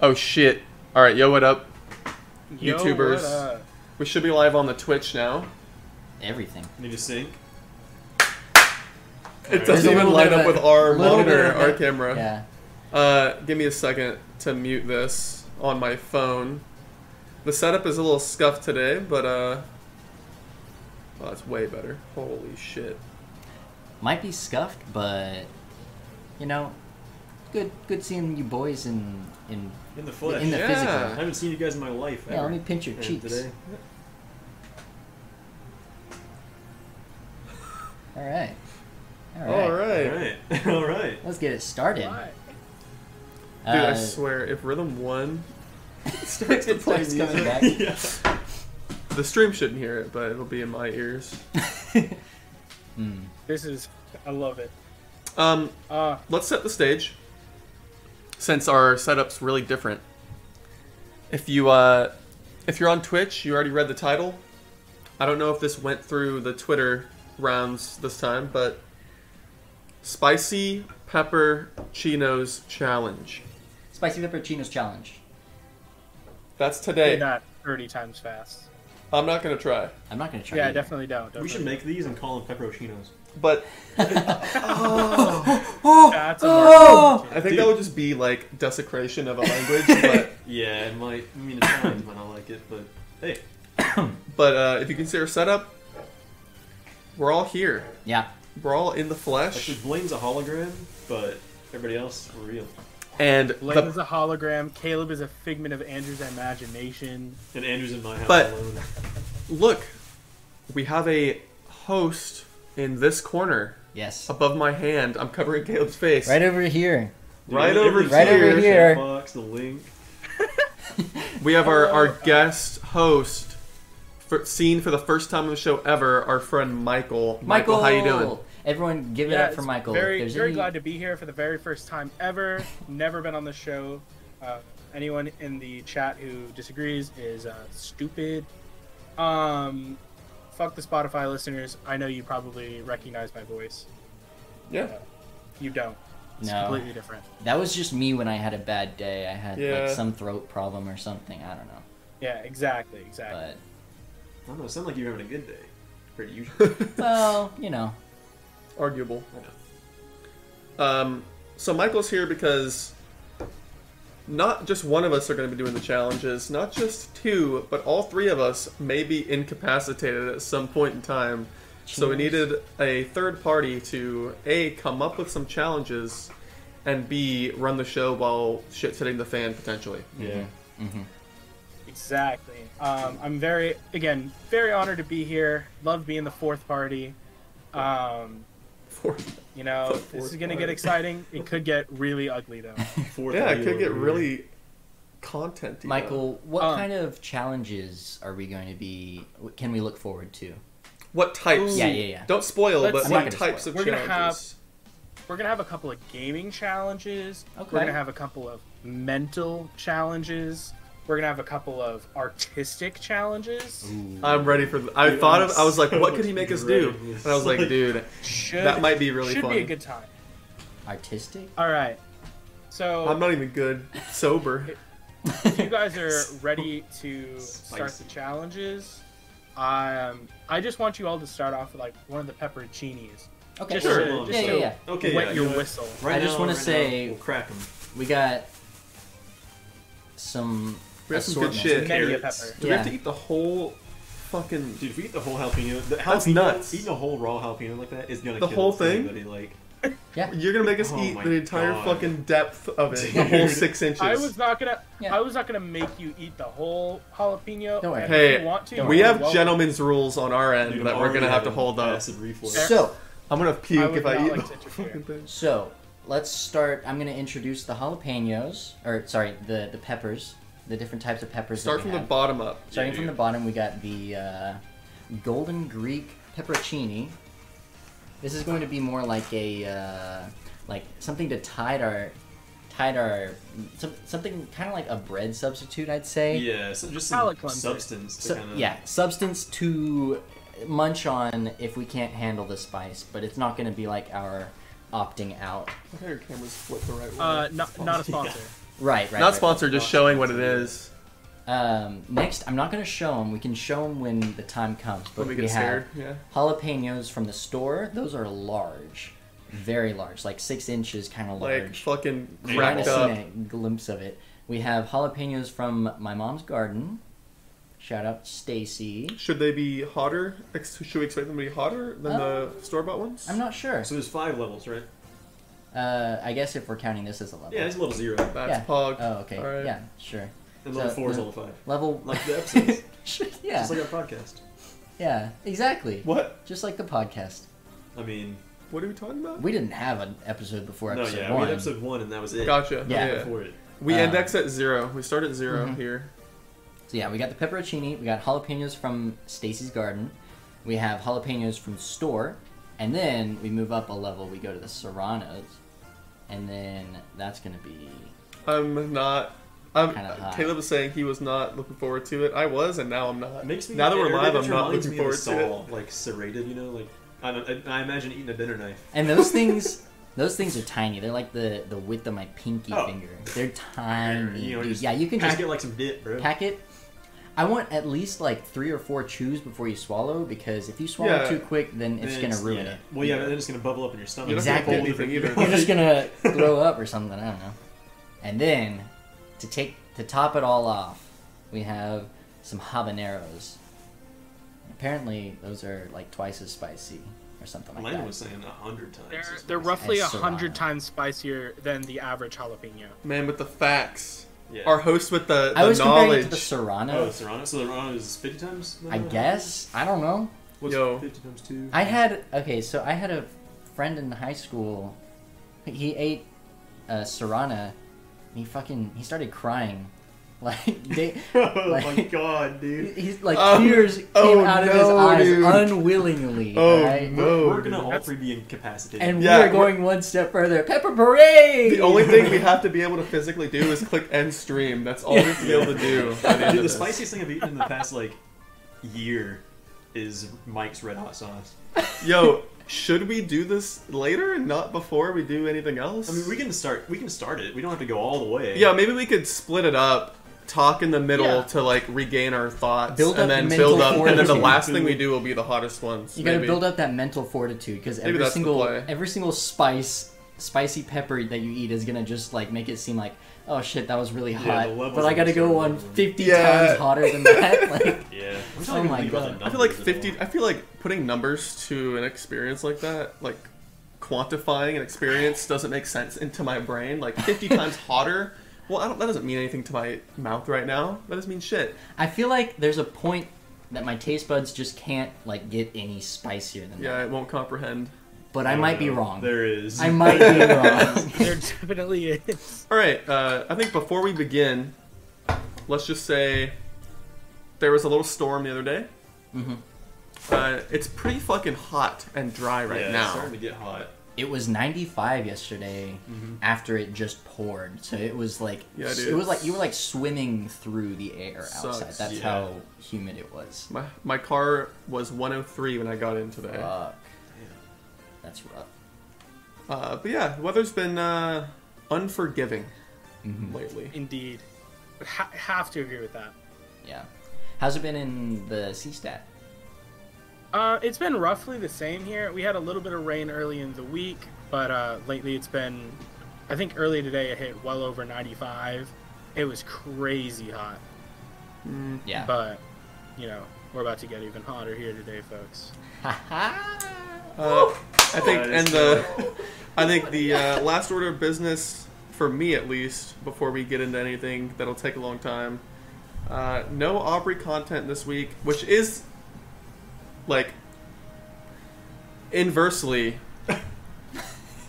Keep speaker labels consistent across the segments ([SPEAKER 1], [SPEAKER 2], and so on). [SPEAKER 1] Oh shit! All right, yo, what up?
[SPEAKER 2] Yo,
[SPEAKER 1] YouTubers.
[SPEAKER 2] what up?
[SPEAKER 1] We should be live on the Twitch now.
[SPEAKER 3] Everything.
[SPEAKER 2] Need a sync?
[SPEAKER 1] It
[SPEAKER 3] There's
[SPEAKER 1] doesn't
[SPEAKER 3] a
[SPEAKER 1] even
[SPEAKER 3] little
[SPEAKER 1] line
[SPEAKER 3] bit
[SPEAKER 1] up
[SPEAKER 3] of
[SPEAKER 1] with
[SPEAKER 3] a-
[SPEAKER 1] our
[SPEAKER 3] little bit
[SPEAKER 1] monitor,
[SPEAKER 3] of
[SPEAKER 1] our
[SPEAKER 3] a-
[SPEAKER 1] camera.
[SPEAKER 3] Yeah.
[SPEAKER 1] Uh, give me a second to mute this on my phone. The setup is a little scuffed today, but uh, well, that's way better. Holy shit!
[SPEAKER 3] Might be scuffed, but you know, good good seeing you boys in in
[SPEAKER 2] In the flesh.
[SPEAKER 3] in the
[SPEAKER 1] Yeah.
[SPEAKER 2] I
[SPEAKER 3] physical.
[SPEAKER 2] haven't seen you guys in my life.
[SPEAKER 3] Yeah,
[SPEAKER 2] ever.
[SPEAKER 3] let me pinch your
[SPEAKER 2] And
[SPEAKER 3] cheeks.
[SPEAKER 2] Today,
[SPEAKER 3] All right. All right.
[SPEAKER 1] All right,
[SPEAKER 2] Alright. Alright.
[SPEAKER 3] Let's get it started.
[SPEAKER 1] dude, I
[SPEAKER 3] Uh,
[SPEAKER 1] swear, if Rhythm One starts to
[SPEAKER 3] It
[SPEAKER 1] play
[SPEAKER 3] starts
[SPEAKER 1] music,
[SPEAKER 3] coming back.
[SPEAKER 2] yeah.
[SPEAKER 1] the stream shouldn't hear it, but it'll be in my ears.
[SPEAKER 3] Mm.
[SPEAKER 4] This is, I love it.
[SPEAKER 1] Um,
[SPEAKER 4] Uh,
[SPEAKER 1] let's set the stage since our setup's really different if you uh if you're on twitch you already read the title i don't know if this went through the twitter rounds this time but spicy pepper chinos challenge
[SPEAKER 3] Spicy pepperoncinos challenge.
[SPEAKER 1] that's
[SPEAKER 4] they're
[SPEAKER 1] today
[SPEAKER 4] not 30 times fast.
[SPEAKER 1] i'm not gonna try
[SPEAKER 3] I'm not gonna try.
[SPEAKER 4] Yeah,
[SPEAKER 3] either.
[SPEAKER 4] definitely don't.
[SPEAKER 2] We should
[SPEAKER 4] definitely
[SPEAKER 2] make these and call them pepperochinos.
[SPEAKER 1] but
[SPEAKER 4] don't. That's a
[SPEAKER 3] Oh!
[SPEAKER 1] i
[SPEAKER 4] marketing
[SPEAKER 1] think that
[SPEAKER 2] Dude.
[SPEAKER 1] would just be like desecration of a language but
[SPEAKER 2] Yeah, it might. I mean, at times might not like it, but hey.
[SPEAKER 1] but uh, if you consider setup we're all here
[SPEAKER 3] Yeah.
[SPEAKER 1] we're all in the
[SPEAKER 2] Actually,
[SPEAKER 1] flesh
[SPEAKER 2] Blaine's a hologram, but everybody else, we're real.
[SPEAKER 1] and the-
[SPEAKER 4] Blaine is a hologram. Caleb is a figment of Andrew's imagination.
[SPEAKER 2] And Andrew's in my house
[SPEAKER 1] But-
[SPEAKER 2] alone.
[SPEAKER 1] Look, we have a host in this corner
[SPEAKER 3] Yes.
[SPEAKER 1] above my hand. I'm covering Caleb's face.
[SPEAKER 3] Right over here.
[SPEAKER 2] Dude,
[SPEAKER 1] Right over
[SPEAKER 2] every
[SPEAKER 1] right
[SPEAKER 2] single
[SPEAKER 1] over
[SPEAKER 3] here.
[SPEAKER 2] Box, the link.
[SPEAKER 1] We have our, our guest host, for, seen for the first time on the show ever, our friend Michael.
[SPEAKER 3] Michael,
[SPEAKER 1] how you doing?
[SPEAKER 3] Everyone, give it
[SPEAKER 4] Yeah,
[SPEAKER 3] up for
[SPEAKER 4] it's
[SPEAKER 3] Michael.
[SPEAKER 4] Very,
[SPEAKER 3] If there's
[SPEAKER 4] very
[SPEAKER 3] any-
[SPEAKER 4] glad to be here for the very first time ever. Never been on the show. Uh, anyone in the chat who disagrees is uh, stupid. Um, fuck the Spotify listeners. I know you probably recognize my voice. Uh,
[SPEAKER 1] Yeah.
[SPEAKER 4] You don't. It's
[SPEAKER 3] No.
[SPEAKER 4] completely different.
[SPEAKER 3] That was just me when I had a bad day. I had
[SPEAKER 1] Yeah.
[SPEAKER 3] like some throat problem or something. I don't know.
[SPEAKER 4] Yeah, exactly, exactly.
[SPEAKER 3] But
[SPEAKER 2] I don't know, it sounds like you're having a good day. Pretty usual.
[SPEAKER 3] well, you know.
[SPEAKER 1] Arguable. Um, so Michael's here because not just one of us are going to be doing the challenges, not just two, but all three of us may be incapacitated at some point in time. So we
[SPEAKER 3] Cheers.
[SPEAKER 1] needed a third party to a come up with some challenges, and b run the show while shit's hitting the fan potentially.
[SPEAKER 2] Yeah.
[SPEAKER 3] hmm
[SPEAKER 4] Exactly. Um, I'm very, again, very honored to be here. Love being the fourth party. Um,
[SPEAKER 1] For
[SPEAKER 4] you know,
[SPEAKER 1] The
[SPEAKER 4] this is
[SPEAKER 1] fourth
[SPEAKER 4] going to get
[SPEAKER 1] party.
[SPEAKER 4] exciting. It could get really ugly, though.
[SPEAKER 2] Fourth
[SPEAKER 1] yeah, it
[SPEAKER 2] audio
[SPEAKER 1] could get
[SPEAKER 2] over here.
[SPEAKER 1] really content.
[SPEAKER 3] Michael, what
[SPEAKER 4] Um,
[SPEAKER 3] kind of challenges are we going to be? what Can we look forward to?
[SPEAKER 1] what types?
[SPEAKER 3] Yeah, yeah, yeah.
[SPEAKER 1] Don't spoil,
[SPEAKER 4] Let's
[SPEAKER 1] but
[SPEAKER 4] I'm
[SPEAKER 3] not
[SPEAKER 1] what
[SPEAKER 3] gonna
[SPEAKER 1] types
[SPEAKER 3] spoil.
[SPEAKER 1] of
[SPEAKER 4] We're gonna
[SPEAKER 1] challenges?
[SPEAKER 4] have- We're going to have a couple of gaming challenges.
[SPEAKER 3] Okay.
[SPEAKER 4] We're going to have a couple of mental challenges. We're going to have a couple of artistic challenges.
[SPEAKER 1] I'm ready for. Th- I
[SPEAKER 2] Dude,
[SPEAKER 1] thought
[SPEAKER 2] I'm
[SPEAKER 1] of. I was like,
[SPEAKER 2] so
[SPEAKER 1] what could
[SPEAKER 2] much
[SPEAKER 1] he make us do?
[SPEAKER 2] dreading
[SPEAKER 1] And
[SPEAKER 2] this.
[SPEAKER 1] I was like, dude,
[SPEAKER 4] Should,
[SPEAKER 1] that might be really
[SPEAKER 4] should
[SPEAKER 1] fun.
[SPEAKER 4] be a good time.
[SPEAKER 3] Artistic?
[SPEAKER 4] All right. So
[SPEAKER 1] I'm not even good sober.
[SPEAKER 4] you guys are ready to start
[SPEAKER 2] Spicy.
[SPEAKER 4] the challenges. Um, I just want you all to start off with like one of the pepperoncinis.
[SPEAKER 3] Okay.
[SPEAKER 4] Just
[SPEAKER 1] Sure.
[SPEAKER 4] to-
[SPEAKER 2] Well,
[SPEAKER 4] just
[SPEAKER 3] yeah,
[SPEAKER 4] to
[SPEAKER 3] yeah,
[SPEAKER 2] Okay,
[SPEAKER 4] wet
[SPEAKER 2] yeah,
[SPEAKER 4] your
[SPEAKER 2] yeah.
[SPEAKER 4] whistle.
[SPEAKER 2] Right
[SPEAKER 3] I just
[SPEAKER 2] now,
[SPEAKER 3] wanna
[SPEAKER 2] right now,
[SPEAKER 3] say-
[SPEAKER 2] we'll crack them.
[SPEAKER 3] We got some.
[SPEAKER 1] We have some good
[SPEAKER 3] assortment.
[SPEAKER 1] shit.
[SPEAKER 4] Many a
[SPEAKER 2] Carrots.
[SPEAKER 4] pepper.
[SPEAKER 1] Do we have
[SPEAKER 3] Yeah.
[SPEAKER 1] to eat the whole fucking?
[SPEAKER 2] Dude, if we eat the whole jalapeno, the jalapeno,
[SPEAKER 1] That's nuts.
[SPEAKER 2] Eating a whole raw jalapeno like that is gonna
[SPEAKER 1] The
[SPEAKER 2] kill
[SPEAKER 1] whole thing?
[SPEAKER 2] Anybody, like,
[SPEAKER 1] You're gonna make us
[SPEAKER 2] Oh
[SPEAKER 1] eat
[SPEAKER 2] my
[SPEAKER 1] the entire
[SPEAKER 2] God.
[SPEAKER 1] fucking depth of it, the whole
[SPEAKER 2] Dude.
[SPEAKER 1] six inches.
[SPEAKER 4] I was not gonna.
[SPEAKER 3] Yeah.
[SPEAKER 4] I was not gonna make you eat the whole jalapeno.
[SPEAKER 3] Don't worry.
[SPEAKER 4] and
[SPEAKER 1] Hey,
[SPEAKER 4] if you want to,
[SPEAKER 3] don't
[SPEAKER 1] we
[SPEAKER 4] you're
[SPEAKER 1] have
[SPEAKER 4] welcome.
[SPEAKER 1] gentlemen's rules on our end
[SPEAKER 2] dude,
[SPEAKER 1] that
[SPEAKER 2] I'm
[SPEAKER 1] we're gonna
[SPEAKER 2] already
[SPEAKER 1] have to
[SPEAKER 2] having
[SPEAKER 1] hold up.
[SPEAKER 2] Acid reflux.
[SPEAKER 3] So,
[SPEAKER 1] I'm gonna puke
[SPEAKER 4] I would
[SPEAKER 1] if I
[SPEAKER 4] not
[SPEAKER 1] eat
[SPEAKER 4] like
[SPEAKER 1] the
[SPEAKER 4] to interfere.
[SPEAKER 1] fucking thing.
[SPEAKER 3] so let's start. I'm going to introduce the jalapenos, or sorry, the the peppers, the different types of peppers.
[SPEAKER 1] Start
[SPEAKER 3] that we
[SPEAKER 1] from the
[SPEAKER 3] have.
[SPEAKER 1] bottom up.
[SPEAKER 3] Starting
[SPEAKER 2] Yeah,
[SPEAKER 3] from
[SPEAKER 2] yeah.
[SPEAKER 3] the bottom, we got the uh, golden Greek pepperoncini. This is going to be more like a uh, like something to tide our tide our some, something kind of like a bread substitute, I'd say.
[SPEAKER 2] yeah, so just
[SPEAKER 4] Palate
[SPEAKER 2] some
[SPEAKER 4] cleanser.
[SPEAKER 2] substance. To
[SPEAKER 3] Su-
[SPEAKER 2] kinda,
[SPEAKER 3] yeah, substance to munch on if we can't handle the spice, but it's not going to be like our opting out.
[SPEAKER 1] I hope your cameras flip the right way.
[SPEAKER 4] Uh, not, not a sponsor.
[SPEAKER 3] Right, right.
[SPEAKER 1] Not
[SPEAKER 3] right.
[SPEAKER 1] sponsored, just showing what it is.
[SPEAKER 3] Um, next, I'm not going to show them. We can show them when the time comes. But
[SPEAKER 1] When we get
[SPEAKER 3] have
[SPEAKER 1] scared, yeah.
[SPEAKER 3] jalapenos from the store. Those are large, very large, like six inches, kind of
[SPEAKER 1] Like
[SPEAKER 3] large.
[SPEAKER 1] fucking
[SPEAKER 3] You might have
[SPEAKER 1] cracked up.
[SPEAKER 3] seen a glimpse of it. We have jalapenos from my mom's garden. Shout out Stacy.
[SPEAKER 1] Should they be hotter? Ex- Should we expect them to be hotter than the store bought ones?
[SPEAKER 3] Oh. I'm not sure.
[SPEAKER 2] So there's five levels, right?
[SPEAKER 3] Uh, I guess if we're counting this as a level.
[SPEAKER 2] Yeah, it's level zero.
[SPEAKER 1] That's
[SPEAKER 3] Yeah.
[SPEAKER 1] pog.
[SPEAKER 3] Oh, okay.
[SPEAKER 1] All right.
[SPEAKER 3] Yeah, sure.
[SPEAKER 2] And level
[SPEAKER 3] So,
[SPEAKER 2] four is
[SPEAKER 3] the-
[SPEAKER 2] level five.
[SPEAKER 3] Level.
[SPEAKER 2] Like the episodes.
[SPEAKER 3] Sure, yeah.
[SPEAKER 2] Just like our podcast.
[SPEAKER 3] yeah. Exactly.
[SPEAKER 1] What?
[SPEAKER 3] Just like the podcast.
[SPEAKER 2] I mean,
[SPEAKER 1] What are we talking about?
[SPEAKER 3] We didn't have an episode before
[SPEAKER 2] no,
[SPEAKER 3] episode
[SPEAKER 2] yeah, we
[SPEAKER 3] one.
[SPEAKER 2] had episode one and that was it.
[SPEAKER 1] Gotcha.
[SPEAKER 3] Yeah. mm-hmm.
[SPEAKER 2] Before it.
[SPEAKER 1] We
[SPEAKER 3] Um,
[SPEAKER 1] index at zero. We start at 0 here.
[SPEAKER 3] So yeah, we got the pepperoncini, we got jalapenos from Stacy's Garden, we have jalapenos from store, and then we move up a level. We go to the serranos, and then that's gonna be
[SPEAKER 1] I'm not. I'm,
[SPEAKER 3] Kinda hot.
[SPEAKER 1] Caleb was saying he was not looking forward to it. I was, and now I'm not.
[SPEAKER 2] It makes me
[SPEAKER 1] now that
[SPEAKER 2] it-
[SPEAKER 1] we're
[SPEAKER 2] it
[SPEAKER 1] live, I'm
[SPEAKER 2] reminds
[SPEAKER 1] not
[SPEAKER 2] me
[SPEAKER 1] looking
[SPEAKER 2] of
[SPEAKER 1] forward
[SPEAKER 2] a
[SPEAKER 1] to it.
[SPEAKER 2] saw, Like serrated, you know, like I, don't, I, I imagine eating a dinner knife.
[SPEAKER 3] and those things. Those things are tiny. They're like the, the width of my pinky
[SPEAKER 2] Oh.
[SPEAKER 3] finger. They're tiny.
[SPEAKER 2] You know,
[SPEAKER 3] dude.
[SPEAKER 2] just
[SPEAKER 3] yeah, you can
[SPEAKER 2] pack
[SPEAKER 3] just
[SPEAKER 2] it like some dip, bro.
[SPEAKER 3] pack it. I want at least like three or four chews before you swallow because if you swallow
[SPEAKER 1] Yeah.
[SPEAKER 3] too quick, then it's
[SPEAKER 2] Then
[SPEAKER 3] gonna ruin
[SPEAKER 2] yeah.
[SPEAKER 3] it.
[SPEAKER 2] Well, yeah, but then it's gonna bubble up in your stomach.
[SPEAKER 1] You're not
[SPEAKER 3] Exactly.
[SPEAKER 2] Hold it for
[SPEAKER 1] Anything either.
[SPEAKER 3] You're just gonna throw up or something. I don't know. And then to take to top it all off, we have some habaneros. Apparently, those are like twice as spicy or something like
[SPEAKER 2] Landon
[SPEAKER 3] that.
[SPEAKER 2] was saying a hundred times.
[SPEAKER 4] They're,
[SPEAKER 2] It's
[SPEAKER 4] they're
[SPEAKER 2] amazing.
[SPEAKER 4] roughly a
[SPEAKER 3] As
[SPEAKER 4] hundred
[SPEAKER 3] serrano.
[SPEAKER 4] times spicier than the average jalapeno.
[SPEAKER 1] Man, with the facts.
[SPEAKER 2] Yeah.
[SPEAKER 1] Our host with the, the
[SPEAKER 3] I was comparing it
[SPEAKER 1] knowledge.
[SPEAKER 3] to the serrano.
[SPEAKER 2] Oh, Serrano. So the Serrano is fifty times.
[SPEAKER 3] I guess I don't know.
[SPEAKER 2] What's
[SPEAKER 1] Yo.
[SPEAKER 2] fifty times two?
[SPEAKER 3] I had okay, so I had a friend in high school. He ate uh, serrana. And he fucking he started crying, like they,
[SPEAKER 2] oh
[SPEAKER 3] like,
[SPEAKER 2] my god, dude.
[SPEAKER 3] He's like
[SPEAKER 1] Oh,
[SPEAKER 3] tears came
[SPEAKER 1] oh
[SPEAKER 3] out of his
[SPEAKER 1] no,
[SPEAKER 3] eyes
[SPEAKER 1] dude.
[SPEAKER 3] unwillingly.
[SPEAKER 1] Oh,
[SPEAKER 3] right?
[SPEAKER 1] no.
[SPEAKER 2] We're, we're gonna all
[SPEAKER 4] That's-
[SPEAKER 2] three be incapacitated.
[SPEAKER 3] And
[SPEAKER 1] Yeah,
[SPEAKER 3] we are going one step further. Pepper Parade.
[SPEAKER 1] the only thing we have to be able to physically do is click end stream. That's all we have to be able to do. by the end
[SPEAKER 2] Dude,
[SPEAKER 1] of
[SPEAKER 2] the
[SPEAKER 1] this.
[SPEAKER 2] spiciest thing I've eaten in the past like year is Mike's red hot sauce.
[SPEAKER 1] Yo, should we do this later and not before we do anything else?
[SPEAKER 2] I mean, we can start. We can start it. We don't have to go all the way.
[SPEAKER 1] Yeah, maybe we could split it up, talk in the middle
[SPEAKER 4] Yeah.
[SPEAKER 1] to like regain our thoughts,
[SPEAKER 3] Build
[SPEAKER 1] and
[SPEAKER 3] up
[SPEAKER 1] then
[SPEAKER 3] mental
[SPEAKER 1] build up, and then the
[SPEAKER 3] fortitude.
[SPEAKER 1] last thing we do will be the hottest ones.
[SPEAKER 3] you gotta
[SPEAKER 1] maybe.
[SPEAKER 3] build up that mental fortitude because every
[SPEAKER 1] that's the
[SPEAKER 3] single
[SPEAKER 1] play.
[SPEAKER 3] every single spice, spicy pepper that you eat is gonna just like make it seem like, oh shit, that was really
[SPEAKER 2] Yeah,
[SPEAKER 3] hot.
[SPEAKER 2] the levels
[SPEAKER 3] but I
[SPEAKER 2] are
[SPEAKER 3] gotta
[SPEAKER 2] so
[SPEAKER 3] go on
[SPEAKER 2] low.
[SPEAKER 3] fifty
[SPEAKER 1] Yeah.
[SPEAKER 3] times hotter than that. Like,
[SPEAKER 2] Yeah. We're
[SPEAKER 3] Oh
[SPEAKER 2] talking
[SPEAKER 3] my
[SPEAKER 2] about the
[SPEAKER 3] God.
[SPEAKER 1] I feel like
[SPEAKER 2] numbers at all.
[SPEAKER 1] fifty. I feel like putting numbers to an experience like that, like quantifying an experience, doesn't make sense into my brain. Like fifty times hotter. Well, I don't, that doesn't mean anything to my mouth right now. That doesn't mean shit.
[SPEAKER 3] I feel like there's a point that my taste buds just can't like get any spicier than
[SPEAKER 1] Yeah,
[SPEAKER 3] that.
[SPEAKER 1] it won't comprehend.
[SPEAKER 3] But I,
[SPEAKER 2] don't
[SPEAKER 3] might be
[SPEAKER 1] Uh,
[SPEAKER 2] know.
[SPEAKER 3] wrong.
[SPEAKER 2] There is.
[SPEAKER 3] I might be wrong.
[SPEAKER 4] There definitely is.
[SPEAKER 1] All right. Uh, I think before we begin, let's just say there was a little storm the other day.
[SPEAKER 3] Mhm.
[SPEAKER 1] Uh, it's pretty fucking hot and dry right
[SPEAKER 2] yeah, It's
[SPEAKER 1] now.
[SPEAKER 2] starting to get hot.
[SPEAKER 3] it was 95 yesterday after it just poured so it was like
[SPEAKER 1] Mm-hmm. Yeah,
[SPEAKER 3] s-
[SPEAKER 1] dude.
[SPEAKER 3] it was like you were like swimming through the air outside
[SPEAKER 1] Sucks.
[SPEAKER 3] that's
[SPEAKER 2] Yeah.
[SPEAKER 3] how humid it was
[SPEAKER 1] My, my car was 103 when I got in today.
[SPEAKER 3] fuck that's rough
[SPEAKER 1] Uh, but yeah, the weather's been uh, unforgiving lately.
[SPEAKER 4] Indeed. But ha- have to agree with that.
[SPEAKER 3] yeah how's it been in the sea stat
[SPEAKER 4] Uh, it's been roughly the same here. We had a little bit of rain early in the week, but uh, lately it's been. I think early today it hit well over 95. It was crazy hot,
[SPEAKER 1] Mm-hmm.
[SPEAKER 3] yeah
[SPEAKER 4] but you know we're about to get even hotter here today, folks.
[SPEAKER 1] Uh, I think,
[SPEAKER 2] That is
[SPEAKER 1] and the, I think the uh, last order of business for me at least, before we get into anything that'll take a long time. Uh, no Aubrey content this week, which is like inversely.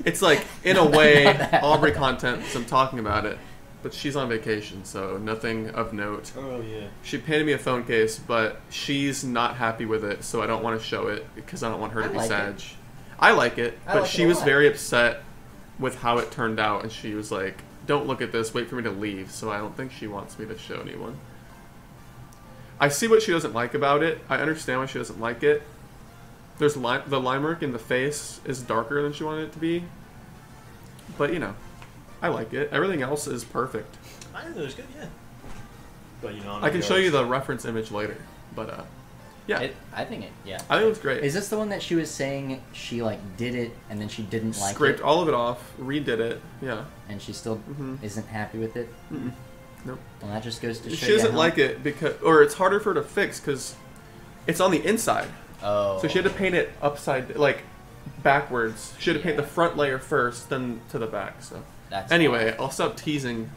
[SPEAKER 1] It's like in a way Aubrey content since I'm talking about it, but she's on vacation, so nothing of note.
[SPEAKER 2] Oh yeah.
[SPEAKER 1] She painted me a phone case, but she's not happy with it, so I don't want to show it because I don't want her to
[SPEAKER 3] I
[SPEAKER 1] be
[SPEAKER 3] like
[SPEAKER 1] sad.
[SPEAKER 3] it.
[SPEAKER 1] I like it,
[SPEAKER 3] I
[SPEAKER 1] but
[SPEAKER 3] like it
[SPEAKER 1] she
[SPEAKER 3] a
[SPEAKER 1] was
[SPEAKER 3] lot.
[SPEAKER 1] very upset with how it turned out, and she was like, "Don't look at this. Wait for me to leave." So I don't think she wants me to show anyone. I see what she doesn't like about it. I understand why she doesn't like it. There's li- the line work in the face is darker than she wanted it to be, but you know, I like it. Everything else is perfect.
[SPEAKER 2] I think it was good, yeah. But you know,
[SPEAKER 1] I can show you the reference image later, but uh, yeah,
[SPEAKER 3] It, I think it. Yeah.
[SPEAKER 1] I think it was great.
[SPEAKER 3] Is this the one that she was saying she like did it and then she didn't like
[SPEAKER 1] Scraped
[SPEAKER 3] it
[SPEAKER 1] all of it off, redid it. Yeah,
[SPEAKER 3] and she still
[SPEAKER 1] Mhm.
[SPEAKER 3] isn't happy with it?
[SPEAKER 1] nope.
[SPEAKER 3] Well, that just goes to show
[SPEAKER 1] She doesn't
[SPEAKER 3] you how-
[SPEAKER 1] like it because, or it's harder for her to fix because it's on the inside.
[SPEAKER 3] Oh.
[SPEAKER 1] So she had to paint it upside, like backwards. She had to paint
[SPEAKER 3] Yeah.
[SPEAKER 1] the front layer first, then to the back. So
[SPEAKER 3] That's
[SPEAKER 1] anyway, I'll stop teasing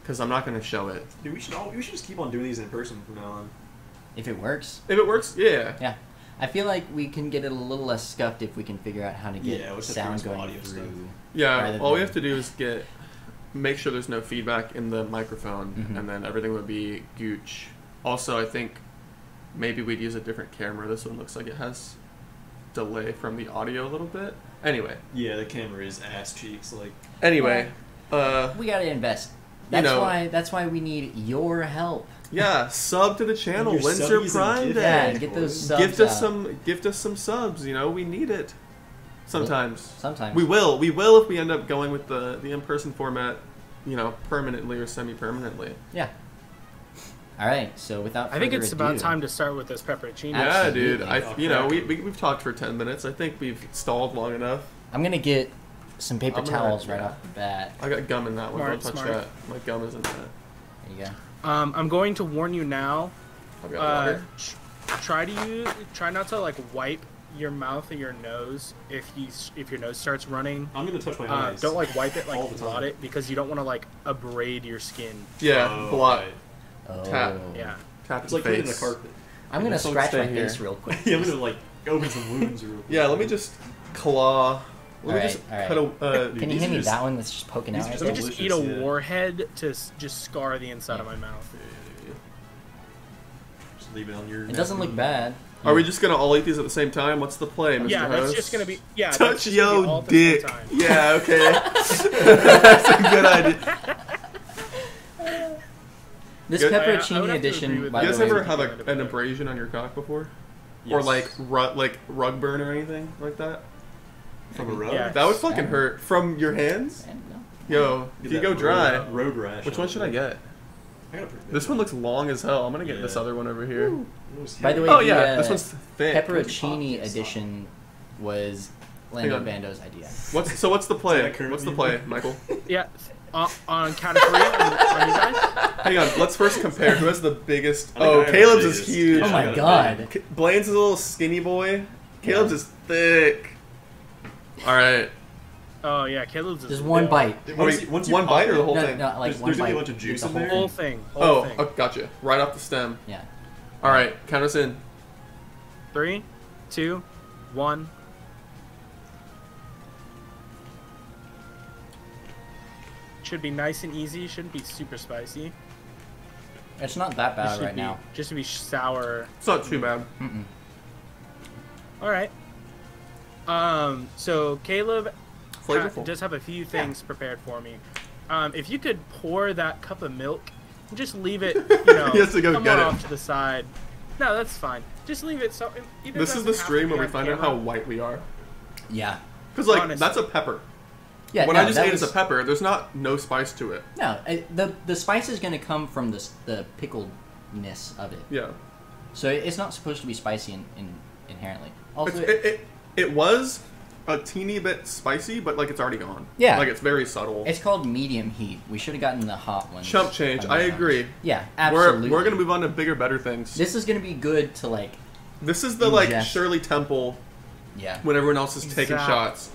[SPEAKER 1] because I'm not going to show it.
[SPEAKER 2] Dude, we should all, we should just keep on doing these in person from now on.
[SPEAKER 3] If it works.
[SPEAKER 1] If it works, yeah.
[SPEAKER 3] Yeah. I feel like we can get it a little less scuffed if we can figure out how to get
[SPEAKER 2] Yeah, we'll just figure
[SPEAKER 3] sound
[SPEAKER 2] some
[SPEAKER 3] going
[SPEAKER 2] audio stuff.
[SPEAKER 3] through.
[SPEAKER 1] Yeah,
[SPEAKER 3] Rather
[SPEAKER 1] all we
[SPEAKER 3] than-
[SPEAKER 1] have to do is get make sure there's no feedback in the microphone,
[SPEAKER 3] Mhm.
[SPEAKER 1] and then everything would be gooch. Also, I think maybe we'd use a different camera. This one looks like it has delay from the audio a little bit. Anyway,
[SPEAKER 2] Yeah, the camera is ass cheeks. Like,
[SPEAKER 1] anyway, uh,
[SPEAKER 3] We gotta invest.
[SPEAKER 1] You
[SPEAKER 3] That's
[SPEAKER 1] know-
[SPEAKER 3] why. That's why we need your help.
[SPEAKER 1] yeah, sub to the channel,
[SPEAKER 2] Your
[SPEAKER 1] Windsor
[SPEAKER 2] subbies and
[SPEAKER 1] Prime
[SPEAKER 2] gifts.
[SPEAKER 1] Day.
[SPEAKER 3] Yeah, get those subs uh,
[SPEAKER 1] gift us
[SPEAKER 3] out.
[SPEAKER 1] some, gift us some subs. You know, we need it. Sometimes,
[SPEAKER 3] Sometimes.
[SPEAKER 1] we will, we will if we end up going with the the in person format, you know, permanently or semi permanently.
[SPEAKER 3] Yeah. All right. So without.
[SPEAKER 4] I think
[SPEAKER 3] further
[SPEAKER 4] it's about
[SPEAKER 3] ado-
[SPEAKER 4] time to start with this pepperoncini.
[SPEAKER 3] Ab-
[SPEAKER 1] Yeah, dude.
[SPEAKER 3] Absolutely.
[SPEAKER 2] Oh,
[SPEAKER 1] I, you know, we, we we've talked for ten minutes. I think we've stalled long enough.
[SPEAKER 3] I'm gonna get some paper
[SPEAKER 1] I'm gonna-
[SPEAKER 3] towels right
[SPEAKER 1] yeah.
[SPEAKER 3] off the bat.
[SPEAKER 1] I got gum in that one.
[SPEAKER 4] Smart,
[SPEAKER 1] Don't touch
[SPEAKER 4] smart.
[SPEAKER 1] that. My gum isn't that.
[SPEAKER 3] There you go.
[SPEAKER 4] Um, I'm going to warn you now.
[SPEAKER 1] I've got
[SPEAKER 4] Uh,
[SPEAKER 1] water.
[SPEAKER 4] tr- try to use, try not to like wipe your mouth or your nose if you s- if your nose starts running.
[SPEAKER 2] I'm gonna touch my
[SPEAKER 4] Uh,
[SPEAKER 2] eyes.
[SPEAKER 4] don't like wipe it,
[SPEAKER 2] Oh, All
[SPEAKER 4] like
[SPEAKER 2] the time.
[SPEAKER 4] blot it, because you don't want to like abrade your skin.
[SPEAKER 1] Yeah,
[SPEAKER 2] Oh,
[SPEAKER 1] blot.
[SPEAKER 2] right.
[SPEAKER 3] Oh.
[SPEAKER 1] Tap.
[SPEAKER 4] Yeah.
[SPEAKER 1] Tap
[SPEAKER 2] It's
[SPEAKER 1] its
[SPEAKER 2] like putting in a
[SPEAKER 1] face.
[SPEAKER 2] carpet.
[SPEAKER 3] I'm gonna
[SPEAKER 1] This will
[SPEAKER 3] scratch
[SPEAKER 1] stay
[SPEAKER 3] my
[SPEAKER 1] here.
[SPEAKER 3] face real quick.
[SPEAKER 2] yeah, I'm gonna like open some wounds real quick.
[SPEAKER 1] Yeah, let me just claw. Let me
[SPEAKER 3] Alright,
[SPEAKER 1] just
[SPEAKER 3] alright.
[SPEAKER 1] cut a. Uh,
[SPEAKER 2] Dude,
[SPEAKER 3] Can you
[SPEAKER 2] these
[SPEAKER 3] hand
[SPEAKER 2] are
[SPEAKER 3] me
[SPEAKER 2] just-
[SPEAKER 3] that one that's just poking out?
[SPEAKER 2] these
[SPEAKER 3] right
[SPEAKER 4] Let
[SPEAKER 2] are
[SPEAKER 3] there?
[SPEAKER 4] me just
[SPEAKER 2] Delicious,
[SPEAKER 4] eat a
[SPEAKER 2] yeah.
[SPEAKER 4] warhead to s- just scar the inside of my mouth.
[SPEAKER 2] Just leave it on your.
[SPEAKER 3] It doesn't look bad.
[SPEAKER 1] Are we just gonna all eat these at the same time? What's the play, Mr.
[SPEAKER 4] Yeah, that's
[SPEAKER 1] Host?
[SPEAKER 4] just gonna be yeah. that's
[SPEAKER 1] Touch
[SPEAKER 4] just gonna be all
[SPEAKER 1] yo
[SPEAKER 4] at the same
[SPEAKER 1] dick.
[SPEAKER 4] time.
[SPEAKER 1] Yeah, okay. that's a good idea.
[SPEAKER 3] This
[SPEAKER 1] Good.
[SPEAKER 4] I- I would
[SPEAKER 3] pepperoncini
[SPEAKER 4] have to agree
[SPEAKER 3] edition,
[SPEAKER 4] with
[SPEAKER 3] by
[SPEAKER 1] You
[SPEAKER 4] that.
[SPEAKER 3] the
[SPEAKER 1] guys
[SPEAKER 3] way,
[SPEAKER 1] ever have
[SPEAKER 4] we can
[SPEAKER 1] a,
[SPEAKER 4] go to
[SPEAKER 1] an
[SPEAKER 4] bed.
[SPEAKER 1] abrasion on your cock before, or
[SPEAKER 2] Yes.
[SPEAKER 1] like ru- like rug burn or anything like that?
[SPEAKER 2] from a road.
[SPEAKER 4] Yeah.
[SPEAKER 1] That would fucking hurt from your hands.
[SPEAKER 3] Man, no.
[SPEAKER 1] Yo, if
[SPEAKER 2] Get
[SPEAKER 1] you
[SPEAKER 2] that
[SPEAKER 1] go
[SPEAKER 2] road-
[SPEAKER 1] dry.
[SPEAKER 2] Road rash.
[SPEAKER 1] Which one should I get?
[SPEAKER 2] I got a pretty big
[SPEAKER 1] This one looks long as hell. I'm gonna get this
[SPEAKER 2] Yeah.
[SPEAKER 1] other one over here.
[SPEAKER 2] Looks
[SPEAKER 3] By the
[SPEAKER 2] heavy.
[SPEAKER 3] way,
[SPEAKER 1] Oh yeah,
[SPEAKER 3] uh,
[SPEAKER 1] this one's thick.
[SPEAKER 3] Pepperoncini
[SPEAKER 2] It's not-
[SPEAKER 3] edition was Lando
[SPEAKER 1] on.
[SPEAKER 3] Bando's idea.
[SPEAKER 1] What's so? What's the play?
[SPEAKER 2] Is that a
[SPEAKER 1] What's the
[SPEAKER 2] curvy?
[SPEAKER 1] play, Michael?
[SPEAKER 4] Yeah, on, on count of three. on, on you guys.
[SPEAKER 1] Hang on. Let's first compare. Who has the biggest?
[SPEAKER 2] I think I
[SPEAKER 1] Oh,
[SPEAKER 2] have the
[SPEAKER 1] Caleb's is
[SPEAKER 2] biggest.
[SPEAKER 1] huge.
[SPEAKER 2] Yeah,
[SPEAKER 3] oh
[SPEAKER 2] I
[SPEAKER 3] my
[SPEAKER 2] got a
[SPEAKER 3] god.
[SPEAKER 1] Ca- Blaine's is a little skinny boy. Caleb's is thick. All right.
[SPEAKER 4] Oh yeah, Caleb's is
[SPEAKER 3] Just one
[SPEAKER 4] yeah.
[SPEAKER 3] bite.
[SPEAKER 2] Dude,
[SPEAKER 1] Are
[SPEAKER 2] once
[SPEAKER 1] we-
[SPEAKER 2] you- once you
[SPEAKER 1] one
[SPEAKER 2] pop
[SPEAKER 1] bite or the
[SPEAKER 2] it-
[SPEAKER 1] whole
[SPEAKER 3] No,
[SPEAKER 1] thing?
[SPEAKER 3] no, like
[SPEAKER 2] There's-
[SPEAKER 3] one
[SPEAKER 2] there's gonna
[SPEAKER 3] bite.
[SPEAKER 2] be a bunch of juice
[SPEAKER 3] the
[SPEAKER 2] in
[SPEAKER 3] whole
[SPEAKER 2] there.
[SPEAKER 4] Whole
[SPEAKER 3] thing.
[SPEAKER 4] thing. Whole
[SPEAKER 1] Oh,
[SPEAKER 4] thing.
[SPEAKER 1] oh, gotcha. Right off the stem.
[SPEAKER 3] Yeah.
[SPEAKER 1] All right, count us in.
[SPEAKER 4] Three, two, one. Should be nice and easy. Shouldn't be super spicy.
[SPEAKER 3] It's not that
[SPEAKER 4] It
[SPEAKER 3] bad
[SPEAKER 1] Uh,
[SPEAKER 4] should
[SPEAKER 3] right
[SPEAKER 4] be,
[SPEAKER 3] now.
[SPEAKER 4] Just to be sour.
[SPEAKER 1] It's not too bad.
[SPEAKER 3] Mm-mm.
[SPEAKER 4] All right. Um. So Caleb ha-
[SPEAKER 1] Flavorful.
[SPEAKER 4] does have a few things prepared for me. Um. If you could pour that cup of milk, and just leave it. You know,
[SPEAKER 1] He has to go
[SPEAKER 4] somewhat
[SPEAKER 1] get it.
[SPEAKER 4] off to the side. No, that's fine. Just leave it. So
[SPEAKER 1] This
[SPEAKER 4] even if it
[SPEAKER 1] is
[SPEAKER 4] doesn't
[SPEAKER 1] the
[SPEAKER 4] have to
[SPEAKER 1] stream
[SPEAKER 4] be
[SPEAKER 1] where we
[SPEAKER 4] on
[SPEAKER 1] find out
[SPEAKER 4] camera-
[SPEAKER 1] how white we are.
[SPEAKER 3] Yeah.
[SPEAKER 1] Because like
[SPEAKER 4] Honestly.
[SPEAKER 1] that's a pepper.
[SPEAKER 3] Yeah.
[SPEAKER 1] what
[SPEAKER 3] no,
[SPEAKER 1] I just
[SPEAKER 3] that
[SPEAKER 1] ate
[SPEAKER 3] was,
[SPEAKER 1] is a pepper. There's not no spice to it.
[SPEAKER 3] No, I, the the spice is gonna come from the s- the pickledness of it.
[SPEAKER 1] Yeah.
[SPEAKER 3] So it- it's not supposed to be spicy in, in inherently. Also,
[SPEAKER 1] It's, it, it it was a teeny bit spicy, but like it's already gone.
[SPEAKER 3] Yeah.
[SPEAKER 1] Like it's very subtle.
[SPEAKER 3] it's called medium heat. We should have gotten the hot one.
[SPEAKER 1] Chump change, I agree.
[SPEAKER 3] Yeah,
[SPEAKER 1] we're
[SPEAKER 3] absolutely.
[SPEAKER 1] we're gonna move on to bigger, better things. This,
[SPEAKER 3] This is gonna be good to like.
[SPEAKER 1] is the like
[SPEAKER 3] Ingest.
[SPEAKER 1] Shirley Temple
[SPEAKER 3] Yeah.
[SPEAKER 1] when everyone else is taking
[SPEAKER 4] Exactly.
[SPEAKER 1] shots.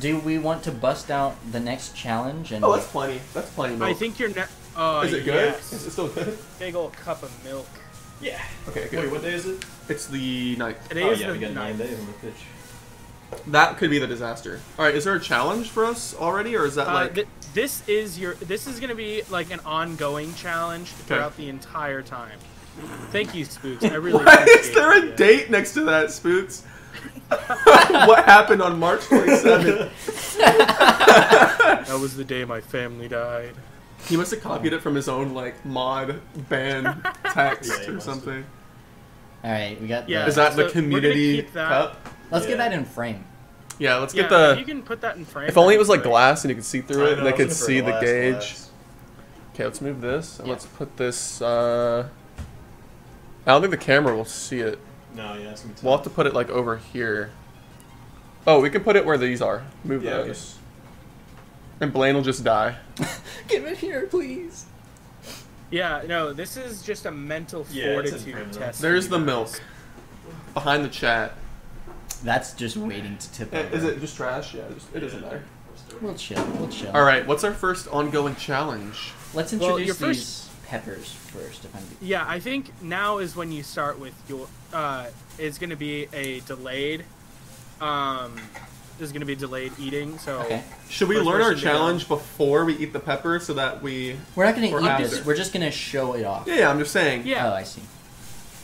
[SPEAKER 3] Do we want to bust out the next challenge and?
[SPEAKER 1] Oh, that's plenty. That's plenty. Milk.
[SPEAKER 4] I think you're ne- Oh,
[SPEAKER 1] is it good? Is
[SPEAKER 4] yes.
[SPEAKER 1] it still good?
[SPEAKER 4] Big old cup of milk.
[SPEAKER 2] Yeah.
[SPEAKER 1] Okay, good.
[SPEAKER 2] Wait, what day is it?
[SPEAKER 1] It's the ninth.
[SPEAKER 4] Today
[SPEAKER 2] oh
[SPEAKER 4] is
[SPEAKER 2] yeah, we
[SPEAKER 4] the
[SPEAKER 2] got nine
[SPEAKER 4] ninth.
[SPEAKER 2] days on the pitch.
[SPEAKER 1] That could be the disaster. All right, is there a challenge for us already, or is that
[SPEAKER 4] Uh,
[SPEAKER 1] like
[SPEAKER 4] th- this is your. This is gonna be like an ongoing challenge throughout the entire time. Thank you, Spooks. I really.
[SPEAKER 1] Why is
[SPEAKER 4] appreciate
[SPEAKER 1] there a
[SPEAKER 4] it.
[SPEAKER 1] date next to that, Spooks? what happened on March 27th?
[SPEAKER 4] That was the day my family died.
[SPEAKER 1] He must have copied it from his own, like, mod ban text
[SPEAKER 2] Yeah, he
[SPEAKER 1] or
[SPEAKER 2] must have.
[SPEAKER 1] something.
[SPEAKER 3] All right, we got.
[SPEAKER 4] Yeah.
[SPEAKER 3] Yeah.
[SPEAKER 1] Is that
[SPEAKER 4] So
[SPEAKER 1] the
[SPEAKER 4] we're gonna
[SPEAKER 1] community
[SPEAKER 4] keep that.
[SPEAKER 1] cup?
[SPEAKER 3] Let's get
[SPEAKER 2] Yeah.
[SPEAKER 3] that in frame.
[SPEAKER 1] Yeah, let's
[SPEAKER 4] yeah,
[SPEAKER 1] get the.
[SPEAKER 4] you can put that in frame.
[SPEAKER 1] If only it
[SPEAKER 4] that'd
[SPEAKER 1] was like
[SPEAKER 4] be great.
[SPEAKER 1] glass and you could see through it,
[SPEAKER 2] I know,
[SPEAKER 1] and they
[SPEAKER 2] I was
[SPEAKER 1] could
[SPEAKER 2] looking for
[SPEAKER 1] see the
[SPEAKER 2] glass,
[SPEAKER 1] gauge.
[SPEAKER 2] glass.
[SPEAKER 1] Okay, let's move this and
[SPEAKER 3] Yeah.
[SPEAKER 1] let's put this. Uh, I don't think the camera will see it.
[SPEAKER 2] No, yeah, it's gonna be tough.
[SPEAKER 1] We'll have to put it like over here. Oh, we can put it where these are. Move
[SPEAKER 2] Yeah, okay.
[SPEAKER 1] those. And Blaine will just die.
[SPEAKER 3] Get it here, please.
[SPEAKER 4] Yeah, no, this is just a mental
[SPEAKER 2] Yeah, it's in frame,
[SPEAKER 4] fortitude
[SPEAKER 2] though.
[SPEAKER 4] test.
[SPEAKER 1] There's the
[SPEAKER 4] you guys.
[SPEAKER 1] milk. Behind the chat.
[SPEAKER 3] That's just waiting to tip over.
[SPEAKER 1] just trash? Yeah, it doesn't matter.
[SPEAKER 3] We'll chill. We'll chill.
[SPEAKER 1] All right, what's our first ongoing challenge?
[SPEAKER 3] Let's
[SPEAKER 4] Well,
[SPEAKER 3] introduce
[SPEAKER 4] your
[SPEAKER 3] these peppers first. If I'm
[SPEAKER 4] Yeah, I think now is when you start with your. Uh, it's going to be a delayed. Um, there's going to be delayed eating, so.
[SPEAKER 3] okay.
[SPEAKER 1] Should we
[SPEAKER 4] First
[SPEAKER 1] learn our
[SPEAKER 4] person to go.
[SPEAKER 1] challenge before we eat the pepper so that we?
[SPEAKER 3] We're not gonna
[SPEAKER 1] Or
[SPEAKER 3] eat this.
[SPEAKER 1] after.
[SPEAKER 3] We're just gonna show it off.
[SPEAKER 1] Yeah, yeah I'm just saying.
[SPEAKER 4] Yeah.
[SPEAKER 3] Oh, I see.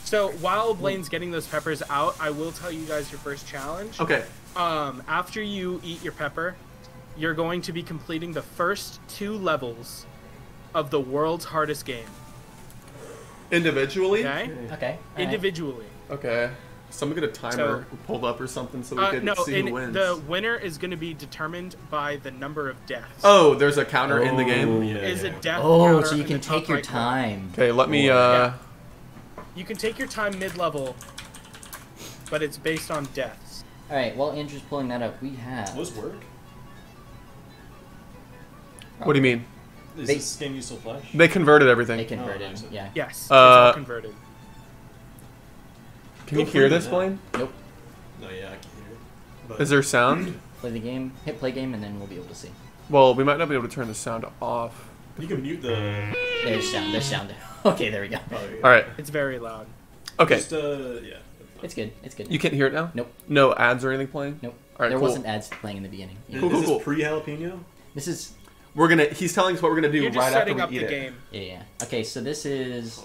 [SPEAKER 4] So while Blaine's getting those peppers out, I will tell you guys your first challenge.
[SPEAKER 1] Okay.
[SPEAKER 4] Um, after you eat your pepper, you're going to be completing the first two levels of the world's hardest game.
[SPEAKER 1] Individually.
[SPEAKER 4] Okay?
[SPEAKER 3] Okay. all right.
[SPEAKER 4] Individually.
[SPEAKER 1] Okay. Someone get a timer pulled up or something so we
[SPEAKER 4] Uh,
[SPEAKER 1] can
[SPEAKER 4] no,
[SPEAKER 1] see who
[SPEAKER 4] and
[SPEAKER 1] wins.
[SPEAKER 4] the winner is going to be determined by the number of deaths.
[SPEAKER 1] Oh, there's a counter in the
[SPEAKER 2] Oh,
[SPEAKER 1] game.
[SPEAKER 2] yeah,
[SPEAKER 4] Is
[SPEAKER 2] yeah.
[SPEAKER 4] a death
[SPEAKER 3] Oh,
[SPEAKER 4] counter
[SPEAKER 3] so you
[SPEAKER 4] in
[SPEAKER 3] can
[SPEAKER 4] the top
[SPEAKER 3] take your
[SPEAKER 4] right corner.
[SPEAKER 3] time.
[SPEAKER 1] Okay, let me. Uh,
[SPEAKER 4] Yeah. You can take your time mid-level, but it's based on deaths.
[SPEAKER 3] All right. While Andrew's pulling that up, we have.
[SPEAKER 2] Was work?
[SPEAKER 1] What do you mean?
[SPEAKER 2] Is
[SPEAKER 3] They-
[SPEAKER 2] this game you still flash?
[SPEAKER 1] They converted everything.
[SPEAKER 3] They
[SPEAKER 1] can
[SPEAKER 3] converted.
[SPEAKER 2] Oh, I see.
[SPEAKER 3] yeah.
[SPEAKER 4] Yes, it's
[SPEAKER 1] Uh,
[SPEAKER 4] all converted.
[SPEAKER 1] you
[SPEAKER 2] Go
[SPEAKER 1] hear
[SPEAKER 2] for it,
[SPEAKER 1] this,
[SPEAKER 2] yeah.
[SPEAKER 1] Blaine?
[SPEAKER 3] Nope.
[SPEAKER 2] No, yeah, I can hear it. But
[SPEAKER 1] Is there sound?
[SPEAKER 3] Play the game. Hit play game, and then we'll be able to see.
[SPEAKER 1] well, we might not be able to turn the sound off.
[SPEAKER 2] You can mute the.
[SPEAKER 3] There's sound. There's sound. Okay. There we go.
[SPEAKER 2] Oh, yeah.
[SPEAKER 1] All right.
[SPEAKER 4] It's very loud.
[SPEAKER 1] Okay.
[SPEAKER 2] Just, uh, yeah.
[SPEAKER 3] It's good. It's good.
[SPEAKER 1] You can't hear it now.
[SPEAKER 3] Nope.
[SPEAKER 1] No ads or anything playing.
[SPEAKER 3] Nope.
[SPEAKER 1] All right,
[SPEAKER 3] there
[SPEAKER 1] cool.
[SPEAKER 3] wasn't ads playing in the beginning.
[SPEAKER 2] Is,
[SPEAKER 3] Yeah.
[SPEAKER 1] Cool, cool,
[SPEAKER 2] is
[SPEAKER 1] cool.
[SPEAKER 2] this pre jalapeno?
[SPEAKER 3] This is.
[SPEAKER 1] We're gonna. He's telling us what we're gonna do
[SPEAKER 4] You're just
[SPEAKER 1] right after
[SPEAKER 4] setting
[SPEAKER 1] we
[SPEAKER 4] up
[SPEAKER 1] eat
[SPEAKER 4] the
[SPEAKER 1] it.
[SPEAKER 4] game.
[SPEAKER 3] Yeah, yeah. Okay. So this is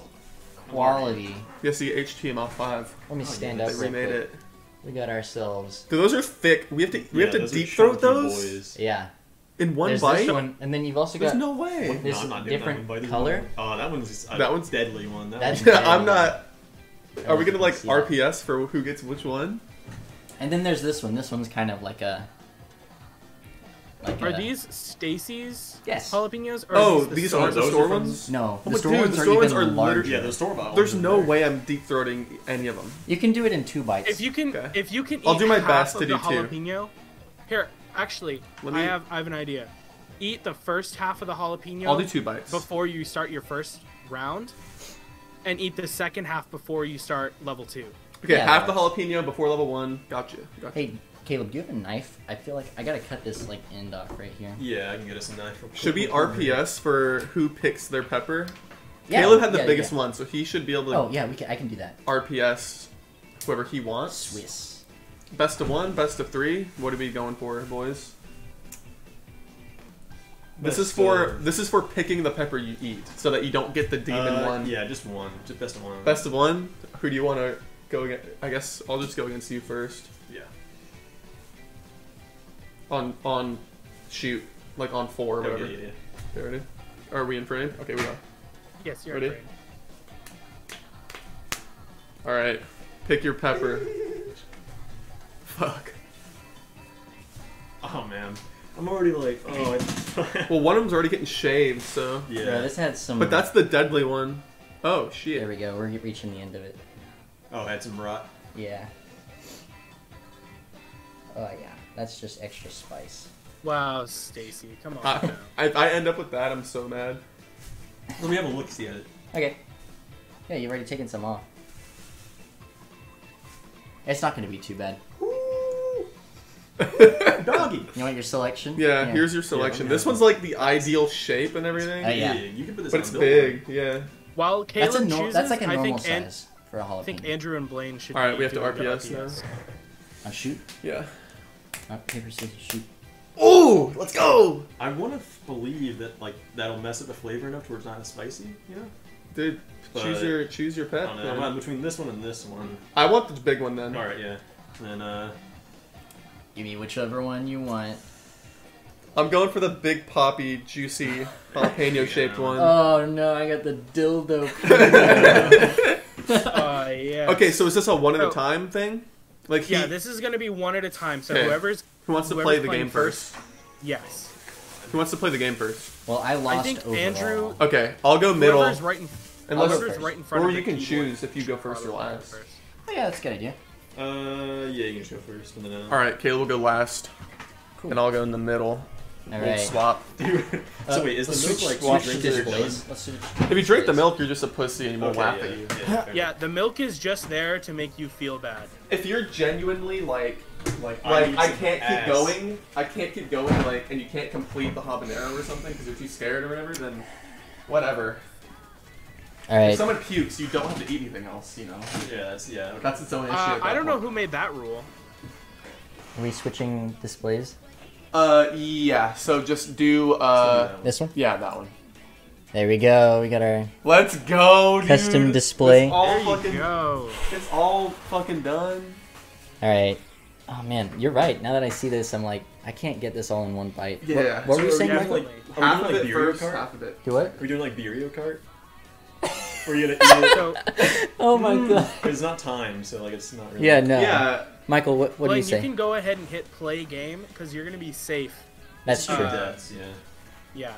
[SPEAKER 3] quality.
[SPEAKER 1] Yeah, see, HTML5.
[SPEAKER 3] Let me
[SPEAKER 2] yeah,
[SPEAKER 3] stand
[SPEAKER 1] They
[SPEAKER 3] up. Real
[SPEAKER 1] remade
[SPEAKER 3] quick.
[SPEAKER 1] it.
[SPEAKER 3] We got ourselves.
[SPEAKER 1] Dude, those are thick. We have to. We
[SPEAKER 2] Yeah,
[SPEAKER 1] have to
[SPEAKER 2] those are
[SPEAKER 1] deep throat
[SPEAKER 2] chunky
[SPEAKER 1] those
[SPEAKER 2] Boys.
[SPEAKER 3] Yeah.
[SPEAKER 1] in one
[SPEAKER 3] There's
[SPEAKER 1] bite.
[SPEAKER 3] this one, and then you've also
[SPEAKER 1] There's
[SPEAKER 3] got.
[SPEAKER 1] no way.
[SPEAKER 3] There's
[SPEAKER 2] I'm
[SPEAKER 3] a
[SPEAKER 2] not doing
[SPEAKER 3] different
[SPEAKER 2] that one, but there's
[SPEAKER 3] color.
[SPEAKER 2] one- Oh, that one's just,
[SPEAKER 1] That one's-
[SPEAKER 2] deadly one. That
[SPEAKER 3] That's-
[SPEAKER 2] one.
[SPEAKER 1] Yeah, I'm not.
[SPEAKER 3] I
[SPEAKER 1] Are we
[SPEAKER 3] don't
[SPEAKER 1] gonna like
[SPEAKER 3] see that.
[SPEAKER 1] RPS for who gets which one?
[SPEAKER 3] And then there's this one. This one's kind of like a. Like
[SPEAKER 4] Are
[SPEAKER 3] a-
[SPEAKER 4] these Stacy's
[SPEAKER 3] Yes.
[SPEAKER 4] jalapenos? Or
[SPEAKER 1] Oh,
[SPEAKER 4] is this the
[SPEAKER 1] these
[SPEAKER 4] store-
[SPEAKER 1] aren't the
[SPEAKER 2] those
[SPEAKER 1] store
[SPEAKER 2] are from-
[SPEAKER 1] ones.
[SPEAKER 3] No,
[SPEAKER 1] Oh
[SPEAKER 3] the
[SPEAKER 1] my
[SPEAKER 3] store
[SPEAKER 1] dude,
[SPEAKER 3] ones
[SPEAKER 1] the
[SPEAKER 3] are
[SPEAKER 1] store ones
[SPEAKER 3] even
[SPEAKER 1] are
[SPEAKER 3] larger.
[SPEAKER 1] literally-
[SPEAKER 2] Yeah, the store bottle.
[SPEAKER 1] There's no way I'm deep throating any of them.
[SPEAKER 3] You can do it in two bites.
[SPEAKER 4] If you can,
[SPEAKER 1] Okay.
[SPEAKER 4] if you can,
[SPEAKER 1] I'll
[SPEAKER 4] eat
[SPEAKER 1] do my
[SPEAKER 4] half
[SPEAKER 1] best
[SPEAKER 4] of
[SPEAKER 1] to
[SPEAKER 4] the
[SPEAKER 1] do two.
[SPEAKER 4] jalapeno. Here, actually,
[SPEAKER 1] Let
[SPEAKER 4] I
[SPEAKER 1] me-
[SPEAKER 4] have I have an idea. Eat the first half of the jalapeno.
[SPEAKER 1] I'll do two bites.
[SPEAKER 4] before you start your first round, and eat the second half before you start level two.
[SPEAKER 1] Okay,
[SPEAKER 3] Yeah,
[SPEAKER 1] half the
[SPEAKER 3] that
[SPEAKER 1] jalapeno before level one. Gotcha. gotcha.
[SPEAKER 3] hey, Caleb, do you have a knife? I feel like I gotta cut this like end off right here.
[SPEAKER 2] Yeah, I can get us a knife. real quick.
[SPEAKER 1] Should be RPS for who picks their pepper.
[SPEAKER 3] Yeah,
[SPEAKER 1] Caleb had the
[SPEAKER 3] yeah,
[SPEAKER 1] biggest
[SPEAKER 3] yeah.
[SPEAKER 1] one, so he should be able to
[SPEAKER 3] Oh yeah, we can. I can do that.
[SPEAKER 1] RPS whoever he wants.
[SPEAKER 3] Swiss.
[SPEAKER 1] Best of one, best of three. What are we going for, boys? This
[SPEAKER 2] Best
[SPEAKER 1] is for
[SPEAKER 2] of-
[SPEAKER 1] this is for picking the pepper you eat, so that you don't get the demon
[SPEAKER 2] Uh,
[SPEAKER 1] one.
[SPEAKER 2] Yeah, just one. Just best of one.
[SPEAKER 1] Best of one. Who do you want to go against? I guess I'll just go against you first.
[SPEAKER 2] Yeah.
[SPEAKER 1] On on shoot, like on four or
[SPEAKER 2] Oh,
[SPEAKER 1] whatever.
[SPEAKER 2] yeah, yeah, yeah.
[SPEAKER 1] Okay, ready? Are we in frame? Okay, we are.
[SPEAKER 4] Yes, you're
[SPEAKER 1] Ready?
[SPEAKER 4] Ready?
[SPEAKER 1] All right, pick your pepper. Fuck.
[SPEAKER 2] Oh man, I'm already like, oh. I...
[SPEAKER 1] Well, one of them's already getting shaved, so.
[SPEAKER 2] yeah.
[SPEAKER 3] Bro, this had some.
[SPEAKER 1] But that's the deadly one. Oh
[SPEAKER 3] There
[SPEAKER 1] shit.
[SPEAKER 3] we go. We're reaching the end of it.
[SPEAKER 2] Oh, had some rot.
[SPEAKER 3] Yeah. Oh yeah, that's just extra spice.
[SPEAKER 4] Wow, Stacy, come on.
[SPEAKER 1] I,
[SPEAKER 4] now.
[SPEAKER 1] I, I end up with that. I'm so mad.
[SPEAKER 2] Let me have a look. See at it.
[SPEAKER 3] Okay. Yeah, you've already taken some off. It's not going to be too bad.
[SPEAKER 2] Doggy.
[SPEAKER 3] You want your selection?
[SPEAKER 1] Yeah, here's your selection.
[SPEAKER 2] Yeah,
[SPEAKER 1] this
[SPEAKER 2] yeah.
[SPEAKER 1] one's like the ideal shape and everything,
[SPEAKER 3] Uh, yeah.
[SPEAKER 2] you can put this.
[SPEAKER 1] but
[SPEAKER 2] on
[SPEAKER 1] it's
[SPEAKER 2] Bill.
[SPEAKER 1] big. Yeah.
[SPEAKER 4] While Caleb
[SPEAKER 3] That's a nor-
[SPEAKER 4] chooses,
[SPEAKER 3] That's like a
[SPEAKER 4] I
[SPEAKER 3] normal
[SPEAKER 4] think An-
[SPEAKER 3] size for a jalapeno.
[SPEAKER 4] I think Andrew and Blaine should.
[SPEAKER 1] All right,
[SPEAKER 4] be
[SPEAKER 1] we have to
[SPEAKER 4] doing the
[SPEAKER 1] RPS now.
[SPEAKER 3] Uh, shoot.
[SPEAKER 1] Yeah.
[SPEAKER 3] Rock, paper, scissors, shoot.
[SPEAKER 1] Oh, let's go,
[SPEAKER 2] I want to believe that like that'll mess up the flavor enough to where it's not as spicy. You know.
[SPEAKER 1] dude. choose
[SPEAKER 2] But-
[SPEAKER 1] your choose your
[SPEAKER 2] I
[SPEAKER 1] pet.
[SPEAKER 2] don't know.
[SPEAKER 1] then.
[SPEAKER 2] I'm not between this one and this one.
[SPEAKER 1] I want the big one then.
[SPEAKER 2] All right, yeah. And uh,
[SPEAKER 3] Give me whichever one you want.
[SPEAKER 1] I'm going for the big poppy, juicy jalapeno shaped one.
[SPEAKER 3] Oh no, I got the dildo.
[SPEAKER 4] Uh, yeah.
[SPEAKER 1] okay, so is this a one at
[SPEAKER 4] Oh.
[SPEAKER 1] a time thing? Like he,
[SPEAKER 4] Yeah, this is gonna be one at a time. So
[SPEAKER 1] Okay.
[SPEAKER 4] whoever's
[SPEAKER 1] Who wants to
[SPEAKER 4] Whoever's
[SPEAKER 1] play the
[SPEAKER 4] playing
[SPEAKER 1] game first?
[SPEAKER 4] Yes.
[SPEAKER 1] Who wants to play the game first?
[SPEAKER 3] Well, I lost
[SPEAKER 4] think
[SPEAKER 3] overall.
[SPEAKER 4] Andrew-
[SPEAKER 1] Okay, I'll go middle.
[SPEAKER 4] Whoever's right in,
[SPEAKER 1] Unless-
[SPEAKER 4] whoever's right in front
[SPEAKER 1] Or
[SPEAKER 4] of
[SPEAKER 1] you
[SPEAKER 4] the
[SPEAKER 1] can
[SPEAKER 4] keyboard
[SPEAKER 1] choose if you go first or
[SPEAKER 4] should probably
[SPEAKER 1] last.
[SPEAKER 4] go first.
[SPEAKER 3] Oh, yeah, that's a good idea.
[SPEAKER 2] Uh, yeah, you can just go first, and then uh,
[SPEAKER 1] All right, Caleb will go last,
[SPEAKER 3] Cool.
[SPEAKER 1] and I'll go in the middle.
[SPEAKER 3] All
[SPEAKER 1] We'll
[SPEAKER 3] right.
[SPEAKER 1] swap.
[SPEAKER 2] so
[SPEAKER 3] Uh,
[SPEAKER 2] wait, is
[SPEAKER 3] let's
[SPEAKER 2] the milk
[SPEAKER 3] switch-
[SPEAKER 2] like
[SPEAKER 3] switch to
[SPEAKER 2] two drinks or
[SPEAKER 3] displays.
[SPEAKER 2] dozen?
[SPEAKER 3] Let's switch-
[SPEAKER 1] If you drink the milk, you're just a pussy, and we'll
[SPEAKER 2] Okay,
[SPEAKER 1] laugh
[SPEAKER 2] yeah,
[SPEAKER 1] at you.
[SPEAKER 2] yeah, yeah, fair
[SPEAKER 4] Yeah,
[SPEAKER 2] enough.
[SPEAKER 4] the milk is just there to make you feel bad.
[SPEAKER 1] If you're genuinely like, like,
[SPEAKER 2] I
[SPEAKER 1] like
[SPEAKER 2] need
[SPEAKER 1] I
[SPEAKER 2] some
[SPEAKER 1] can't keep
[SPEAKER 2] ass.
[SPEAKER 1] going, I can't keep going, like, and you can't complete the habanero or something because you're too scared or whatever, then whatever.
[SPEAKER 3] All right.
[SPEAKER 1] If someone pukes, you don't have to eat anything else. You know,
[SPEAKER 2] Yeah, that's yeah. Okay.
[SPEAKER 1] that's its own issue.
[SPEAKER 4] Uh, I don't know who made that rule.
[SPEAKER 3] Are we switching displays?
[SPEAKER 1] who. Uh, yeah. So just do. Uh,
[SPEAKER 3] This one?
[SPEAKER 1] yeah, that one.
[SPEAKER 3] There we go. We got our.
[SPEAKER 1] Let's go, dude.
[SPEAKER 3] Custom display.
[SPEAKER 1] It's all
[SPEAKER 4] There you
[SPEAKER 1] fucking.
[SPEAKER 4] go.
[SPEAKER 1] It's all fucking done.
[SPEAKER 3] All right. Oh man, you're right. Now that I see this, I'm like, I can't get this all in one bite. What-
[SPEAKER 1] Yeah.
[SPEAKER 3] What,
[SPEAKER 2] So
[SPEAKER 3] were you
[SPEAKER 2] are
[SPEAKER 3] saying?
[SPEAKER 2] we
[SPEAKER 3] Michael?
[SPEAKER 2] doing,
[SPEAKER 4] Michael?
[SPEAKER 2] like, are we
[SPEAKER 1] Half
[SPEAKER 2] doing,
[SPEAKER 1] of
[SPEAKER 2] like
[SPEAKER 1] it
[SPEAKER 2] Bureau
[SPEAKER 1] first,
[SPEAKER 2] cart?
[SPEAKER 1] half of it.
[SPEAKER 3] Do what?
[SPEAKER 2] Are we doing like Bureau cart? We're gonna eat it.
[SPEAKER 4] So,
[SPEAKER 3] Oh my god.
[SPEAKER 2] It's not time, so like it's not really.
[SPEAKER 3] Yeah. No.
[SPEAKER 1] Hmm. Yeah.
[SPEAKER 3] Michael, what, what do
[SPEAKER 4] Blaine,
[SPEAKER 3] you
[SPEAKER 4] you,
[SPEAKER 3] say?
[SPEAKER 4] can go ahead and hit play game because you're gonna be safe.
[SPEAKER 3] That's true.
[SPEAKER 2] Sure,
[SPEAKER 4] Uh,
[SPEAKER 2] deaths, yeah.
[SPEAKER 4] Yeah,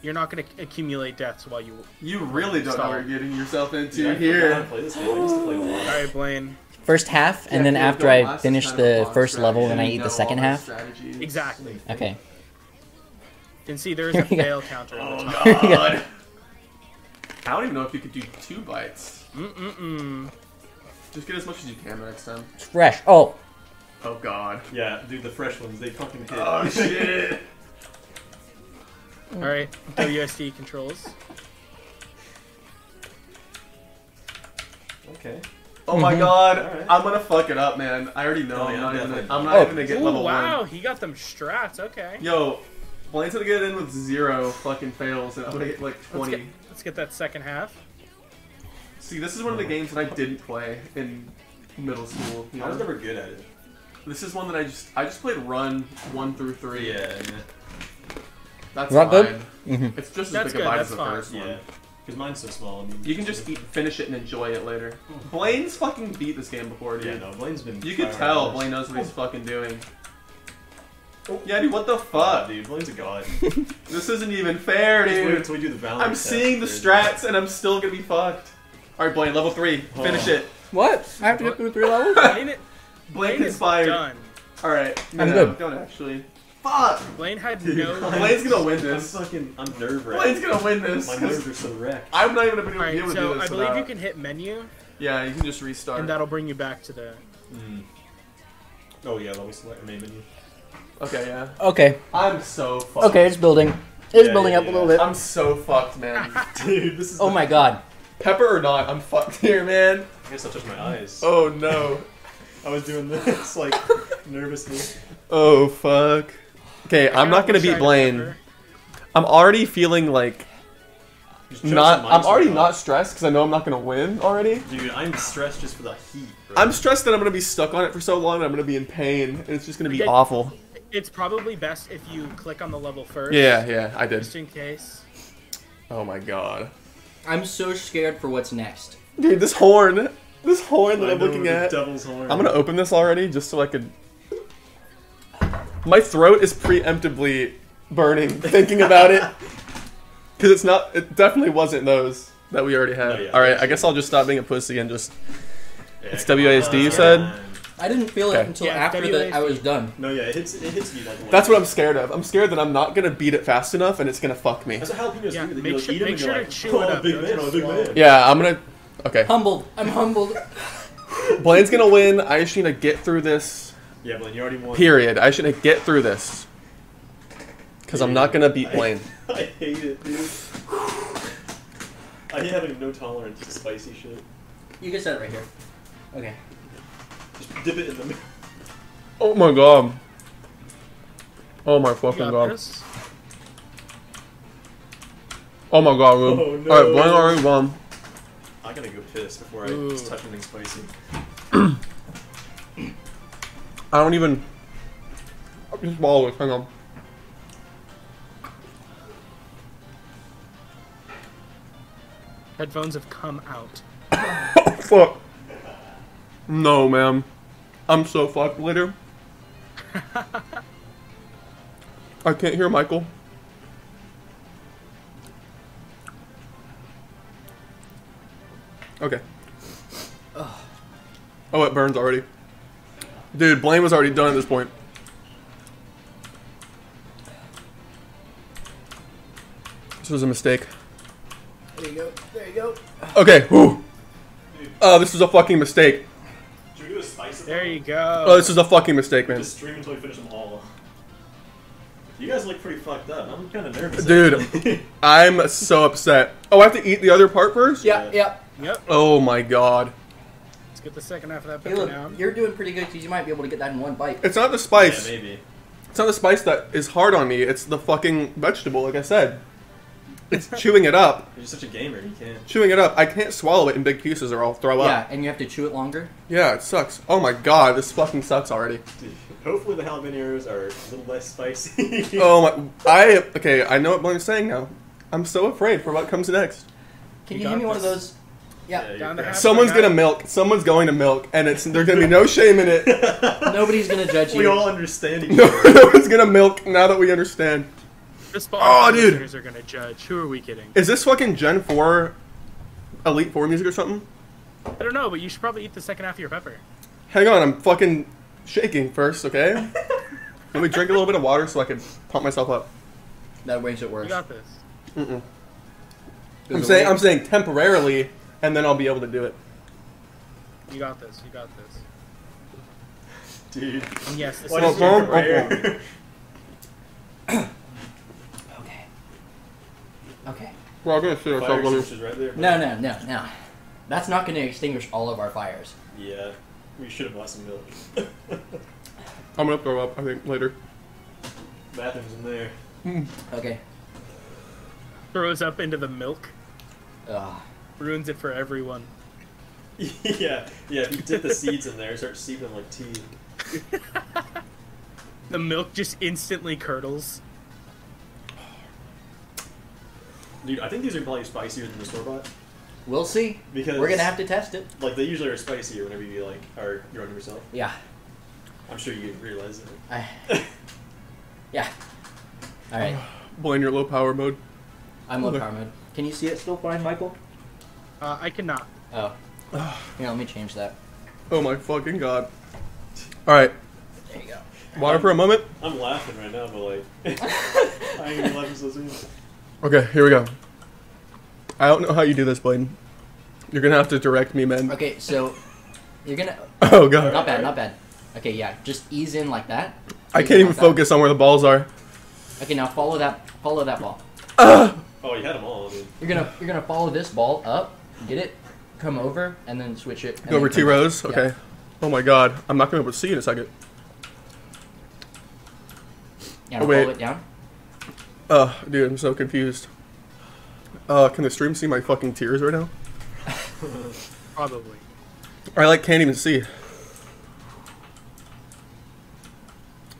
[SPEAKER 4] you're not gonna accumulate deaths while you.
[SPEAKER 1] You really don't know
[SPEAKER 4] Stop.
[SPEAKER 1] what you're getting yourself into
[SPEAKER 2] Dude, I forgot how
[SPEAKER 1] here.
[SPEAKER 2] to play this game. I used to play a
[SPEAKER 4] All
[SPEAKER 2] lot.
[SPEAKER 4] right, Blaine.
[SPEAKER 3] first half, and
[SPEAKER 1] Yeah,
[SPEAKER 3] then
[SPEAKER 1] people
[SPEAKER 3] after
[SPEAKER 1] don't
[SPEAKER 3] I
[SPEAKER 1] last
[SPEAKER 3] finish
[SPEAKER 1] kind of a
[SPEAKER 3] the
[SPEAKER 1] long
[SPEAKER 3] first level, then I
[SPEAKER 1] strategy.
[SPEAKER 3] eat
[SPEAKER 1] Know
[SPEAKER 3] the second
[SPEAKER 1] all those
[SPEAKER 3] half.
[SPEAKER 1] strategies.
[SPEAKER 4] Exactly.
[SPEAKER 3] Okay.
[SPEAKER 4] And see, there's a
[SPEAKER 3] Here we go.
[SPEAKER 4] fail counter. at the top.
[SPEAKER 1] Oh god. I don't even know if you could do two bites.
[SPEAKER 4] Mm-mm-mm.
[SPEAKER 1] Just get as much as you can the next time.
[SPEAKER 3] It's fresh. Oh,
[SPEAKER 1] Oh god.
[SPEAKER 2] Yeah, dude, the fresh ones they fucking hit.
[SPEAKER 1] Oh shit.
[SPEAKER 4] All right, WSD controls.
[SPEAKER 2] okay.
[SPEAKER 1] Oh
[SPEAKER 3] Mm-hmm.
[SPEAKER 1] my god.
[SPEAKER 2] Alright.
[SPEAKER 1] I'm gonna fuck it up, man. I already know.
[SPEAKER 2] Oh,
[SPEAKER 1] I'm
[SPEAKER 2] yeah,
[SPEAKER 1] not even.
[SPEAKER 2] definitely.
[SPEAKER 1] I'm not
[SPEAKER 3] Oh.
[SPEAKER 1] even gonna get
[SPEAKER 4] Ooh,
[SPEAKER 1] level
[SPEAKER 4] wow,
[SPEAKER 1] one.
[SPEAKER 4] he got them strats. Okay.
[SPEAKER 1] Yo, Blaine's gonna get in with zero fucking fails, and I'm gonna get like
[SPEAKER 4] Let's
[SPEAKER 1] 20.
[SPEAKER 4] get, let's get that second half.
[SPEAKER 1] See, this is one of the games that I didn't play in middle school. you
[SPEAKER 2] I was
[SPEAKER 1] know?
[SPEAKER 2] never good at it.
[SPEAKER 1] This is one that I just I just played Run one through three.
[SPEAKER 2] Yeah,
[SPEAKER 1] that's
[SPEAKER 3] Is that good? Mm-hmm.
[SPEAKER 1] fine. It's just
[SPEAKER 4] That's
[SPEAKER 1] as big a
[SPEAKER 4] good,
[SPEAKER 1] bite
[SPEAKER 4] that's
[SPEAKER 1] as the
[SPEAKER 4] fine.
[SPEAKER 1] first
[SPEAKER 2] yeah, yeah.
[SPEAKER 1] one.
[SPEAKER 2] Because mine's so small. I mean,
[SPEAKER 1] You can just eat, finish it, and enjoy it later. Blaine's fucking beat this game before, dude.
[SPEAKER 2] Yeah, no, Blaine's been.
[SPEAKER 1] You can
[SPEAKER 2] firing
[SPEAKER 1] tell
[SPEAKER 2] on this.
[SPEAKER 1] Blaine knows what he's fucking doing.
[SPEAKER 2] Oh.
[SPEAKER 1] Yeah, dude, what the
[SPEAKER 2] Oh,
[SPEAKER 1] fuck?
[SPEAKER 2] dude, Blaine's a god.
[SPEAKER 1] This isn't even fair,
[SPEAKER 2] Just wait
[SPEAKER 1] dude.
[SPEAKER 2] until we do the balance.
[SPEAKER 1] I'm
[SPEAKER 2] test,
[SPEAKER 1] seeing the
[SPEAKER 2] dude.
[SPEAKER 1] strats, and I'm still gonna be fucked. All right, Blaine, level three, finish
[SPEAKER 2] Oh.
[SPEAKER 1] it.
[SPEAKER 3] what? I have to
[SPEAKER 4] go
[SPEAKER 3] through three levels.
[SPEAKER 4] Blaine, it-
[SPEAKER 1] Blaine
[SPEAKER 4] Blaine is
[SPEAKER 1] conspired.
[SPEAKER 4] done.
[SPEAKER 1] All right,
[SPEAKER 3] I'm
[SPEAKER 1] no,
[SPEAKER 3] good.
[SPEAKER 1] Don't actually. Fuck.
[SPEAKER 4] Blaine had
[SPEAKER 2] Dude,
[SPEAKER 4] no.
[SPEAKER 2] Blaine-
[SPEAKER 1] Blaine's gonna win
[SPEAKER 2] I'm
[SPEAKER 1] this.
[SPEAKER 2] fucking. I'm nerve
[SPEAKER 1] Blaine's
[SPEAKER 2] wracked.
[SPEAKER 1] gonna win this.
[SPEAKER 2] My nerves are so wrecked.
[SPEAKER 1] I'm not even gonna be
[SPEAKER 4] All
[SPEAKER 1] able to do
[SPEAKER 4] right,
[SPEAKER 1] this.
[SPEAKER 4] so I believe
[SPEAKER 1] without-
[SPEAKER 4] you can hit menu,
[SPEAKER 1] Yeah, you can just restart.
[SPEAKER 4] and that'll bring you back to the.
[SPEAKER 2] Oh yeah, level select main menu.
[SPEAKER 1] Okay, yeah.
[SPEAKER 3] okay.
[SPEAKER 1] I'm so fucked.
[SPEAKER 3] Okay, it's building. It's
[SPEAKER 2] Yeah,
[SPEAKER 3] building
[SPEAKER 2] yeah,
[SPEAKER 3] up a
[SPEAKER 2] yeah.
[SPEAKER 3] little bit.
[SPEAKER 1] I'm so fucked, man.
[SPEAKER 2] Dude, this is.
[SPEAKER 3] Oh
[SPEAKER 2] the-
[SPEAKER 3] my god.
[SPEAKER 1] Pepper or not, I'm fucked here, man.
[SPEAKER 2] I guess I touched my eyes.
[SPEAKER 1] Oh no.
[SPEAKER 2] I was doing this like nervously.
[SPEAKER 1] Oh fuck. Okay, I'm
[SPEAKER 4] Kinda
[SPEAKER 1] not gonna
[SPEAKER 4] wish I
[SPEAKER 1] beat Blaine.
[SPEAKER 4] remember.
[SPEAKER 1] I'm already feeling like
[SPEAKER 2] Just chose
[SPEAKER 1] not.
[SPEAKER 2] the
[SPEAKER 1] I'm already
[SPEAKER 2] mindset.
[SPEAKER 1] not stressed because I know I'm not gonna win already.
[SPEAKER 2] Dude, I'm stressed just for the heat. Bro.
[SPEAKER 1] I'm stressed that I'm gonna be stuck on it for so long. and I'm gonna be in pain, and it's just gonna be
[SPEAKER 4] Okay.
[SPEAKER 1] awful.
[SPEAKER 4] It's probably best if you click on the level first.
[SPEAKER 1] Yeah, yeah, I did.
[SPEAKER 4] Just in case.
[SPEAKER 1] Oh my god,
[SPEAKER 3] I'm so scared for what's next.
[SPEAKER 1] dude, this horn, this horn that
[SPEAKER 2] I
[SPEAKER 1] I'm
[SPEAKER 2] know
[SPEAKER 1] looking
[SPEAKER 2] the
[SPEAKER 1] at.
[SPEAKER 2] Devil's horn.
[SPEAKER 1] I'm gonna open this already just so I could. My throat is preemptively burning thinking about it, because it's not. It definitely wasn't those that we already had.
[SPEAKER 2] No, yeah.
[SPEAKER 1] All right, I guess I'll just stop being a pussy and just.
[SPEAKER 2] Yeah,
[SPEAKER 1] it's
[SPEAKER 2] come
[SPEAKER 1] WASD you
[SPEAKER 2] on.
[SPEAKER 1] said?
[SPEAKER 3] I didn't feel
[SPEAKER 1] Okay.
[SPEAKER 3] it until
[SPEAKER 4] Yeah,
[SPEAKER 3] after the, I
[SPEAKER 4] WASD.
[SPEAKER 3] was done.
[SPEAKER 2] No, yeah, it hits. It hits you like.
[SPEAKER 1] That's what I'm scared of. I'm scared that I'm not gonna beat it fast enough and it's gonna fuck me.
[SPEAKER 2] That's what jalapenos
[SPEAKER 4] Yeah,
[SPEAKER 2] do. They
[SPEAKER 4] make
[SPEAKER 2] like,
[SPEAKER 4] sure-
[SPEAKER 2] eat 'em
[SPEAKER 4] make
[SPEAKER 2] and
[SPEAKER 4] sure
[SPEAKER 2] you're
[SPEAKER 4] to
[SPEAKER 2] like,
[SPEAKER 4] chew
[SPEAKER 2] oh,
[SPEAKER 4] it
[SPEAKER 2] I'm a
[SPEAKER 4] up,
[SPEAKER 2] big
[SPEAKER 4] don't
[SPEAKER 2] man, I'm a
[SPEAKER 4] just
[SPEAKER 2] big
[SPEAKER 4] swallow it.
[SPEAKER 2] man.
[SPEAKER 1] Yeah, I'm gonna. Okay,
[SPEAKER 3] Humbled. I'm humbled.
[SPEAKER 1] Blaine's gonna win. I just need to get through this.
[SPEAKER 2] Yeah, Blaine, you already won.
[SPEAKER 1] Period. I should need to get through this. Because I'm not gonna beat
[SPEAKER 2] I-
[SPEAKER 1] Blaine.
[SPEAKER 2] I hate it, dude. I have no tolerance to spicy shit.
[SPEAKER 3] You can set it right here. Okay.
[SPEAKER 2] Just dip it in the milk.
[SPEAKER 1] Oh my god. Oh my
[SPEAKER 4] You
[SPEAKER 1] fucking
[SPEAKER 4] got
[SPEAKER 1] god.
[SPEAKER 4] this.
[SPEAKER 1] Oh my god, Rube. Um,
[SPEAKER 2] Oh, no.
[SPEAKER 1] Alright, Blaine already won.
[SPEAKER 2] I gotta go piss before I
[SPEAKER 4] Ooh.
[SPEAKER 2] touch anything spicy.
[SPEAKER 1] I don't even. I'll Just swallow it. Hang on.
[SPEAKER 4] Headphones have come out.
[SPEAKER 1] Oh, fuck. No, man. I'm so fucked later. I can't hear Michael. Okay. Oh, it burns already. Dude, blame was already done at this point. This was a mistake.
[SPEAKER 3] There you go. There you go.
[SPEAKER 1] Okay, whew. Oh, this was a fucking mistake.
[SPEAKER 2] Should we do a spice of
[SPEAKER 4] There
[SPEAKER 2] them?
[SPEAKER 4] you
[SPEAKER 1] Oh,
[SPEAKER 4] go.
[SPEAKER 1] this was a fucking mistake, man.
[SPEAKER 2] Just stream until we finish them all. You guys look pretty fucked up. I'm kind of nervous.
[SPEAKER 1] Dude.
[SPEAKER 2] actually.
[SPEAKER 1] I'm so upset. Oh, I have to eat the other part first?
[SPEAKER 3] Yeah, yeah.
[SPEAKER 4] Yep.
[SPEAKER 1] Oh my god.
[SPEAKER 4] Let's get the second half of that
[SPEAKER 3] Hey,
[SPEAKER 4] pepper
[SPEAKER 3] look,
[SPEAKER 4] down.
[SPEAKER 3] you're doing pretty good because you might be able to get that in one bite.
[SPEAKER 1] It's not the
[SPEAKER 2] yeah,
[SPEAKER 1] spice.
[SPEAKER 2] maybe.
[SPEAKER 1] It's not the spice that is hard on me. It's the fucking vegetable, like I said. It's chewing it up.
[SPEAKER 2] You're such a gamer. You can't.
[SPEAKER 1] Chewing it up. I can't swallow it in big pieces or I'll throw
[SPEAKER 3] Yeah,
[SPEAKER 1] up.
[SPEAKER 3] and you have to chew it longer.
[SPEAKER 1] Yeah, it sucks. Oh my god, this fucking sucks already.
[SPEAKER 2] Dude, hopefully the jalapenos are a little less spicy.
[SPEAKER 1] Oh my. I. Okay, I know what Blaine is saying now. I'm so afraid for what comes next.
[SPEAKER 3] Can
[SPEAKER 4] You
[SPEAKER 3] you, hand
[SPEAKER 4] got
[SPEAKER 3] me one of
[SPEAKER 4] this.
[SPEAKER 3] those? Yeah.
[SPEAKER 2] you're
[SPEAKER 4] Down the
[SPEAKER 2] correct.
[SPEAKER 4] half-
[SPEAKER 1] Someone's gonna milk. Someone's going to milk, and it's there's gonna be no shame in it.
[SPEAKER 3] Nobody's gonna judge
[SPEAKER 2] we
[SPEAKER 3] you.
[SPEAKER 2] all understand each
[SPEAKER 1] No,
[SPEAKER 2] other.
[SPEAKER 1] no one's gonna milk now that we understand.
[SPEAKER 4] The
[SPEAKER 1] Oh,
[SPEAKER 4] Spotify
[SPEAKER 1] dude.
[SPEAKER 4] listeners are gonna judge. Who are we kidding?
[SPEAKER 1] Is this fucking Gen 4 Elite 4 music or something?
[SPEAKER 4] I don't know, but you should probably eat the second half of your pepper.
[SPEAKER 1] Hang on, I'm fucking shaking first, okay? Let me drink a little bit of water so I can pump myself up.
[SPEAKER 3] That makes it worse.
[SPEAKER 4] You got this.
[SPEAKER 1] Mm-mm. I'm
[SPEAKER 3] There's a
[SPEAKER 1] saying
[SPEAKER 3] way-
[SPEAKER 1] I'm saying temporarily, and then I'll be able to do it.
[SPEAKER 4] You got this. You got this.
[SPEAKER 2] Dude,
[SPEAKER 4] And yes, this
[SPEAKER 2] what
[SPEAKER 1] Well,
[SPEAKER 2] is
[SPEAKER 4] is
[SPEAKER 1] bomb-
[SPEAKER 2] your
[SPEAKER 1] bomb-
[SPEAKER 2] prayer?
[SPEAKER 3] Okay. Okay.
[SPEAKER 1] We're all gonna shoot
[SPEAKER 2] Fire
[SPEAKER 1] ourselves. Let me-
[SPEAKER 2] extinguisher's right there. but-
[SPEAKER 3] No, no, no, no. That's not gonna extinguish all of our fires.
[SPEAKER 2] Yeah, we should have bought some milk.
[SPEAKER 1] I'm gonna throw up. I think later.
[SPEAKER 2] Bathroom's in there.
[SPEAKER 3] Okay.
[SPEAKER 4] throws up into the milk,
[SPEAKER 3] Ugh.
[SPEAKER 4] ruins it for everyone.
[SPEAKER 2] yeah, yeah. If you dip the seeds in there, start seeping like tea.
[SPEAKER 4] The milk just instantly curdles.
[SPEAKER 2] Dude, I think these are probably spicier than the store bought.
[SPEAKER 3] We'll see.
[SPEAKER 2] Because-
[SPEAKER 3] we're gonna have to test it.
[SPEAKER 2] Like they usually are spicier whenever you like are you're on yourself.
[SPEAKER 3] Yeah.
[SPEAKER 2] I'm sure you realize that.
[SPEAKER 3] I, yeah. All right.
[SPEAKER 1] Blaine, your low power mode.
[SPEAKER 3] I'm low
[SPEAKER 1] Okay.
[SPEAKER 3] power mode. Can you see it still fine, Michael?
[SPEAKER 4] Uh, I cannot.
[SPEAKER 3] Oh. Here, let me change that.
[SPEAKER 1] Oh my fucking god. All right,
[SPEAKER 3] There you go.
[SPEAKER 1] water for a moment.
[SPEAKER 2] I'm laughing right now, but like I ain't laughing so soon.
[SPEAKER 1] Okay, here we go. I don't know how you do this, Blaine. You're gonna have to direct me, man.
[SPEAKER 3] Okay, so you're gonna.
[SPEAKER 1] Oh god.
[SPEAKER 3] Not bad, not bad. Okay, yeah, just ease in like that.
[SPEAKER 1] I
[SPEAKER 3] Ease
[SPEAKER 1] can't
[SPEAKER 3] in
[SPEAKER 1] even
[SPEAKER 3] like that.
[SPEAKER 1] focus on where the balls are.
[SPEAKER 3] Okay, now follow that. Follow that ball.
[SPEAKER 2] Oh, you had them all. I mean,
[SPEAKER 3] You're gonna you're gonna follow this ball up, get it, come over, and then switch it. and
[SPEAKER 1] Go over
[SPEAKER 3] then
[SPEAKER 1] two
[SPEAKER 3] come back.
[SPEAKER 1] rows.
[SPEAKER 3] Yeah.
[SPEAKER 1] Okay. Oh my god, I'm not gonna be able to see in a second. Oh,
[SPEAKER 3] Yeah, now follow
[SPEAKER 1] wait.
[SPEAKER 3] it down.
[SPEAKER 1] Uh, dude, I'm so confused. Uh, can the stream see my fucking tears right now?
[SPEAKER 4] Probably.
[SPEAKER 1] I like can't even see.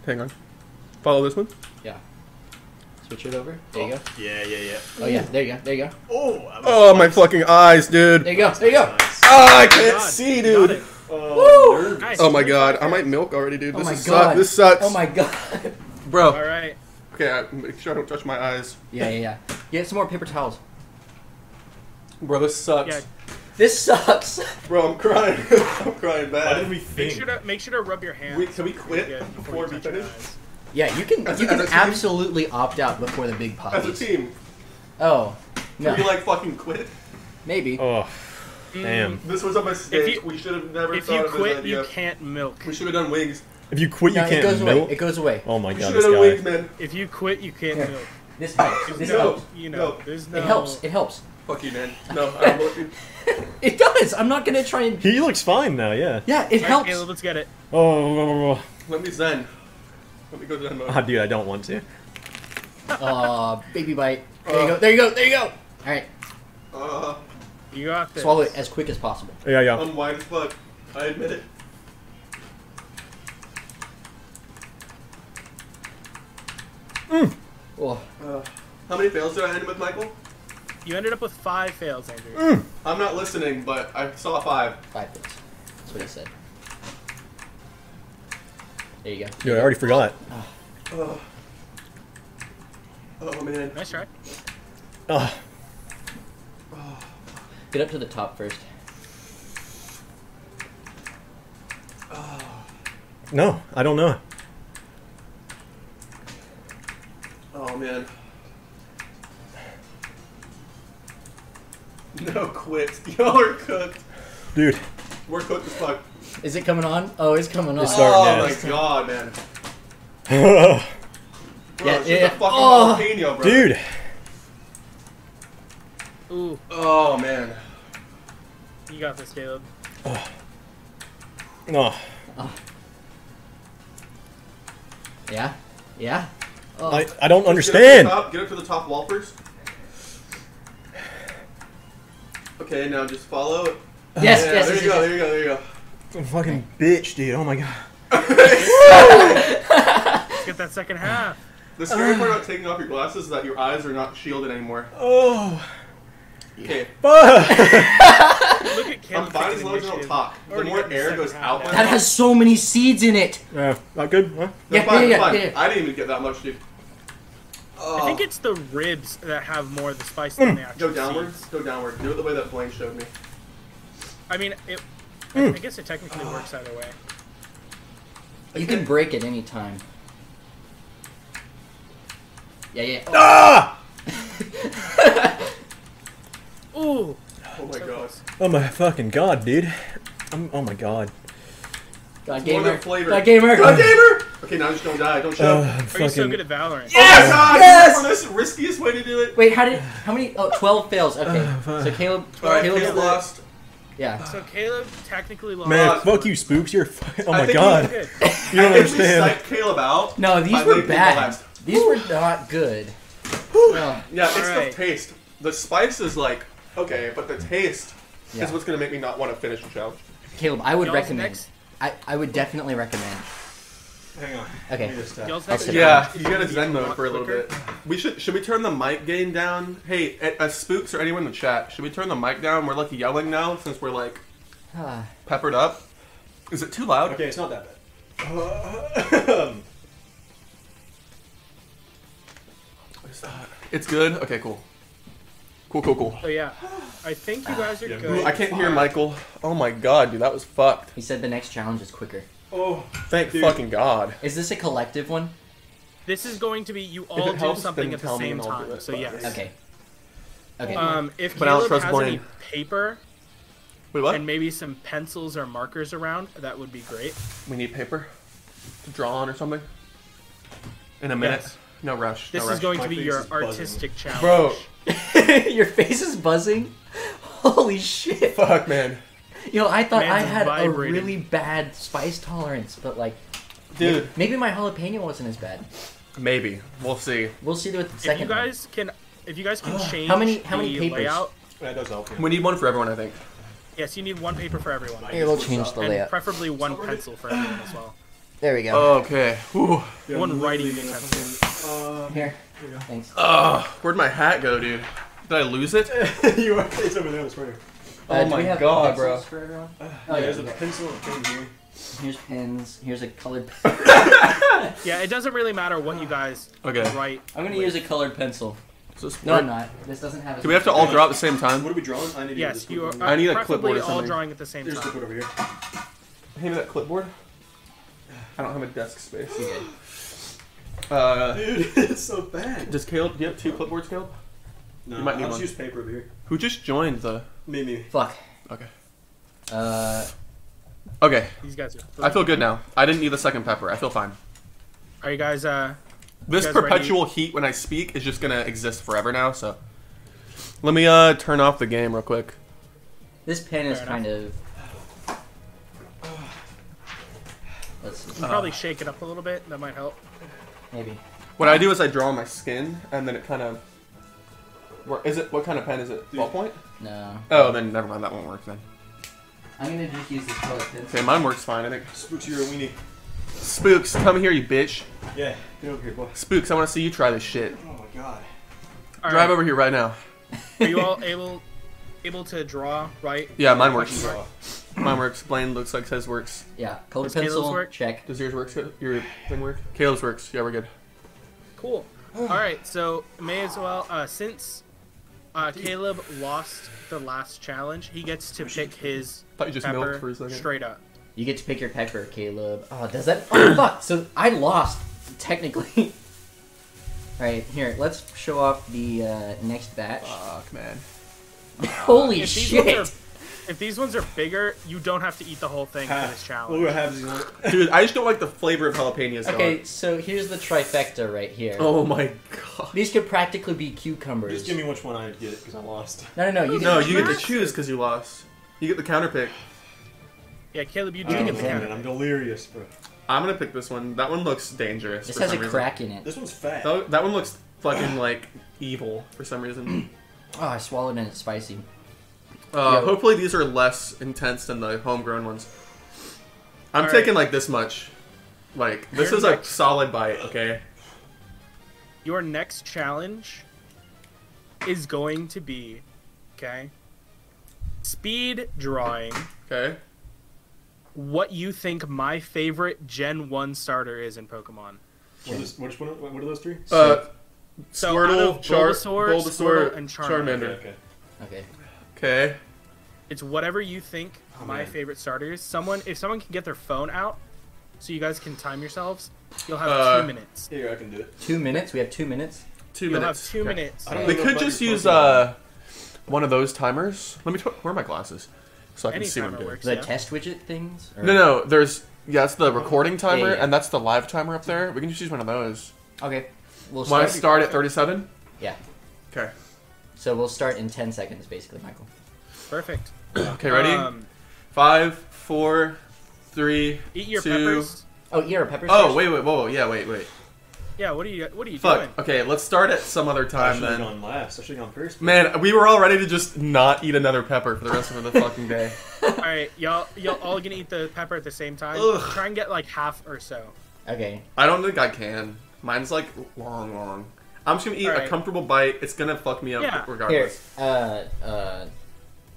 [SPEAKER 1] Hang on. Follow this one.
[SPEAKER 3] Yeah. Switch it over. There you go.
[SPEAKER 2] yeah, yeah, yeah.
[SPEAKER 3] Oh yeah, there you go. There you go.
[SPEAKER 2] Oh, I'm
[SPEAKER 1] Oh my fucking eyes, dude.
[SPEAKER 3] There you go. Oh, There you go.
[SPEAKER 2] Nice.
[SPEAKER 1] Ah, I
[SPEAKER 4] Oh my
[SPEAKER 1] can't
[SPEAKER 4] God,
[SPEAKER 1] see,
[SPEAKER 4] you got
[SPEAKER 1] dude.
[SPEAKER 4] it.
[SPEAKER 2] Oh, nerves.
[SPEAKER 4] Nice.
[SPEAKER 1] Oh my god, I might milk already, dude.
[SPEAKER 3] Oh
[SPEAKER 1] This
[SPEAKER 3] my
[SPEAKER 1] is
[SPEAKER 3] god.
[SPEAKER 1] Suck. This sucks,
[SPEAKER 3] Oh my god.
[SPEAKER 4] All
[SPEAKER 1] bro.
[SPEAKER 4] right.
[SPEAKER 1] Okay, I, make sure I don't touch my eyes,
[SPEAKER 3] Yeah, yeah, yeah. Get some more paper towels.
[SPEAKER 1] bro. This sucks,
[SPEAKER 4] Yeah.
[SPEAKER 3] This sucks.
[SPEAKER 1] bro. I'm crying. I'm crying
[SPEAKER 2] Why
[SPEAKER 1] bad.
[SPEAKER 2] did we
[SPEAKER 4] Make
[SPEAKER 2] think?
[SPEAKER 4] sure to make sure to rub your hands.
[SPEAKER 1] We- can we quit
[SPEAKER 4] Yeah,
[SPEAKER 1] before
[SPEAKER 4] you
[SPEAKER 1] we
[SPEAKER 4] touch your
[SPEAKER 1] finish?
[SPEAKER 4] eyes.
[SPEAKER 3] Yeah, you can
[SPEAKER 1] As a-
[SPEAKER 3] you can
[SPEAKER 1] as a team?
[SPEAKER 3] absolutely opt out before the big pop.
[SPEAKER 1] As a team,
[SPEAKER 3] Oh.
[SPEAKER 1] can
[SPEAKER 3] No.
[SPEAKER 1] we like fucking quit?
[SPEAKER 3] Maybe.
[SPEAKER 2] oh,
[SPEAKER 4] damn.
[SPEAKER 1] This was a mistake.
[SPEAKER 4] you-
[SPEAKER 1] we should have never
[SPEAKER 4] If
[SPEAKER 1] thought
[SPEAKER 4] you
[SPEAKER 1] of this
[SPEAKER 4] quit,
[SPEAKER 1] idea.
[SPEAKER 4] you can't milk.
[SPEAKER 1] We should have done wings.
[SPEAKER 2] If you quit,
[SPEAKER 3] No, it goes away. It goes away.
[SPEAKER 2] my
[SPEAKER 1] We should have done wings, man.
[SPEAKER 4] If you quit, you can't
[SPEAKER 3] Here.
[SPEAKER 4] milk.
[SPEAKER 3] This helps. This
[SPEAKER 4] no,
[SPEAKER 3] helps.
[SPEAKER 4] you know,
[SPEAKER 1] No.
[SPEAKER 4] there's no.
[SPEAKER 3] It helps. It helps.
[SPEAKER 1] Fuck you, man. No, I'm looking.
[SPEAKER 3] It does. I'm not gonna try and.
[SPEAKER 2] He looks fine now. Yeah.
[SPEAKER 3] Yeah, it
[SPEAKER 4] All right,
[SPEAKER 3] helps.
[SPEAKER 4] Caleb, let's get it.
[SPEAKER 2] Oh,
[SPEAKER 1] Let me zen. Let me go zen mode.
[SPEAKER 2] dude, I don't want to.
[SPEAKER 3] Aw, baby bite. There you go. There you go. There you go. All right,
[SPEAKER 1] Uh,
[SPEAKER 4] You got this.
[SPEAKER 3] swallow it as quick as possible.
[SPEAKER 2] Yeah, yeah.
[SPEAKER 1] I'm wide as fuck. I admit it.
[SPEAKER 3] Oh,
[SPEAKER 1] Uh, how many fails did I end with, Michael?
[SPEAKER 4] You ended up with five fails, Andrew.
[SPEAKER 1] Mm. I'm not listening, but I saw five.
[SPEAKER 3] five minutes. That's what he said. There you go.
[SPEAKER 2] Dude, I already forgot.
[SPEAKER 1] Uh, Oh man.
[SPEAKER 4] Nice try.
[SPEAKER 5] Ugh.
[SPEAKER 2] Oh,
[SPEAKER 3] Get up to the top first.
[SPEAKER 5] No, I don't know.
[SPEAKER 1] Oh man. No quits. Y'all are cooked.
[SPEAKER 5] Dude,
[SPEAKER 1] We're cooked as fuck.
[SPEAKER 3] Is it coming on? Oh, it's coming on.
[SPEAKER 5] It's starting.
[SPEAKER 1] oh
[SPEAKER 5] now.
[SPEAKER 1] my god, man.
[SPEAKER 5] dude.
[SPEAKER 1] Bro,
[SPEAKER 3] Yeah,
[SPEAKER 1] it's
[SPEAKER 3] yeah.
[SPEAKER 1] just a fucking
[SPEAKER 3] Oh.
[SPEAKER 1] jalapeno, bro.
[SPEAKER 4] Ooh,
[SPEAKER 1] Oh man.
[SPEAKER 4] you got this, Caleb.
[SPEAKER 5] No.
[SPEAKER 2] Oh,
[SPEAKER 3] Yeah, yeah. Oh,
[SPEAKER 5] I, I don't
[SPEAKER 1] Get
[SPEAKER 5] understand.
[SPEAKER 1] up, to the top, get up to the top wall first. Okay, now just follow it.
[SPEAKER 3] yes,
[SPEAKER 1] yeah,
[SPEAKER 3] yes,
[SPEAKER 1] there
[SPEAKER 3] yes,
[SPEAKER 1] you go,
[SPEAKER 3] yes,
[SPEAKER 1] there you go, there you go.
[SPEAKER 5] I'm a fucking bitch, dude. Oh my god.
[SPEAKER 4] Let's get that second half.
[SPEAKER 1] The scary part about taking off your glasses is that your eyes are not shielded anymore.
[SPEAKER 5] Oh.
[SPEAKER 1] Okay,
[SPEAKER 5] Fuck.
[SPEAKER 4] Look at
[SPEAKER 1] I'm fine
[SPEAKER 4] Caleb.
[SPEAKER 1] as
[SPEAKER 4] taking
[SPEAKER 1] long as you don't
[SPEAKER 4] initiative.
[SPEAKER 1] talk. The
[SPEAKER 4] Already
[SPEAKER 1] more
[SPEAKER 4] got the
[SPEAKER 1] air
[SPEAKER 4] second
[SPEAKER 1] goes
[SPEAKER 4] half
[SPEAKER 1] out
[SPEAKER 4] down.
[SPEAKER 1] when
[SPEAKER 3] That has so many seeds in it.
[SPEAKER 5] yeah, not good, huh?
[SPEAKER 1] No,
[SPEAKER 3] Yeah,
[SPEAKER 1] fine,
[SPEAKER 3] yeah, yeah,
[SPEAKER 1] fine.
[SPEAKER 3] yeah.
[SPEAKER 1] I didn't even get that much, dude. Oh. Mm.
[SPEAKER 4] I think it's the ribs that have more of the spice than the actual
[SPEAKER 1] go downwards.
[SPEAKER 4] seeds.
[SPEAKER 1] Go downward. Do it the way that Blaine showed me.
[SPEAKER 4] I mean, it. I-
[SPEAKER 1] Mm.
[SPEAKER 4] I guess it technically works either way.
[SPEAKER 3] You
[SPEAKER 1] Okay.
[SPEAKER 3] can break at any time. Yeah, yeah. Oh,
[SPEAKER 5] Ah!
[SPEAKER 4] Ooh,
[SPEAKER 1] Oh my god.
[SPEAKER 5] Oh my fucking god, dude. I'm, oh my god.
[SPEAKER 3] God
[SPEAKER 1] More
[SPEAKER 3] gamer.
[SPEAKER 1] than flavor.
[SPEAKER 3] God gamer.
[SPEAKER 1] God gamer. Okay, now just don't die. Don't show.
[SPEAKER 5] Uh, I'm
[SPEAKER 4] are you so
[SPEAKER 5] fucking-
[SPEAKER 4] good at Valorant?
[SPEAKER 1] Yes! God,
[SPEAKER 3] Yes!
[SPEAKER 1] yes! this is the riskiest way to do it.
[SPEAKER 3] Wait, how did? How many? Oh, 12 fails. Okay,
[SPEAKER 5] Uh, fine.
[SPEAKER 3] so Caleb.
[SPEAKER 1] All right,
[SPEAKER 3] Caleb's
[SPEAKER 1] Caleb
[SPEAKER 3] the-
[SPEAKER 1] lost.
[SPEAKER 3] Yeah.
[SPEAKER 4] So Caleb technically lost.
[SPEAKER 5] Man,
[SPEAKER 1] God.
[SPEAKER 5] fuck you, spooks. You're. Fu- oh
[SPEAKER 1] I
[SPEAKER 5] my
[SPEAKER 1] think
[SPEAKER 5] god.
[SPEAKER 4] Good.
[SPEAKER 5] You don't
[SPEAKER 1] I think we
[SPEAKER 5] understand.
[SPEAKER 1] psyched Caleb out.
[SPEAKER 3] No,
[SPEAKER 1] by
[SPEAKER 3] these were
[SPEAKER 1] leaving the
[SPEAKER 3] bad.
[SPEAKER 1] last.
[SPEAKER 3] These were not good. No.
[SPEAKER 1] Yeah, it's
[SPEAKER 4] Alright.
[SPEAKER 1] the taste. The spice is like okay, but the taste
[SPEAKER 3] Yeah.
[SPEAKER 1] is what's gonna make me not want to finish the challenge.
[SPEAKER 3] Caleb, I would
[SPEAKER 4] Y'all's
[SPEAKER 3] recommend.
[SPEAKER 4] next-
[SPEAKER 3] I, I would definitely recommend.
[SPEAKER 2] Hang on.
[SPEAKER 3] Okay.
[SPEAKER 2] Let me just, uh,
[SPEAKER 4] Y'all's next
[SPEAKER 3] sit
[SPEAKER 4] round
[SPEAKER 1] Yeah,
[SPEAKER 4] is
[SPEAKER 1] you
[SPEAKER 4] gonna
[SPEAKER 1] gotta
[SPEAKER 4] be
[SPEAKER 1] zen
[SPEAKER 4] a
[SPEAKER 1] mode
[SPEAKER 4] lot
[SPEAKER 1] for a little
[SPEAKER 4] quicker.
[SPEAKER 1] bit. We should should we turn the mic gain down? Hey, at, uh spooks or anyone in the chat, should we turn the mic down? We're like yelling now since we're like
[SPEAKER 3] Ah.
[SPEAKER 1] peppered up. Is it too loud?
[SPEAKER 2] Okay, it's not that bad.
[SPEAKER 1] Uh, It's good. Okay, cool. Cool, cool, cool.
[SPEAKER 4] So yeah, I think you guys are
[SPEAKER 2] Yeah,
[SPEAKER 4] good.
[SPEAKER 1] I can't hear Michael. Oh my god, dude, that was fucked.
[SPEAKER 3] He said the next challenge is quicker.
[SPEAKER 2] oh,
[SPEAKER 1] Thank
[SPEAKER 2] Dude.
[SPEAKER 1] fucking god.
[SPEAKER 3] Is this a collective one?
[SPEAKER 4] This is going to be you all do
[SPEAKER 1] helps,
[SPEAKER 4] something
[SPEAKER 1] then
[SPEAKER 4] at the
[SPEAKER 1] tell me
[SPEAKER 4] same
[SPEAKER 1] and I'll do
[SPEAKER 4] time.
[SPEAKER 1] it,
[SPEAKER 4] So
[SPEAKER 1] but-
[SPEAKER 4] yes.
[SPEAKER 3] Okay. Okay.
[SPEAKER 4] Um, if
[SPEAKER 1] But I'll
[SPEAKER 4] Caleb
[SPEAKER 1] trust
[SPEAKER 4] has any
[SPEAKER 1] Blaine.
[SPEAKER 4] paper
[SPEAKER 1] Wait, what?
[SPEAKER 4] and maybe some pencils or markers around, that would be great.
[SPEAKER 1] We need paper to draw on or something. In a minute.
[SPEAKER 4] Yes.
[SPEAKER 1] No rush.
[SPEAKER 4] This
[SPEAKER 1] no
[SPEAKER 4] is
[SPEAKER 1] rush.
[SPEAKER 4] going
[SPEAKER 2] My
[SPEAKER 4] to be
[SPEAKER 2] face
[SPEAKER 4] your
[SPEAKER 2] is buzzing.
[SPEAKER 4] artistic challenge.
[SPEAKER 1] Bro,
[SPEAKER 3] Your face is buzzing. Holy shit.
[SPEAKER 1] fuck, man.
[SPEAKER 3] Yo, I thought I
[SPEAKER 4] Man's
[SPEAKER 3] had
[SPEAKER 4] vibrating.
[SPEAKER 3] a really bad spice tolerance, but like,
[SPEAKER 1] Dude.
[SPEAKER 3] maybe my jalapeno wasn't as bad.
[SPEAKER 1] Maybe. We'll see.
[SPEAKER 3] We'll see with the
[SPEAKER 4] If
[SPEAKER 3] second.
[SPEAKER 4] you guys can, if you guys can change
[SPEAKER 3] How many- how many
[SPEAKER 4] the
[SPEAKER 3] papers?
[SPEAKER 4] layout,
[SPEAKER 2] that does help. Yeah.
[SPEAKER 1] We need one for everyone, I think.
[SPEAKER 4] yes, you need one paper for everyone,
[SPEAKER 3] one. Here, we'll change the
[SPEAKER 4] and
[SPEAKER 3] layout.
[SPEAKER 4] preferably one pencil for everyone as well.
[SPEAKER 3] there we go.
[SPEAKER 1] Okay. Whew.
[SPEAKER 4] one writing pencil.
[SPEAKER 2] Oh.
[SPEAKER 3] Here. Thanks.
[SPEAKER 1] Ugh. where'd my hat go, dude? Did I lose it?
[SPEAKER 2] Uh, you are. It's over there. I swear.
[SPEAKER 1] oh
[SPEAKER 3] Uh, do
[SPEAKER 1] my
[SPEAKER 3] we have
[SPEAKER 1] God,
[SPEAKER 3] pencils
[SPEAKER 1] bro.
[SPEAKER 3] for everyone?
[SPEAKER 2] Oh,
[SPEAKER 3] yeah,
[SPEAKER 2] There's a
[SPEAKER 3] okay.
[SPEAKER 2] pencil and pen here.
[SPEAKER 3] Here's pins. Here's a colored. pen.
[SPEAKER 4] Yeah, it doesn't really matter what you guys
[SPEAKER 1] Okay.
[SPEAKER 4] write.
[SPEAKER 3] I'm gonna use a colored pencil.
[SPEAKER 1] So it's-
[SPEAKER 3] No, I'm not. This doesn't have.
[SPEAKER 1] Do we have to all draw at the same
[SPEAKER 2] What
[SPEAKER 1] time?
[SPEAKER 2] are we drawing? I need to get
[SPEAKER 4] Yes,
[SPEAKER 2] this
[SPEAKER 4] you are.
[SPEAKER 2] clipboard.
[SPEAKER 1] I need a
[SPEAKER 4] preferably
[SPEAKER 1] clipboard or
[SPEAKER 4] all
[SPEAKER 1] something.
[SPEAKER 4] drawing at the same
[SPEAKER 2] There's the
[SPEAKER 4] time.
[SPEAKER 2] clipboard over here.
[SPEAKER 1] Hand me that clipboard. I don't have a desk space. Uh,
[SPEAKER 2] Dude, it's so bad.
[SPEAKER 1] does Caleb, do you have two clipboards, Caleb?
[SPEAKER 2] No,
[SPEAKER 1] You might need
[SPEAKER 2] I'll just
[SPEAKER 1] one.
[SPEAKER 2] use paper over here.
[SPEAKER 1] Who just joined the.
[SPEAKER 2] Me, me.
[SPEAKER 3] Fuck.
[SPEAKER 1] Okay.
[SPEAKER 3] Uh,
[SPEAKER 1] Okay.
[SPEAKER 4] These guys are.
[SPEAKER 1] I feel good now. I didn't need the second pepper. I feel fine.
[SPEAKER 4] Are you guys? Uh,
[SPEAKER 1] This
[SPEAKER 4] guys ready?
[SPEAKER 1] perpetual heat when I speak is just gonna exist forever now. So, let me uh turn off the game real quick.
[SPEAKER 3] this pen is
[SPEAKER 4] Fair
[SPEAKER 3] kind of. Let's see.
[SPEAKER 1] Uh.
[SPEAKER 4] probably shake it up a little bit. That might help.
[SPEAKER 3] Maybe.
[SPEAKER 1] What I do is I draw my skin, and then it kind of. Where is it? What kind of pen is it? Ballpoint?
[SPEAKER 3] No.
[SPEAKER 1] Oh, then never mind. That won't work then.
[SPEAKER 3] I'm gonna just use this colored pencil.
[SPEAKER 1] Okay, mine works fine. I think.
[SPEAKER 2] Spooks, you're a weenie.
[SPEAKER 1] Spooks, come here, you bitch.
[SPEAKER 2] Yeah, get over here, boy.
[SPEAKER 1] Spooks, I want to see you try this shit.
[SPEAKER 2] Oh my god.
[SPEAKER 4] All
[SPEAKER 1] Drive
[SPEAKER 4] right,
[SPEAKER 1] over here right now.
[SPEAKER 4] Are you all able able to draw? Right.
[SPEAKER 1] Yeah, mine works.
[SPEAKER 4] Question mark?
[SPEAKER 1] Mine works. Blaine looks like his works.
[SPEAKER 3] Yeah, colored
[SPEAKER 4] Does Caleb's
[SPEAKER 3] pencil.
[SPEAKER 4] work?
[SPEAKER 3] Check.
[SPEAKER 1] Does yours work? Your thing work? Caleb's works. Yeah, we're good.
[SPEAKER 4] Cool. All right, so may as well uh, since uh, Caleb lost the last challenge, he gets to pick his
[SPEAKER 1] Thought you just milked for
[SPEAKER 4] pepper
[SPEAKER 1] a second.
[SPEAKER 4] straight up.
[SPEAKER 3] You get to pick your pepper, Caleb. Oh, does that? Oh, fuck! So I lost technically. All right, here. Let's show off the uh, next batch.
[SPEAKER 1] Fuck, man.
[SPEAKER 3] Holy
[SPEAKER 4] If these, ones
[SPEAKER 3] shit!
[SPEAKER 4] are, if these ones are bigger, you don't have to eat the whole thing for this
[SPEAKER 2] Ah, What
[SPEAKER 4] challenge.
[SPEAKER 2] would happen if you want-
[SPEAKER 1] Dude, I just don't like the flavor of jalapenos.
[SPEAKER 3] Okay,
[SPEAKER 1] Dog.
[SPEAKER 3] so here's the trifecta right here.
[SPEAKER 1] Oh my god.
[SPEAKER 3] These could practically be cucumbers.
[SPEAKER 2] Just give me which one I get because I lost.
[SPEAKER 3] No, no, no. You
[SPEAKER 1] No,
[SPEAKER 3] get,
[SPEAKER 1] you get to choose because you lost. You get the counter pick.
[SPEAKER 4] Yeah, Caleb, you do
[SPEAKER 2] I
[SPEAKER 4] get
[SPEAKER 2] don't
[SPEAKER 4] the
[SPEAKER 2] know,
[SPEAKER 4] counter.
[SPEAKER 2] Oh, man. I'm delirious, bro.
[SPEAKER 1] I'm gonna pick this one. That one looks dangerous.
[SPEAKER 3] This
[SPEAKER 1] for
[SPEAKER 3] has a
[SPEAKER 1] some reason.
[SPEAKER 3] crack in it.
[SPEAKER 2] This one's fat.
[SPEAKER 1] Tho- That, one looks fucking like evil for some reason.
[SPEAKER 3] Oh, I swallowed and it's spicy.
[SPEAKER 1] Uh,
[SPEAKER 3] Yo.
[SPEAKER 1] hopefully these are less intense than the homegrown ones. I'm
[SPEAKER 4] All
[SPEAKER 1] taking like this much. Like this
[SPEAKER 4] You're
[SPEAKER 1] is a
[SPEAKER 4] next.
[SPEAKER 1] solid bite. Okay.
[SPEAKER 4] Your next challenge is going to be, okay, speed drawing
[SPEAKER 1] Okay.
[SPEAKER 4] what you think my favorite Gen 1 starter is in Pokemon.
[SPEAKER 2] What is- which one? What what are those three?
[SPEAKER 1] Uh,
[SPEAKER 4] So out
[SPEAKER 1] Squirtle,
[SPEAKER 4] of
[SPEAKER 1] Char-
[SPEAKER 4] Bulbasaur,
[SPEAKER 1] Bulbasaur,
[SPEAKER 4] Squirtle, and
[SPEAKER 1] Charmander.
[SPEAKER 4] Charmander.
[SPEAKER 2] Okay,
[SPEAKER 3] Okay.
[SPEAKER 2] okay.
[SPEAKER 1] Okay.
[SPEAKER 4] It's whatever you think
[SPEAKER 2] Oh,
[SPEAKER 4] my
[SPEAKER 2] man.
[SPEAKER 4] favorite starter is. Someone, if someone can get their phone out, so you guys can time yourselves, you'll have
[SPEAKER 1] Uh,
[SPEAKER 4] two minutes.
[SPEAKER 2] Here, I can do it.
[SPEAKER 3] Two minutes. We have two minutes.
[SPEAKER 1] Two
[SPEAKER 4] You'll have
[SPEAKER 1] minutes.
[SPEAKER 4] two
[SPEAKER 1] Okay.
[SPEAKER 4] minutes.
[SPEAKER 2] I don't
[SPEAKER 1] They
[SPEAKER 2] know
[SPEAKER 1] could
[SPEAKER 2] about
[SPEAKER 1] just
[SPEAKER 2] your
[SPEAKER 1] use
[SPEAKER 2] Pokemon.
[SPEAKER 1] uh, one of those timers. Let me. T- where are my glasses? So I can
[SPEAKER 4] Any
[SPEAKER 1] see what I'm
[SPEAKER 4] timer
[SPEAKER 1] doing.
[SPEAKER 4] works.
[SPEAKER 3] The
[SPEAKER 4] yeah.
[SPEAKER 3] test widget things. Or...
[SPEAKER 1] No, no. There's yeah, that's the recording timer,
[SPEAKER 3] Yeah, yeah.
[SPEAKER 1] and that's the live timer up there. We can just use one of those.
[SPEAKER 3] Okay. We'll
[SPEAKER 1] Want
[SPEAKER 3] start.
[SPEAKER 1] to start at 37?
[SPEAKER 3] Yeah.
[SPEAKER 1] Okay.
[SPEAKER 3] So we'll start in ten seconds, basically, Michael.
[SPEAKER 4] Perfect.
[SPEAKER 1] Okay, ready?
[SPEAKER 4] Um,
[SPEAKER 1] Five, four, three,
[SPEAKER 4] eat your
[SPEAKER 1] two-
[SPEAKER 4] peppers.
[SPEAKER 3] Oh, you're a pepper.
[SPEAKER 1] Oh
[SPEAKER 3] first?
[SPEAKER 1] wait, wait, whoa, whoa, yeah, wait, wait.
[SPEAKER 4] Yeah. What are you? What are you
[SPEAKER 1] Fuck.
[SPEAKER 4] doing?
[SPEAKER 1] Okay, let's start at some other
[SPEAKER 2] I
[SPEAKER 1] time
[SPEAKER 2] should have
[SPEAKER 1] then.
[SPEAKER 2] gone last. I should have gone first.
[SPEAKER 1] Man, we were all ready to just not eat another pepper for the rest of the fucking day.
[SPEAKER 4] All right, y'all. Y'all all gonna eat the pepper at the same time.
[SPEAKER 1] Ugh.
[SPEAKER 4] Try and get like half or so.
[SPEAKER 3] Okay.
[SPEAKER 1] I don't think I can. Mine's like long, long. I'm just gonna eat
[SPEAKER 4] All
[SPEAKER 1] a
[SPEAKER 4] right.
[SPEAKER 1] comfortable bite. It's gonna fuck me up
[SPEAKER 4] Yeah.
[SPEAKER 3] Here.
[SPEAKER 1] regardless.
[SPEAKER 3] Uh. Uh.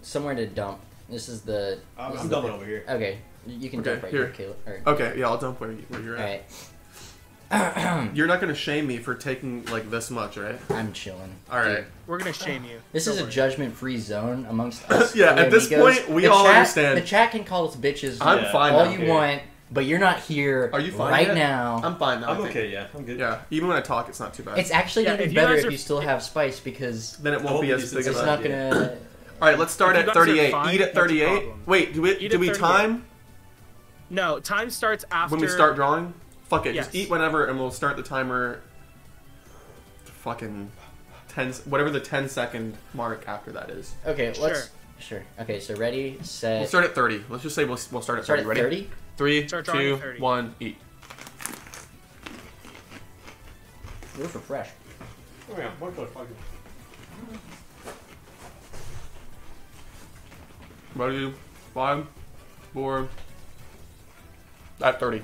[SPEAKER 3] Somewhere to dump. This is the.
[SPEAKER 2] I'm,
[SPEAKER 3] this
[SPEAKER 2] I'm
[SPEAKER 3] is the-
[SPEAKER 2] dumping over here.
[SPEAKER 3] Okay. You can
[SPEAKER 1] Okay,
[SPEAKER 3] dump right
[SPEAKER 1] here.
[SPEAKER 3] here, Caleb. All right.
[SPEAKER 1] Okay, yeah, I'll dump where, you, where you're
[SPEAKER 3] All
[SPEAKER 1] at.
[SPEAKER 3] right.
[SPEAKER 1] You're not gonna shame me for taking like this much, right?
[SPEAKER 3] I'm chilling.
[SPEAKER 1] All right.
[SPEAKER 4] We're gonna shame you.
[SPEAKER 3] This
[SPEAKER 4] Don't
[SPEAKER 3] is a
[SPEAKER 4] worry.
[SPEAKER 3] judgment-free zone amongst us.
[SPEAKER 1] Yeah,
[SPEAKER 3] three
[SPEAKER 1] at this
[SPEAKER 3] amigos.
[SPEAKER 1] point, we
[SPEAKER 3] The
[SPEAKER 1] all
[SPEAKER 3] chat-
[SPEAKER 1] understand.
[SPEAKER 3] The chat can call us bitches
[SPEAKER 1] I'm
[SPEAKER 2] Yeah.
[SPEAKER 1] fine.
[SPEAKER 3] all
[SPEAKER 1] now.
[SPEAKER 3] you want, but you're not here.
[SPEAKER 1] Are you fine
[SPEAKER 3] right
[SPEAKER 1] yet?
[SPEAKER 3] now?
[SPEAKER 1] I'm fine now. I
[SPEAKER 2] I'm
[SPEAKER 1] think.
[SPEAKER 2] okay. Yeah, I'm good.
[SPEAKER 1] Yeah, even when I talk, it's not too bad.
[SPEAKER 3] It's actually
[SPEAKER 4] Yeah,
[SPEAKER 3] gonna
[SPEAKER 4] if
[SPEAKER 3] be
[SPEAKER 4] you
[SPEAKER 3] better
[SPEAKER 4] guys
[SPEAKER 3] if
[SPEAKER 4] are-
[SPEAKER 3] you still have spice because
[SPEAKER 1] then it
[SPEAKER 2] I
[SPEAKER 1] won't
[SPEAKER 2] hope
[SPEAKER 1] be
[SPEAKER 2] it
[SPEAKER 1] as
[SPEAKER 2] is
[SPEAKER 1] big
[SPEAKER 2] the
[SPEAKER 1] as
[SPEAKER 3] it's
[SPEAKER 2] same
[SPEAKER 1] that.
[SPEAKER 3] not
[SPEAKER 2] idea.
[SPEAKER 3] gonna.
[SPEAKER 1] All right, let's start
[SPEAKER 4] If you
[SPEAKER 1] at
[SPEAKER 4] guys are
[SPEAKER 1] 38.
[SPEAKER 4] fine,
[SPEAKER 1] Eat at
[SPEAKER 4] that's a
[SPEAKER 1] 38.
[SPEAKER 4] problem.
[SPEAKER 1] Wait, do we
[SPEAKER 4] Eat
[SPEAKER 1] do
[SPEAKER 4] at
[SPEAKER 1] we
[SPEAKER 4] 38.
[SPEAKER 1] time
[SPEAKER 4] No, time starts after.
[SPEAKER 1] when we start drawing? Fuck it, just
[SPEAKER 4] Yes.
[SPEAKER 1] eat whenever, and we'll start the timer. Fucking ten, whatever the 10 second mark after that is.
[SPEAKER 3] Okay,
[SPEAKER 4] Sure.
[SPEAKER 3] let's. Sure. Okay, so ready, set.
[SPEAKER 1] We'll start at 30. Let's just say we'll, we'll start at
[SPEAKER 3] Oh. start
[SPEAKER 1] 30. Ready?
[SPEAKER 3] at thirty.
[SPEAKER 1] Three,
[SPEAKER 4] Start drawing
[SPEAKER 1] two,
[SPEAKER 4] at 30.
[SPEAKER 1] one, eat.
[SPEAKER 3] Those are fresh.
[SPEAKER 2] Oh, yeah. Motherfucker.
[SPEAKER 1] Ready? Five, four. At 30.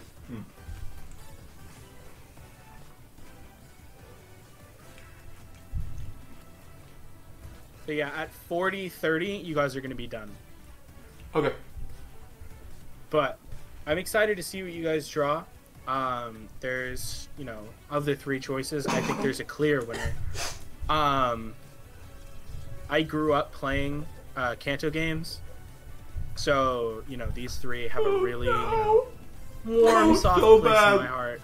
[SPEAKER 4] So yeah, at 40, 30, you guys are gonna be done.
[SPEAKER 1] Okay.
[SPEAKER 4] But I'm excited to see what you guys draw. Um, there's, you know, of the three choices, I think there's a clear winner. Um, I grew up playing uh, Kanto games, so you know these three have
[SPEAKER 1] Oh,
[SPEAKER 4] a really you know, warm,
[SPEAKER 1] No,
[SPEAKER 4] soft
[SPEAKER 1] so
[SPEAKER 4] place
[SPEAKER 1] bad.
[SPEAKER 4] in my heart.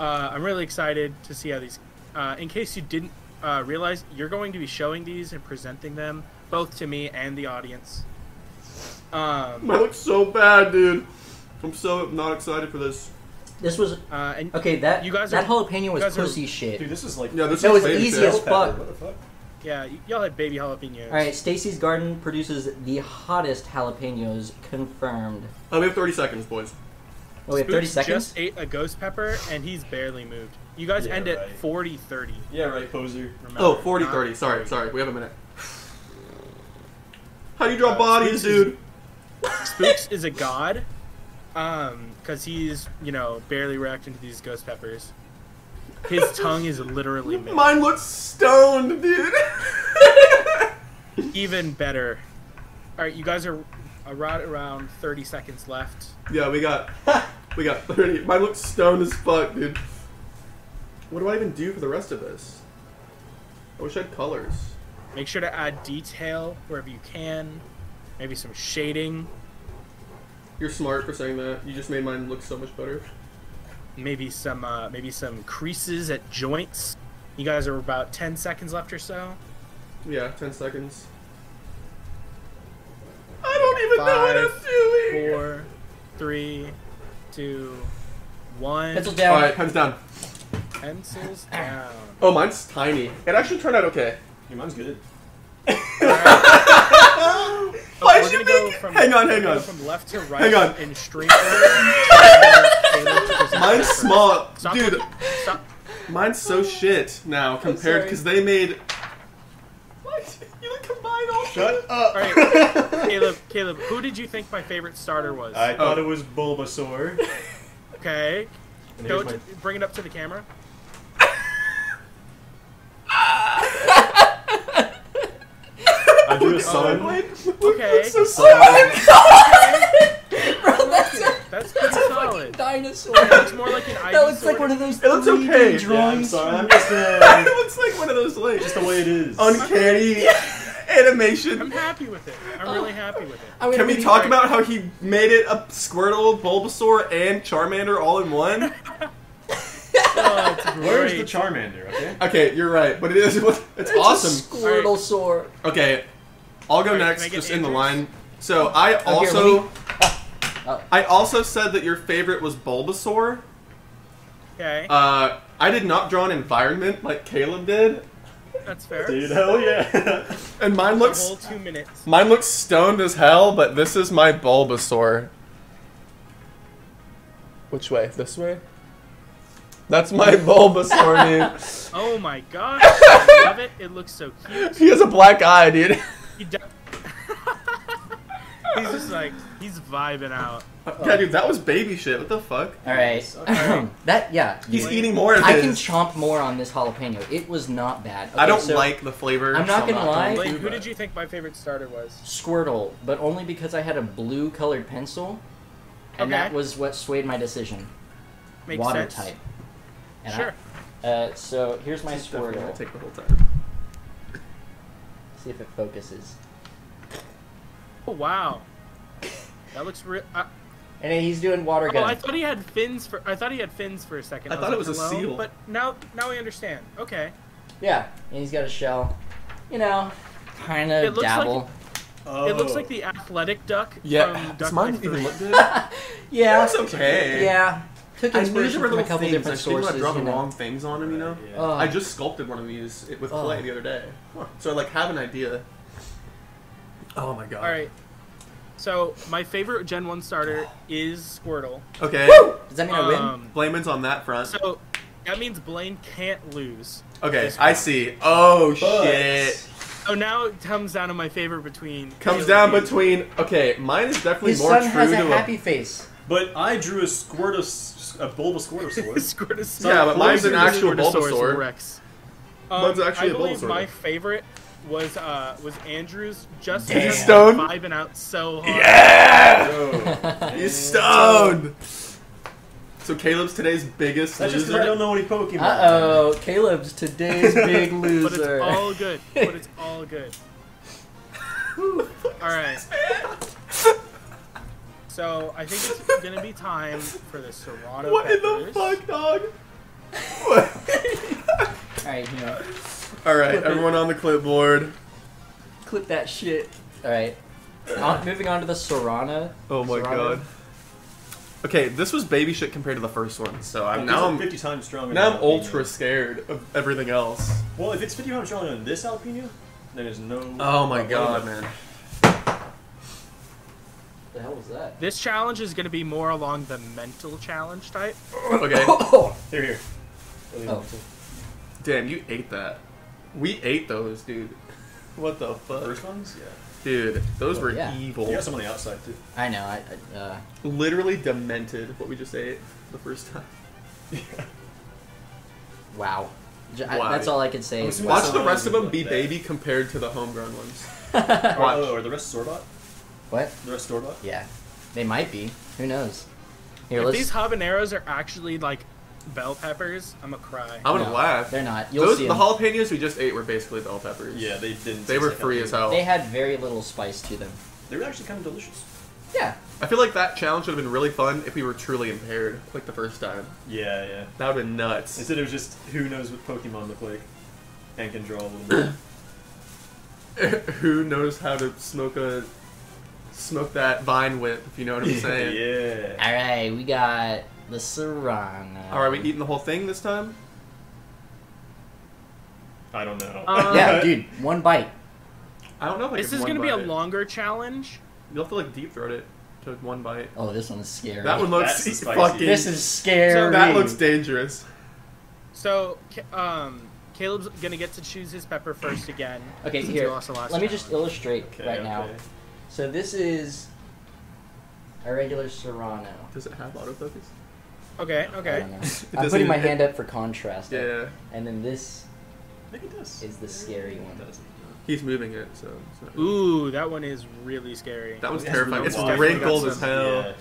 [SPEAKER 4] Uh, I'm really excited to see how these. Uh, in case you didn't uh, realize, you're going to be showing these and presenting them both to me and the audience. Um,
[SPEAKER 1] It looks so bad, dude. I'm so not excited for this.
[SPEAKER 3] This was
[SPEAKER 4] Uh, and
[SPEAKER 3] okay. That
[SPEAKER 4] You guys
[SPEAKER 3] that
[SPEAKER 4] are-
[SPEAKER 3] jalapeno
[SPEAKER 4] you
[SPEAKER 3] was
[SPEAKER 4] guys are-
[SPEAKER 3] pussy shit.
[SPEAKER 2] Dude, this is like.
[SPEAKER 1] Yeah, this
[SPEAKER 3] That
[SPEAKER 1] is
[SPEAKER 3] was
[SPEAKER 1] baby
[SPEAKER 3] easy
[SPEAKER 1] shit.
[SPEAKER 3] as
[SPEAKER 2] Hell pepper,
[SPEAKER 3] fuck.
[SPEAKER 2] What the fuck?
[SPEAKER 4] yeah, y- y'all had baby jalapenos.
[SPEAKER 3] All right, Stacy's Garden produces the hottest jalapenos confirmed.
[SPEAKER 1] Uh, we have 30 seconds, boys.
[SPEAKER 3] Oh, we have
[SPEAKER 4] Spooks
[SPEAKER 3] 30 seconds.
[SPEAKER 4] Just ate a ghost pepper and he's barely moved. You guys
[SPEAKER 2] Yeah,
[SPEAKER 4] end at
[SPEAKER 2] right.
[SPEAKER 4] 40 30.
[SPEAKER 2] Yeah, right, poser.
[SPEAKER 1] Oh, 40 30. Sorry, sorry. We have a minute. How you draw
[SPEAKER 4] Uh,
[SPEAKER 1] bodies,
[SPEAKER 4] Spooks is-
[SPEAKER 1] dude?
[SPEAKER 4] Uh, Spooks is a god um, because he's, you know, barely reacting to these ghost peppers. His tongue is literally missing.
[SPEAKER 1] Mine looks stoned, dude.
[SPEAKER 4] even better. All right, you guys are right around 30 seconds left.
[SPEAKER 1] yeah, we got we got 30. Mine looks stoned as fuck, dude. What do I even do for the rest of this? I wish I had colors.
[SPEAKER 4] Make sure to add detail wherever you can. Maybe some shading.
[SPEAKER 1] You're smart for saying that. You just made mine look so much better.
[SPEAKER 4] Maybe some uh, maybe some creases at joints. You guys are about 10 seconds left or so.
[SPEAKER 1] Yeah, 10 seconds. I don't even know what
[SPEAKER 4] Five,
[SPEAKER 1] I'm doing!
[SPEAKER 4] Four, three, two, one.
[SPEAKER 3] Pencil
[SPEAKER 1] All
[SPEAKER 3] down.
[SPEAKER 1] right, time's down.
[SPEAKER 4] Pencils down.
[SPEAKER 1] Oh, mine's tiny. It actually turned out okay.
[SPEAKER 2] Your mom's good.
[SPEAKER 1] Why'd
[SPEAKER 4] We're
[SPEAKER 1] you
[SPEAKER 4] gonna go
[SPEAKER 1] make-
[SPEAKER 4] from,
[SPEAKER 1] Hang on,
[SPEAKER 4] we're
[SPEAKER 1] hang
[SPEAKER 4] gonna
[SPEAKER 1] on.
[SPEAKER 4] go From left to right.
[SPEAKER 1] Hang on.
[SPEAKER 4] In straight. order.
[SPEAKER 1] Mine's small,
[SPEAKER 4] Stop.
[SPEAKER 1] dude.
[SPEAKER 4] Stop.
[SPEAKER 1] Mine's so shit now compared
[SPEAKER 3] sorry.
[SPEAKER 1] because they made. What? You like combine all.
[SPEAKER 2] Shut up!
[SPEAKER 4] All right, Caleb. Caleb, who did you think my favorite starter was?
[SPEAKER 2] I thought
[SPEAKER 1] Oh.
[SPEAKER 2] it was Bulbasaur.
[SPEAKER 4] Okay.
[SPEAKER 2] And
[SPEAKER 4] Go
[SPEAKER 2] here's my-
[SPEAKER 4] to, bring it up to the camera.
[SPEAKER 2] I drew a
[SPEAKER 1] Sun.
[SPEAKER 2] sun.
[SPEAKER 4] Okay.
[SPEAKER 1] so
[SPEAKER 3] Bro, that's a,
[SPEAKER 4] That's pretty
[SPEAKER 3] fucking
[SPEAKER 4] solid.
[SPEAKER 3] dinosaur.
[SPEAKER 4] It looks more like an Ivysaur.
[SPEAKER 3] That looks like one of those
[SPEAKER 1] It looks
[SPEAKER 3] 3D
[SPEAKER 1] okay. Yeah, I'm
[SPEAKER 2] Yeah, I'm
[SPEAKER 3] drawings.
[SPEAKER 2] sorry. I'm
[SPEAKER 3] from-
[SPEAKER 2] just,
[SPEAKER 1] it
[SPEAKER 2] uh,
[SPEAKER 1] looks like one of those like
[SPEAKER 2] just the way it is.
[SPEAKER 1] uncanny animation.
[SPEAKER 4] I'm happy with it.
[SPEAKER 3] Oh.
[SPEAKER 4] I'm really happy with it.
[SPEAKER 3] I mean,
[SPEAKER 1] Can we
[SPEAKER 3] I'm
[SPEAKER 1] talk
[SPEAKER 3] sorry.
[SPEAKER 1] about how he made it a Squirtle, Bulbasaur, and Charmander all in one?
[SPEAKER 4] Oh, it's great.
[SPEAKER 2] Where's the Charmander? Okay.
[SPEAKER 1] Okay, you're right, but it is it's
[SPEAKER 3] It's
[SPEAKER 1] awesome.
[SPEAKER 3] a Squirtle sore.
[SPEAKER 1] Okay, I'll go
[SPEAKER 4] Alright,
[SPEAKER 1] next,
[SPEAKER 4] can I get
[SPEAKER 1] just in the line.
[SPEAKER 4] Andrew's?
[SPEAKER 1] So I also,
[SPEAKER 3] Oh.
[SPEAKER 1] I also said that your favorite was Bulbasaur.
[SPEAKER 4] Okay,
[SPEAKER 1] Uh, I did not draw an environment like Caleb did,
[SPEAKER 4] that's fair.
[SPEAKER 2] Dude, hell yeah.
[SPEAKER 1] and mine
[SPEAKER 4] The
[SPEAKER 1] looks
[SPEAKER 4] whole two minutes.
[SPEAKER 1] mine looks stoned as hell. But this is my Bulbasaur. Which way? This way. That's my Bulbasaur,
[SPEAKER 4] Oh my gosh, I love it. It looks so cute.
[SPEAKER 1] dude. He has a black eye, dude.
[SPEAKER 4] He d- he's just like he's vibing out.
[SPEAKER 1] Yeah, dude, that was baby shit. What the fuck?
[SPEAKER 3] All right. that yeah.
[SPEAKER 1] He's
[SPEAKER 4] Wait.
[SPEAKER 1] eating more of
[SPEAKER 3] I can
[SPEAKER 1] his.
[SPEAKER 3] chomp more on this jalapeno. It was not bad.
[SPEAKER 1] I
[SPEAKER 3] Okay,
[SPEAKER 1] don't
[SPEAKER 3] so
[SPEAKER 1] like the flavor.
[SPEAKER 3] I'm not
[SPEAKER 1] so
[SPEAKER 3] gonna lie.
[SPEAKER 4] Blake,
[SPEAKER 1] do
[SPEAKER 4] who
[SPEAKER 1] that.
[SPEAKER 4] did you think my favorite starter was?
[SPEAKER 3] Squirtle, but only because I had a blue colored pencil, and
[SPEAKER 4] Okay.
[SPEAKER 3] that was what swayed my decision.
[SPEAKER 4] Makes
[SPEAKER 3] Water
[SPEAKER 4] sense.
[SPEAKER 3] type. And I-
[SPEAKER 4] Sure.
[SPEAKER 3] uh, so here's my
[SPEAKER 1] This is definitely gonna
[SPEAKER 3] Squirtle.
[SPEAKER 1] take the whole time.
[SPEAKER 3] See if it focuses.
[SPEAKER 4] Oh wow, that looks real. Uh,
[SPEAKER 3] And he's doing water
[SPEAKER 4] oh, I
[SPEAKER 3] gun.
[SPEAKER 4] thought he had fins for. I thought he had fins for a second.
[SPEAKER 1] I thought it was a
[SPEAKER 4] "Hello?"
[SPEAKER 1] seal.
[SPEAKER 4] But now, now I understand. Okay.
[SPEAKER 3] yeah, and he's got a shell. You know, kind of
[SPEAKER 4] looks like-
[SPEAKER 3] dabble.
[SPEAKER 2] Oh.
[SPEAKER 4] It looks like the athletic duck
[SPEAKER 1] Yeah,
[SPEAKER 4] from
[SPEAKER 1] does
[SPEAKER 4] Duck
[SPEAKER 1] mine
[SPEAKER 4] Life
[SPEAKER 1] even
[SPEAKER 4] 3.
[SPEAKER 1] look good? I
[SPEAKER 3] yeah.
[SPEAKER 1] It's okay.
[SPEAKER 3] Yeah. Took
[SPEAKER 1] knew
[SPEAKER 3] inspiration
[SPEAKER 1] there were
[SPEAKER 3] from a
[SPEAKER 1] little
[SPEAKER 3] couple
[SPEAKER 1] things. I
[SPEAKER 3] different
[SPEAKER 1] just didn't want
[SPEAKER 3] sources.
[SPEAKER 1] to draw the
[SPEAKER 3] you know.
[SPEAKER 1] wrong things on him, you know.
[SPEAKER 2] Yeah.
[SPEAKER 3] Oh.
[SPEAKER 1] I just sculpted one of these with
[SPEAKER 3] Oh.
[SPEAKER 1] clay the other day, so I like have an idea. Oh my god!
[SPEAKER 4] All right. So my favorite Gen One starter is Squirtle.
[SPEAKER 1] Okay.
[SPEAKER 3] Does that mean I win?
[SPEAKER 4] Um,
[SPEAKER 1] Blamens on that front.
[SPEAKER 4] so that means Blaine can't lose.
[SPEAKER 1] okay,
[SPEAKER 4] this
[SPEAKER 1] I
[SPEAKER 4] round.
[SPEAKER 1] see. Oh
[SPEAKER 2] But-
[SPEAKER 1] shit!
[SPEAKER 4] So now it comes down to my favorite between.
[SPEAKER 1] Comes
[SPEAKER 4] Caleb
[SPEAKER 1] down
[SPEAKER 4] and you.
[SPEAKER 1] between. Okay, mine is definitely
[SPEAKER 3] His
[SPEAKER 1] more
[SPEAKER 3] son
[SPEAKER 1] true
[SPEAKER 3] has a
[SPEAKER 1] to
[SPEAKER 3] happy face.
[SPEAKER 2] But I drew a Squirtos, a Bulbasaur.
[SPEAKER 4] Squirtosaurus.
[SPEAKER 1] Yeah, but mine's an actual
[SPEAKER 4] Squirtosaurus
[SPEAKER 1] Bulbasaur.
[SPEAKER 4] Rex. Um,
[SPEAKER 1] Mine's actually
[SPEAKER 4] I
[SPEAKER 1] a
[SPEAKER 4] believe
[SPEAKER 1] Bulbasaur.
[SPEAKER 4] My favorite was uh was Andrew's just
[SPEAKER 3] Damn.
[SPEAKER 4] because
[SPEAKER 1] Stone?
[SPEAKER 4] I'm vibing out so hard.
[SPEAKER 1] Yeah,
[SPEAKER 2] Bro.
[SPEAKER 1] you stoned. So Caleb's today's biggest
[SPEAKER 2] That's just 'cause I
[SPEAKER 1] loser.
[SPEAKER 2] don't know any Pokemon.
[SPEAKER 3] Uh oh, Caleb's today's big loser.
[SPEAKER 4] But it's all good. But it's all good. all right. So I think it's gonna be time for the Serrano
[SPEAKER 1] What in the
[SPEAKER 4] peppers.
[SPEAKER 1] fuck, dog? What?
[SPEAKER 3] all right, you know,
[SPEAKER 1] All right,
[SPEAKER 3] Flip it.
[SPEAKER 1] everyone on the clipboard.
[SPEAKER 3] clip that shit. All right, on, moving on to the Serrano.
[SPEAKER 1] Oh my
[SPEAKER 3] Serrano.
[SPEAKER 1] god. Okay, this was baby shit compared to the first one, so I'm
[SPEAKER 2] These
[SPEAKER 1] now
[SPEAKER 2] are
[SPEAKER 1] I'm
[SPEAKER 2] 50 times stronger.
[SPEAKER 1] now
[SPEAKER 2] than
[SPEAKER 1] I'm
[SPEAKER 2] Jalapeno.
[SPEAKER 1] ultra scared of everything else.
[SPEAKER 2] Well, if it's 50 times stronger than this jalapeno, then there's no.
[SPEAKER 1] Oh my god, man.
[SPEAKER 3] What the hell was that?
[SPEAKER 4] This challenge is gonna be more along the mental challenge type.
[SPEAKER 1] Okay,
[SPEAKER 3] Oh,
[SPEAKER 2] They're here.
[SPEAKER 3] Oh.
[SPEAKER 1] damn, you ate that. We ate those, dude. What the fuck,
[SPEAKER 2] First ones? Yeah.
[SPEAKER 1] dude? Those were
[SPEAKER 3] Yeah.
[SPEAKER 2] You
[SPEAKER 1] evil.
[SPEAKER 2] got some on the outside, too.
[SPEAKER 3] I know. I, I uh,
[SPEAKER 1] Literally demented what we just ate the first time.
[SPEAKER 3] wow. J I
[SPEAKER 1] Wow.
[SPEAKER 3] that's all I could say.
[SPEAKER 2] I'm
[SPEAKER 3] is
[SPEAKER 2] assuming
[SPEAKER 3] wow.
[SPEAKER 1] Watch
[SPEAKER 2] that's
[SPEAKER 1] the
[SPEAKER 2] not
[SPEAKER 1] rest of them
[SPEAKER 2] like
[SPEAKER 1] be
[SPEAKER 2] that.
[SPEAKER 1] baby compared to the homegrown ones.
[SPEAKER 2] Or,
[SPEAKER 1] Watch.
[SPEAKER 2] oh, are the rest store bought?
[SPEAKER 3] What?
[SPEAKER 2] The rest store bought?
[SPEAKER 3] Yeah, they might be. Who knows? Here,
[SPEAKER 4] If
[SPEAKER 3] let's.
[SPEAKER 4] these habaneros are actually like bell peppers, I'm gonna cry.
[SPEAKER 1] I'm gonna
[SPEAKER 3] No,
[SPEAKER 1] laugh.
[SPEAKER 3] They're not. You'll
[SPEAKER 1] Those,
[SPEAKER 3] see
[SPEAKER 1] the
[SPEAKER 3] 'em.
[SPEAKER 1] jalapenos we just ate were basically bell peppers.
[SPEAKER 2] Yeah, they didn't.
[SPEAKER 1] They
[SPEAKER 2] taste
[SPEAKER 1] were
[SPEAKER 2] like
[SPEAKER 1] free
[SPEAKER 2] jalapeno.
[SPEAKER 1] as hell.
[SPEAKER 3] They had very little spice to them.
[SPEAKER 2] They were actually kind of delicious.
[SPEAKER 3] Yeah.
[SPEAKER 1] I feel like that challenge would have been really fun if we were truly impaired, like the first time.
[SPEAKER 2] Yeah, yeah.
[SPEAKER 1] That would have been nuts.
[SPEAKER 2] Instead, it was just who knows what Pokemon look like and can draw a little bit.
[SPEAKER 1] Who knows how to smoke a smoke that vine whip? If you know what I'm saying.
[SPEAKER 2] yeah.
[SPEAKER 3] All right, we got the serrano.
[SPEAKER 1] All right, we eating the whole thing this time?
[SPEAKER 2] I don't know.
[SPEAKER 4] Um,
[SPEAKER 3] Yeah, dude, one bite.
[SPEAKER 1] I don't know. If I
[SPEAKER 4] this
[SPEAKER 1] could
[SPEAKER 4] is
[SPEAKER 1] one
[SPEAKER 4] gonna be a
[SPEAKER 1] bite it.
[SPEAKER 4] longer challenge.
[SPEAKER 1] You'll have to like deep throat it to one bite.
[SPEAKER 3] Oh, this one's scary.
[SPEAKER 1] That one looks
[SPEAKER 2] That's the spicy.
[SPEAKER 1] fucking.
[SPEAKER 3] This is scary.
[SPEAKER 4] So
[SPEAKER 1] that looks dangerous.
[SPEAKER 4] So, Ca- um, Caleb's gonna get to choose his pepper first again.
[SPEAKER 3] Okay,
[SPEAKER 4] since
[SPEAKER 3] here.
[SPEAKER 4] he lost the last
[SPEAKER 3] Let me
[SPEAKER 4] round.
[SPEAKER 3] just illustrate
[SPEAKER 2] Okay,
[SPEAKER 3] right
[SPEAKER 2] okay.
[SPEAKER 3] now. So this is a regular serrano.
[SPEAKER 1] Does it have autofocus?
[SPEAKER 4] Okay,
[SPEAKER 3] I
[SPEAKER 4] okay.
[SPEAKER 3] don't know.
[SPEAKER 1] It
[SPEAKER 3] I'm
[SPEAKER 1] doesn't
[SPEAKER 3] putting my
[SPEAKER 1] even-
[SPEAKER 3] hand up for contrast.
[SPEAKER 1] Yeah,
[SPEAKER 3] And then this
[SPEAKER 2] Maybe it does.
[SPEAKER 3] is the scary one.
[SPEAKER 2] It doesn't.
[SPEAKER 1] he's moving it, so. It's not
[SPEAKER 4] Ooh, that one is really scary.
[SPEAKER 1] That was
[SPEAKER 2] It has
[SPEAKER 1] terrifying.
[SPEAKER 2] really
[SPEAKER 1] It's
[SPEAKER 2] wide-
[SPEAKER 1] wrinkled
[SPEAKER 4] That's
[SPEAKER 1] as hell.
[SPEAKER 2] Yeah.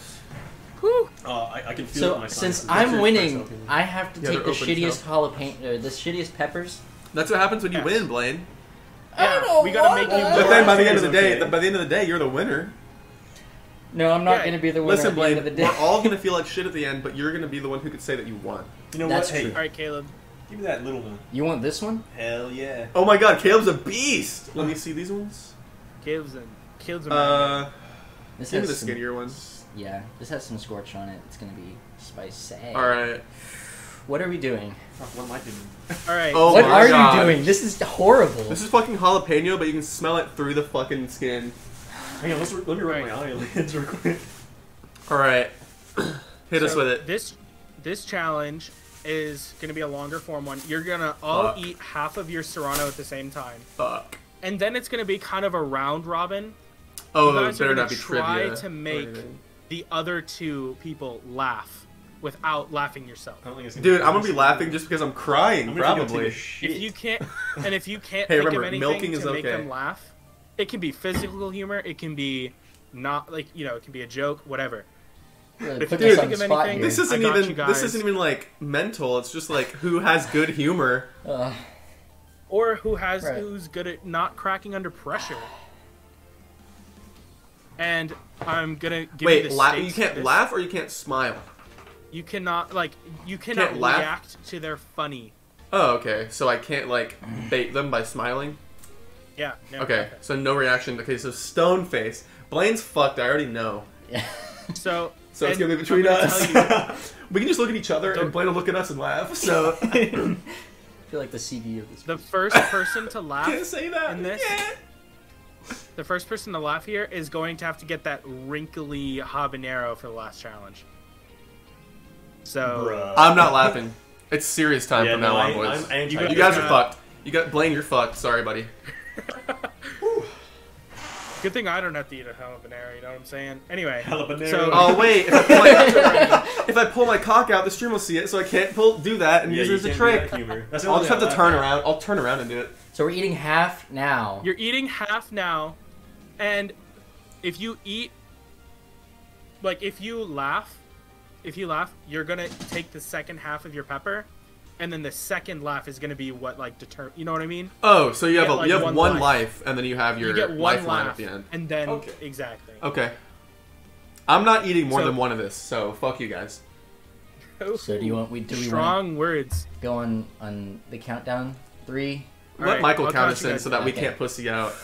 [SPEAKER 4] Whew.
[SPEAKER 2] Oh, I, I can feel it in
[SPEAKER 3] So
[SPEAKER 2] my
[SPEAKER 3] since
[SPEAKER 2] sinuses.
[SPEAKER 3] I'm
[SPEAKER 2] That's
[SPEAKER 3] winning,
[SPEAKER 2] yourself,
[SPEAKER 3] I have to
[SPEAKER 1] Yeah,
[SPEAKER 3] take
[SPEAKER 1] they're
[SPEAKER 3] the
[SPEAKER 1] open
[SPEAKER 3] shittiest jalapeno, or the shittiest peppers.
[SPEAKER 1] That's what happens when you
[SPEAKER 4] Yes.
[SPEAKER 1] win, Blaine.
[SPEAKER 3] I don't
[SPEAKER 4] Yeah,
[SPEAKER 3] know
[SPEAKER 4] we gotta
[SPEAKER 3] what
[SPEAKER 4] make
[SPEAKER 3] the-
[SPEAKER 4] you
[SPEAKER 1] But then by the end of the
[SPEAKER 2] Okay.
[SPEAKER 1] day, by the end of the day, you're the winner.
[SPEAKER 3] No, I'm not
[SPEAKER 4] Yeah,
[SPEAKER 3] gonna be the winner
[SPEAKER 1] Listen,
[SPEAKER 3] at the
[SPEAKER 1] Blaine,
[SPEAKER 3] end of the day.
[SPEAKER 1] we're all gonna feel like shit at the end, but you're gonna be the one who could say that you won.
[SPEAKER 2] You know
[SPEAKER 3] That's
[SPEAKER 2] what? Hey,
[SPEAKER 3] true.
[SPEAKER 4] All right, Caleb.
[SPEAKER 2] give me that little one.
[SPEAKER 3] You want this one?
[SPEAKER 2] Hell yeah.
[SPEAKER 1] Oh my God, Caleb's a beast. Let me see these ones.
[SPEAKER 4] Caleb's in. Caleb's in.
[SPEAKER 1] Uh,
[SPEAKER 3] This
[SPEAKER 1] give me
[SPEAKER 3] has
[SPEAKER 1] the
[SPEAKER 3] some-
[SPEAKER 1] skinnier ones.
[SPEAKER 3] Yeah, this has some scorch on it. It's gonna be spicy.
[SPEAKER 1] All right.
[SPEAKER 3] What are we doing?
[SPEAKER 2] Fuck, what am I doing?
[SPEAKER 4] All right.
[SPEAKER 1] Oh
[SPEAKER 3] what
[SPEAKER 1] my
[SPEAKER 3] are
[SPEAKER 1] God.
[SPEAKER 3] you doing? This is horrible.
[SPEAKER 1] This is fucking jalapeno, but you can smell it through the fucking skin.
[SPEAKER 2] Hang on, let's, let me rub my eyelids real quick.
[SPEAKER 1] All right, hit us
[SPEAKER 4] So
[SPEAKER 1] with it.
[SPEAKER 4] This this challenge is gonna be a longer form one. You're gonna all
[SPEAKER 1] Fuck.
[SPEAKER 4] eat half of your serrano at the same time,
[SPEAKER 1] Fuck.
[SPEAKER 4] and then it's gonna be kind of a round robin.
[SPEAKER 1] Oh,
[SPEAKER 4] guys are
[SPEAKER 1] better
[SPEAKER 4] gonna
[SPEAKER 1] not be
[SPEAKER 4] try
[SPEAKER 1] trivia.
[SPEAKER 4] to
[SPEAKER 1] or
[SPEAKER 4] make-
[SPEAKER 1] anything.
[SPEAKER 4] The other two people laugh without laughing yourself.
[SPEAKER 2] I don't think it's gonna
[SPEAKER 1] Dude, I'm gonna be laughing just because I'm crying.
[SPEAKER 2] I'm gonna think I'll take a
[SPEAKER 1] probably.
[SPEAKER 2] shit.
[SPEAKER 4] If you can't, and if you can't
[SPEAKER 1] Hey,
[SPEAKER 4] think
[SPEAKER 1] remember,
[SPEAKER 4] of anything
[SPEAKER 1] milking
[SPEAKER 4] to
[SPEAKER 1] is
[SPEAKER 4] make
[SPEAKER 1] okay.
[SPEAKER 4] them laugh, it can be physical humor. It can be not like you know, it can be a joke, whatever.
[SPEAKER 3] Really
[SPEAKER 4] If
[SPEAKER 3] put
[SPEAKER 4] you
[SPEAKER 3] us
[SPEAKER 1] think
[SPEAKER 3] on the
[SPEAKER 4] of
[SPEAKER 3] spot
[SPEAKER 4] anything-
[SPEAKER 3] here.
[SPEAKER 1] This
[SPEAKER 4] I
[SPEAKER 1] isn't
[SPEAKER 4] got
[SPEAKER 1] even.
[SPEAKER 4] you
[SPEAKER 1] This
[SPEAKER 4] guys.
[SPEAKER 1] isn't even like mental. It's just like who has good humor.
[SPEAKER 3] Ugh.
[SPEAKER 4] Or who has
[SPEAKER 3] Right.
[SPEAKER 4] who's good at not cracking under pressure. And I'm gonna give you
[SPEAKER 1] Wait,
[SPEAKER 4] the
[SPEAKER 1] la-
[SPEAKER 4] stakes
[SPEAKER 1] you
[SPEAKER 4] for
[SPEAKER 1] can't
[SPEAKER 4] this.
[SPEAKER 1] laugh or you can't smile.
[SPEAKER 4] You cannot like you cannot
[SPEAKER 1] Can't laugh?
[SPEAKER 4] react to their funny.
[SPEAKER 1] Oh, okay. So I can't like bait them by smiling.
[SPEAKER 4] Yeah. No,
[SPEAKER 1] Okay. So no reaction. Okay. So stone face. Blaine's fucked. I already know.
[SPEAKER 4] So
[SPEAKER 1] So it's gonna
[SPEAKER 4] and
[SPEAKER 1] be
[SPEAKER 4] I'm
[SPEAKER 1] between
[SPEAKER 4] gonna
[SPEAKER 1] us.
[SPEAKER 4] tell you-
[SPEAKER 1] we can just look at each other and Blaine will look at us and laugh. So
[SPEAKER 3] I feel like the CD of this.
[SPEAKER 4] the first person to
[SPEAKER 1] can't
[SPEAKER 4] laugh,
[SPEAKER 1] say that.
[SPEAKER 4] And this-
[SPEAKER 1] Yeah.
[SPEAKER 4] the first person to laugh here is going to have to get that wrinkly habanero for the last challenge. So
[SPEAKER 2] Bruh.
[SPEAKER 1] I'm not laughing. It's serious time
[SPEAKER 2] yeah,
[SPEAKER 1] from
[SPEAKER 2] no,
[SPEAKER 1] now on,
[SPEAKER 2] I,
[SPEAKER 1] boys.
[SPEAKER 2] I'm anti-
[SPEAKER 4] You
[SPEAKER 1] you guys are
[SPEAKER 4] Yeah.
[SPEAKER 1] fucked. You got Blaine. You're fucked. Sorry, buddy.
[SPEAKER 4] good thing I don't have to eat a habanero. You know what I'm saying? Anyway.
[SPEAKER 2] Habanero.
[SPEAKER 4] So
[SPEAKER 1] Oh wait, if I, pull my, if I pull my cock out, the stream will see it, so I can't pull do that and
[SPEAKER 2] Yeah,
[SPEAKER 1] use
[SPEAKER 2] you
[SPEAKER 1] it as a
[SPEAKER 2] can't do
[SPEAKER 1] trick.
[SPEAKER 2] that humor. That's the
[SPEAKER 1] I'll
[SPEAKER 2] only
[SPEAKER 1] just have
[SPEAKER 2] thing
[SPEAKER 1] to
[SPEAKER 2] I
[SPEAKER 1] turn
[SPEAKER 2] laugh
[SPEAKER 1] around. I'll turn around and do it.
[SPEAKER 3] So we're eating half now.
[SPEAKER 4] You're eating half now, and if you eat, like if you laugh, if you laugh, you're gonna take the second half of your pepper, and then the second laugh is gonna be what like deter. You know what I mean?
[SPEAKER 1] Oh, so you have
[SPEAKER 4] get,
[SPEAKER 1] a,
[SPEAKER 4] like,
[SPEAKER 1] you have one,
[SPEAKER 4] one
[SPEAKER 1] life.
[SPEAKER 4] life.
[SPEAKER 1] and then you have your
[SPEAKER 4] You get one
[SPEAKER 1] lifeline
[SPEAKER 4] laugh,
[SPEAKER 1] at the end.
[SPEAKER 4] and then
[SPEAKER 2] Okay.
[SPEAKER 4] exactly.
[SPEAKER 1] Okay. I'm not eating more
[SPEAKER 4] So-
[SPEAKER 1] than one of this, so fuck you guys.
[SPEAKER 3] So do you want we do we want
[SPEAKER 4] strong words?
[SPEAKER 3] to go on on the countdown three?
[SPEAKER 4] All
[SPEAKER 1] Let
[SPEAKER 4] right,
[SPEAKER 1] Michael
[SPEAKER 4] I'll
[SPEAKER 1] count
[SPEAKER 4] count
[SPEAKER 1] us
[SPEAKER 4] you
[SPEAKER 1] in
[SPEAKER 4] guys
[SPEAKER 1] so that we
[SPEAKER 3] Okay.
[SPEAKER 1] can't pussy out.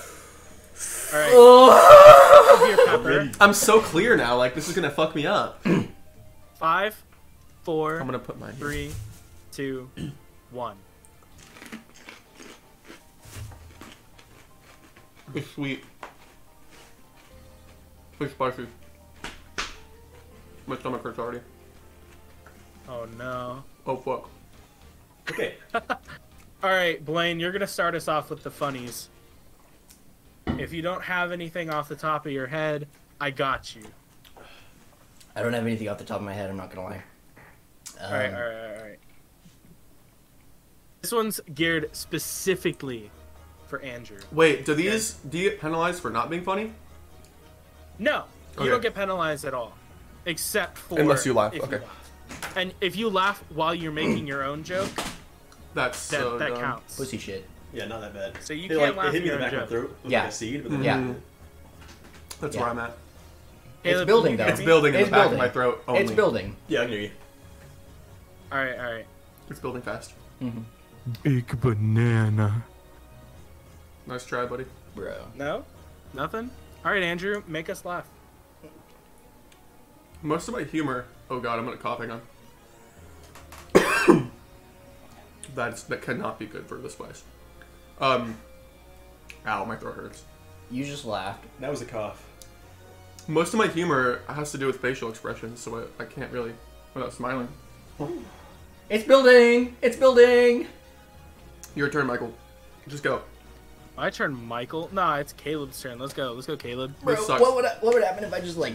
[SPEAKER 4] All right,
[SPEAKER 3] Oh!
[SPEAKER 4] your pepper.
[SPEAKER 2] Ready.
[SPEAKER 1] I'm so clear now. Like this is gonna fuck me up. I'm
[SPEAKER 4] Five, four,
[SPEAKER 1] gonna put my
[SPEAKER 4] three, two, one.
[SPEAKER 1] It's sweet. It's spicy. My stomach hurts already.
[SPEAKER 4] Oh no.
[SPEAKER 1] Oh fuck.
[SPEAKER 2] Okay.
[SPEAKER 4] All right, Blaine, you're gonna start us off with the funnies. If you don't have anything off the top of your head, I got you.
[SPEAKER 3] I don't have anything off the top of my head. I'm not gonna lie.
[SPEAKER 4] All
[SPEAKER 3] Um,
[SPEAKER 4] right, all right, all right, all right. This one's geared specifically for Andrew.
[SPEAKER 1] Wait, do these do you get penalized for not being funny?
[SPEAKER 4] No, you
[SPEAKER 1] Okay.
[SPEAKER 4] don't get penalized at all, except for
[SPEAKER 1] Unless you laugh,
[SPEAKER 4] if
[SPEAKER 1] okay.
[SPEAKER 4] And if you laugh while you're making your own joke,
[SPEAKER 1] That's
[SPEAKER 4] that,
[SPEAKER 1] so
[SPEAKER 4] that
[SPEAKER 1] dumb.
[SPEAKER 4] counts.
[SPEAKER 3] Pussy shit.
[SPEAKER 2] Yeah, not that bad.
[SPEAKER 4] So you
[SPEAKER 2] It,
[SPEAKER 4] can't
[SPEAKER 2] like,
[SPEAKER 4] laugh
[SPEAKER 2] It hit me in
[SPEAKER 4] at
[SPEAKER 2] the back
[SPEAKER 4] your
[SPEAKER 2] of my
[SPEAKER 4] own
[SPEAKER 2] throat. With
[SPEAKER 3] Yeah.
[SPEAKER 2] Like a seed, but then
[SPEAKER 3] Yeah.
[SPEAKER 1] Mhm. That's
[SPEAKER 3] Yeah.
[SPEAKER 1] where I'm at.
[SPEAKER 4] Caleb,
[SPEAKER 3] It's
[SPEAKER 4] can
[SPEAKER 3] building,
[SPEAKER 4] you
[SPEAKER 3] though.
[SPEAKER 4] hear
[SPEAKER 1] It's
[SPEAKER 4] me?
[SPEAKER 1] building in
[SPEAKER 3] It's
[SPEAKER 1] the back
[SPEAKER 3] building.
[SPEAKER 1] of my throat. Only.
[SPEAKER 3] It's building.
[SPEAKER 2] Yeah, I can hear you.
[SPEAKER 4] All right, all right.
[SPEAKER 1] It's building fast.
[SPEAKER 6] Big banana.
[SPEAKER 1] Nice try, buddy.
[SPEAKER 3] Bro.
[SPEAKER 4] No, nothing. All right, Andrew, make us laugh.
[SPEAKER 1] Most of my humor. Oh god, I'm gonna cough. Hang on. That's that cannot be good for this place. Um. Ow, my throat hurts.
[SPEAKER 3] You just laughed.
[SPEAKER 2] That was a cough.
[SPEAKER 1] Most of my humor has to do with facial expressions, so I, I can't really without smiling.
[SPEAKER 3] It's building! It's building!
[SPEAKER 1] Your turn, Michael. Just go.
[SPEAKER 4] My turn, Michael. Nah, it's Caleb's turn. Let's go. Let's go, Caleb.
[SPEAKER 3] Bro,
[SPEAKER 1] sucks.
[SPEAKER 3] what would I, what would happen if I just like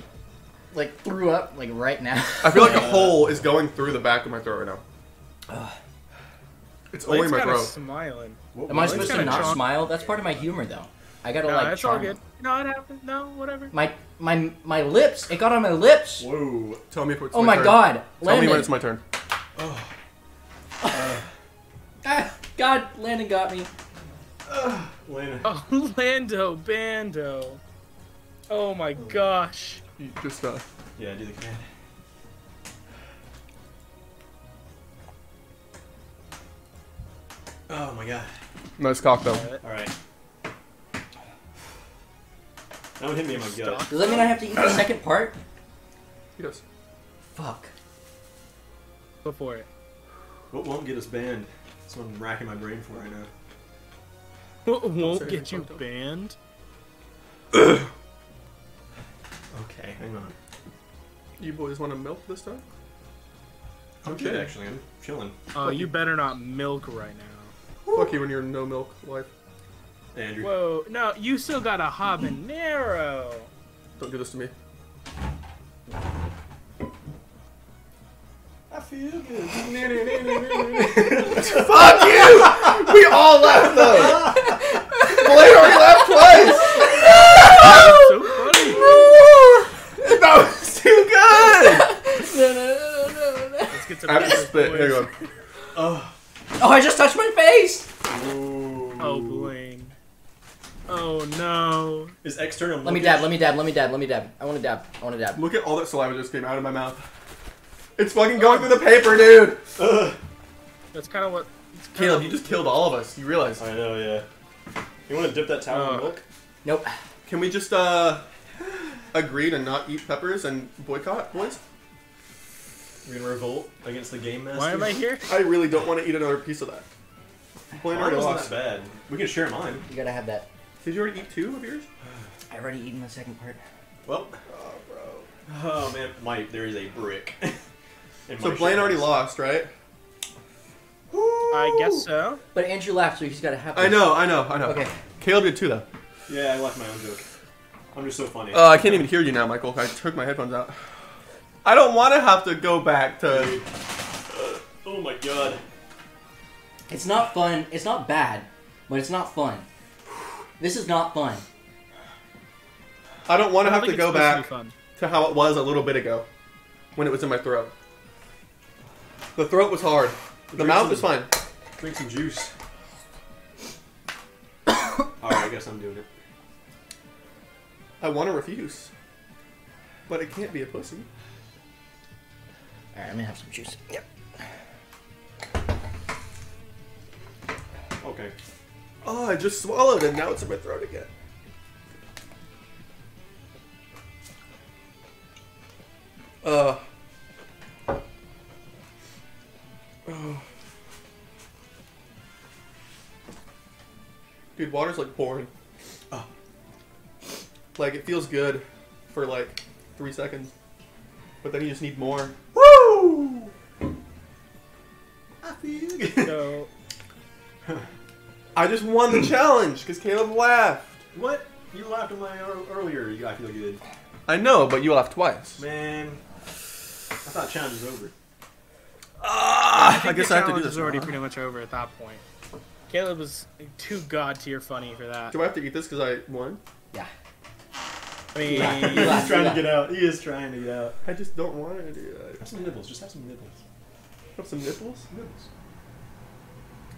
[SPEAKER 3] like threw up like right now?
[SPEAKER 1] I feel like a hole is going through the back of my throat right now. It's only
[SPEAKER 4] Blake's
[SPEAKER 1] my
[SPEAKER 4] kinda
[SPEAKER 1] throat.
[SPEAKER 4] smiling.
[SPEAKER 2] What
[SPEAKER 3] Am I
[SPEAKER 2] was-
[SPEAKER 3] supposed to
[SPEAKER 4] kinda
[SPEAKER 3] not
[SPEAKER 4] chalk.
[SPEAKER 3] smile? That's part of my humor though. I gotta
[SPEAKER 4] No,
[SPEAKER 3] like
[SPEAKER 4] that's all
[SPEAKER 3] charm.
[SPEAKER 4] good. No, it happened. No, whatever.
[SPEAKER 3] My my my lips. It got on my lips.
[SPEAKER 2] Whoa.
[SPEAKER 1] Tell me if it's
[SPEAKER 3] Oh
[SPEAKER 1] my,
[SPEAKER 3] my
[SPEAKER 1] turn.
[SPEAKER 3] god.
[SPEAKER 1] Tell me
[SPEAKER 3] Landon.
[SPEAKER 1] when it's my turn.
[SPEAKER 3] Ah, god, Landon got me.
[SPEAKER 2] Lana.
[SPEAKER 4] Oh, Lando Bando. Oh my gosh.
[SPEAKER 1] You just uh,
[SPEAKER 2] Yeah, do the command. Oh my god.
[SPEAKER 1] nice cock though.
[SPEAKER 2] Alright. That one hit me in my gut.
[SPEAKER 3] Does that mean I have to eat the second part?
[SPEAKER 1] Yes.
[SPEAKER 3] Fuck.
[SPEAKER 4] Go for it.
[SPEAKER 2] What won't get us banned? That's what I'm racking my brain for right now.
[SPEAKER 4] What
[SPEAKER 1] say
[SPEAKER 4] won't get
[SPEAKER 1] anything
[SPEAKER 4] you
[SPEAKER 1] fucked up.
[SPEAKER 4] banned?
[SPEAKER 2] Okay, hang on.
[SPEAKER 1] You boys want to milk this time?
[SPEAKER 2] I'm
[SPEAKER 1] Okay.
[SPEAKER 2] good actually, I'm chilling.
[SPEAKER 4] Oh, you better not milk right now.
[SPEAKER 1] Fuck you when you're no milk life.
[SPEAKER 2] Andrew.
[SPEAKER 4] Whoa, no, you still got a habanero.
[SPEAKER 1] Don't do this to me.
[SPEAKER 2] I feel good.
[SPEAKER 1] Fuck you! We all laughed though. Blaine already laughed twice.
[SPEAKER 4] So funny.
[SPEAKER 1] That was too good.
[SPEAKER 3] No, no, no, no, no, no.
[SPEAKER 4] Let's get to
[SPEAKER 1] I have to
[SPEAKER 4] business,
[SPEAKER 1] spit. Hang
[SPEAKER 4] boys.
[SPEAKER 1] on.
[SPEAKER 3] Oh, I just touched my face.
[SPEAKER 4] Oh, Blaine. Oh no.
[SPEAKER 2] Is external
[SPEAKER 3] Let me dab. Let me dab. Let me dab. Let me dab. I want to dab. I want to dab.
[SPEAKER 1] Look at all that saliva just came out of my mouth. It's fucking going through the paper, dude.
[SPEAKER 4] That's kind of what. it's kinda-
[SPEAKER 1] Caleb, you just killed all of us. You realize?
[SPEAKER 2] I know, yeah. You wanna dip that towel in
[SPEAKER 4] Ugh.
[SPEAKER 2] milk?
[SPEAKER 3] Nope.
[SPEAKER 1] Can we just uh agree to not eat peppers and boycott, boys?
[SPEAKER 2] We're gonna revolt against the game master.
[SPEAKER 4] Why am I here?
[SPEAKER 1] I really don't want to eat another piece of that. Blaine
[SPEAKER 2] Mine
[SPEAKER 1] already
[SPEAKER 2] wasn't
[SPEAKER 1] lost.
[SPEAKER 2] that bad. We can share mine.
[SPEAKER 3] You gotta have that.
[SPEAKER 1] Did you already eat two of yours?
[SPEAKER 3] I already eaten the second part.
[SPEAKER 2] Well. Oh, bro. Oh, man. Mike, there is a brick. in
[SPEAKER 1] So
[SPEAKER 2] my
[SPEAKER 1] Blaine already
[SPEAKER 2] shorts.
[SPEAKER 1] lost, right?
[SPEAKER 4] I guess so.
[SPEAKER 3] But Andrew laughed, so he's gotta have.
[SPEAKER 1] I
[SPEAKER 3] this.
[SPEAKER 1] know, I know, I know.
[SPEAKER 3] Okay.
[SPEAKER 1] Caleb did too, though.
[SPEAKER 2] Yeah, I left my own joke. I'm just so funny.
[SPEAKER 1] Uh, I can't even hear you now, Michael. I took my headphones out. I don't want to have to go back to.
[SPEAKER 2] oh my god.
[SPEAKER 3] It's not fun. It's not bad, but it's not fun. This is not fun.
[SPEAKER 1] I don't want
[SPEAKER 4] I
[SPEAKER 1] to
[SPEAKER 4] don't
[SPEAKER 1] have
[SPEAKER 4] think
[SPEAKER 1] to
[SPEAKER 4] it's
[SPEAKER 1] go
[SPEAKER 4] supposed
[SPEAKER 1] back
[SPEAKER 4] be fun.
[SPEAKER 1] to how it was a little bit ago, when it was in my throat. The throat was hard. The mouth was fine.
[SPEAKER 2] Drink some juice. Alright, I guess I'm doing it.
[SPEAKER 1] I want to refuse, but it can't be a pussy.
[SPEAKER 3] All right, I'm gonna have some juice. Yep.
[SPEAKER 2] Okay.
[SPEAKER 1] Oh, I just swallowed and now it's in my throat again. Uh. Oh. Dude, water's like boring.
[SPEAKER 2] Oh.
[SPEAKER 1] Like it feels good for like three seconds, but then you just need more.
[SPEAKER 2] Woo! I feel good.
[SPEAKER 4] So
[SPEAKER 1] I just won the challenge because Caleb laughed.
[SPEAKER 2] What? You laughed at my ear- earlier. You- I feel good.
[SPEAKER 1] I know, but you laughed twice.
[SPEAKER 2] Man. I thought challenge was over.
[SPEAKER 1] Ah, I,
[SPEAKER 4] think
[SPEAKER 1] guess
[SPEAKER 4] the
[SPEAKER 1] I have to do
[SPEAKER 4] challenge
[SPEAKER 1] this.
[SPEAKER 4] is already
[SPEAKER 1] now.
[SPEAKER 4] pretty much over at that point. Caleb was too god tier funny for that.
[SPEAKER 1] Do I have to eat this because I won?
[SPEAKER 3] Yeah.
[SPEAKER 4] I mean,
[SPEAKER 3] Yeah.
[SPEAKER 2] He's trying to get out. He is trying to get out.
[SPEAKER 1] I just don't want to do that.
[SPEAKER 2] Have some nibbles. Just have some nibbles.
[SPEAKER 1] Have some nipples?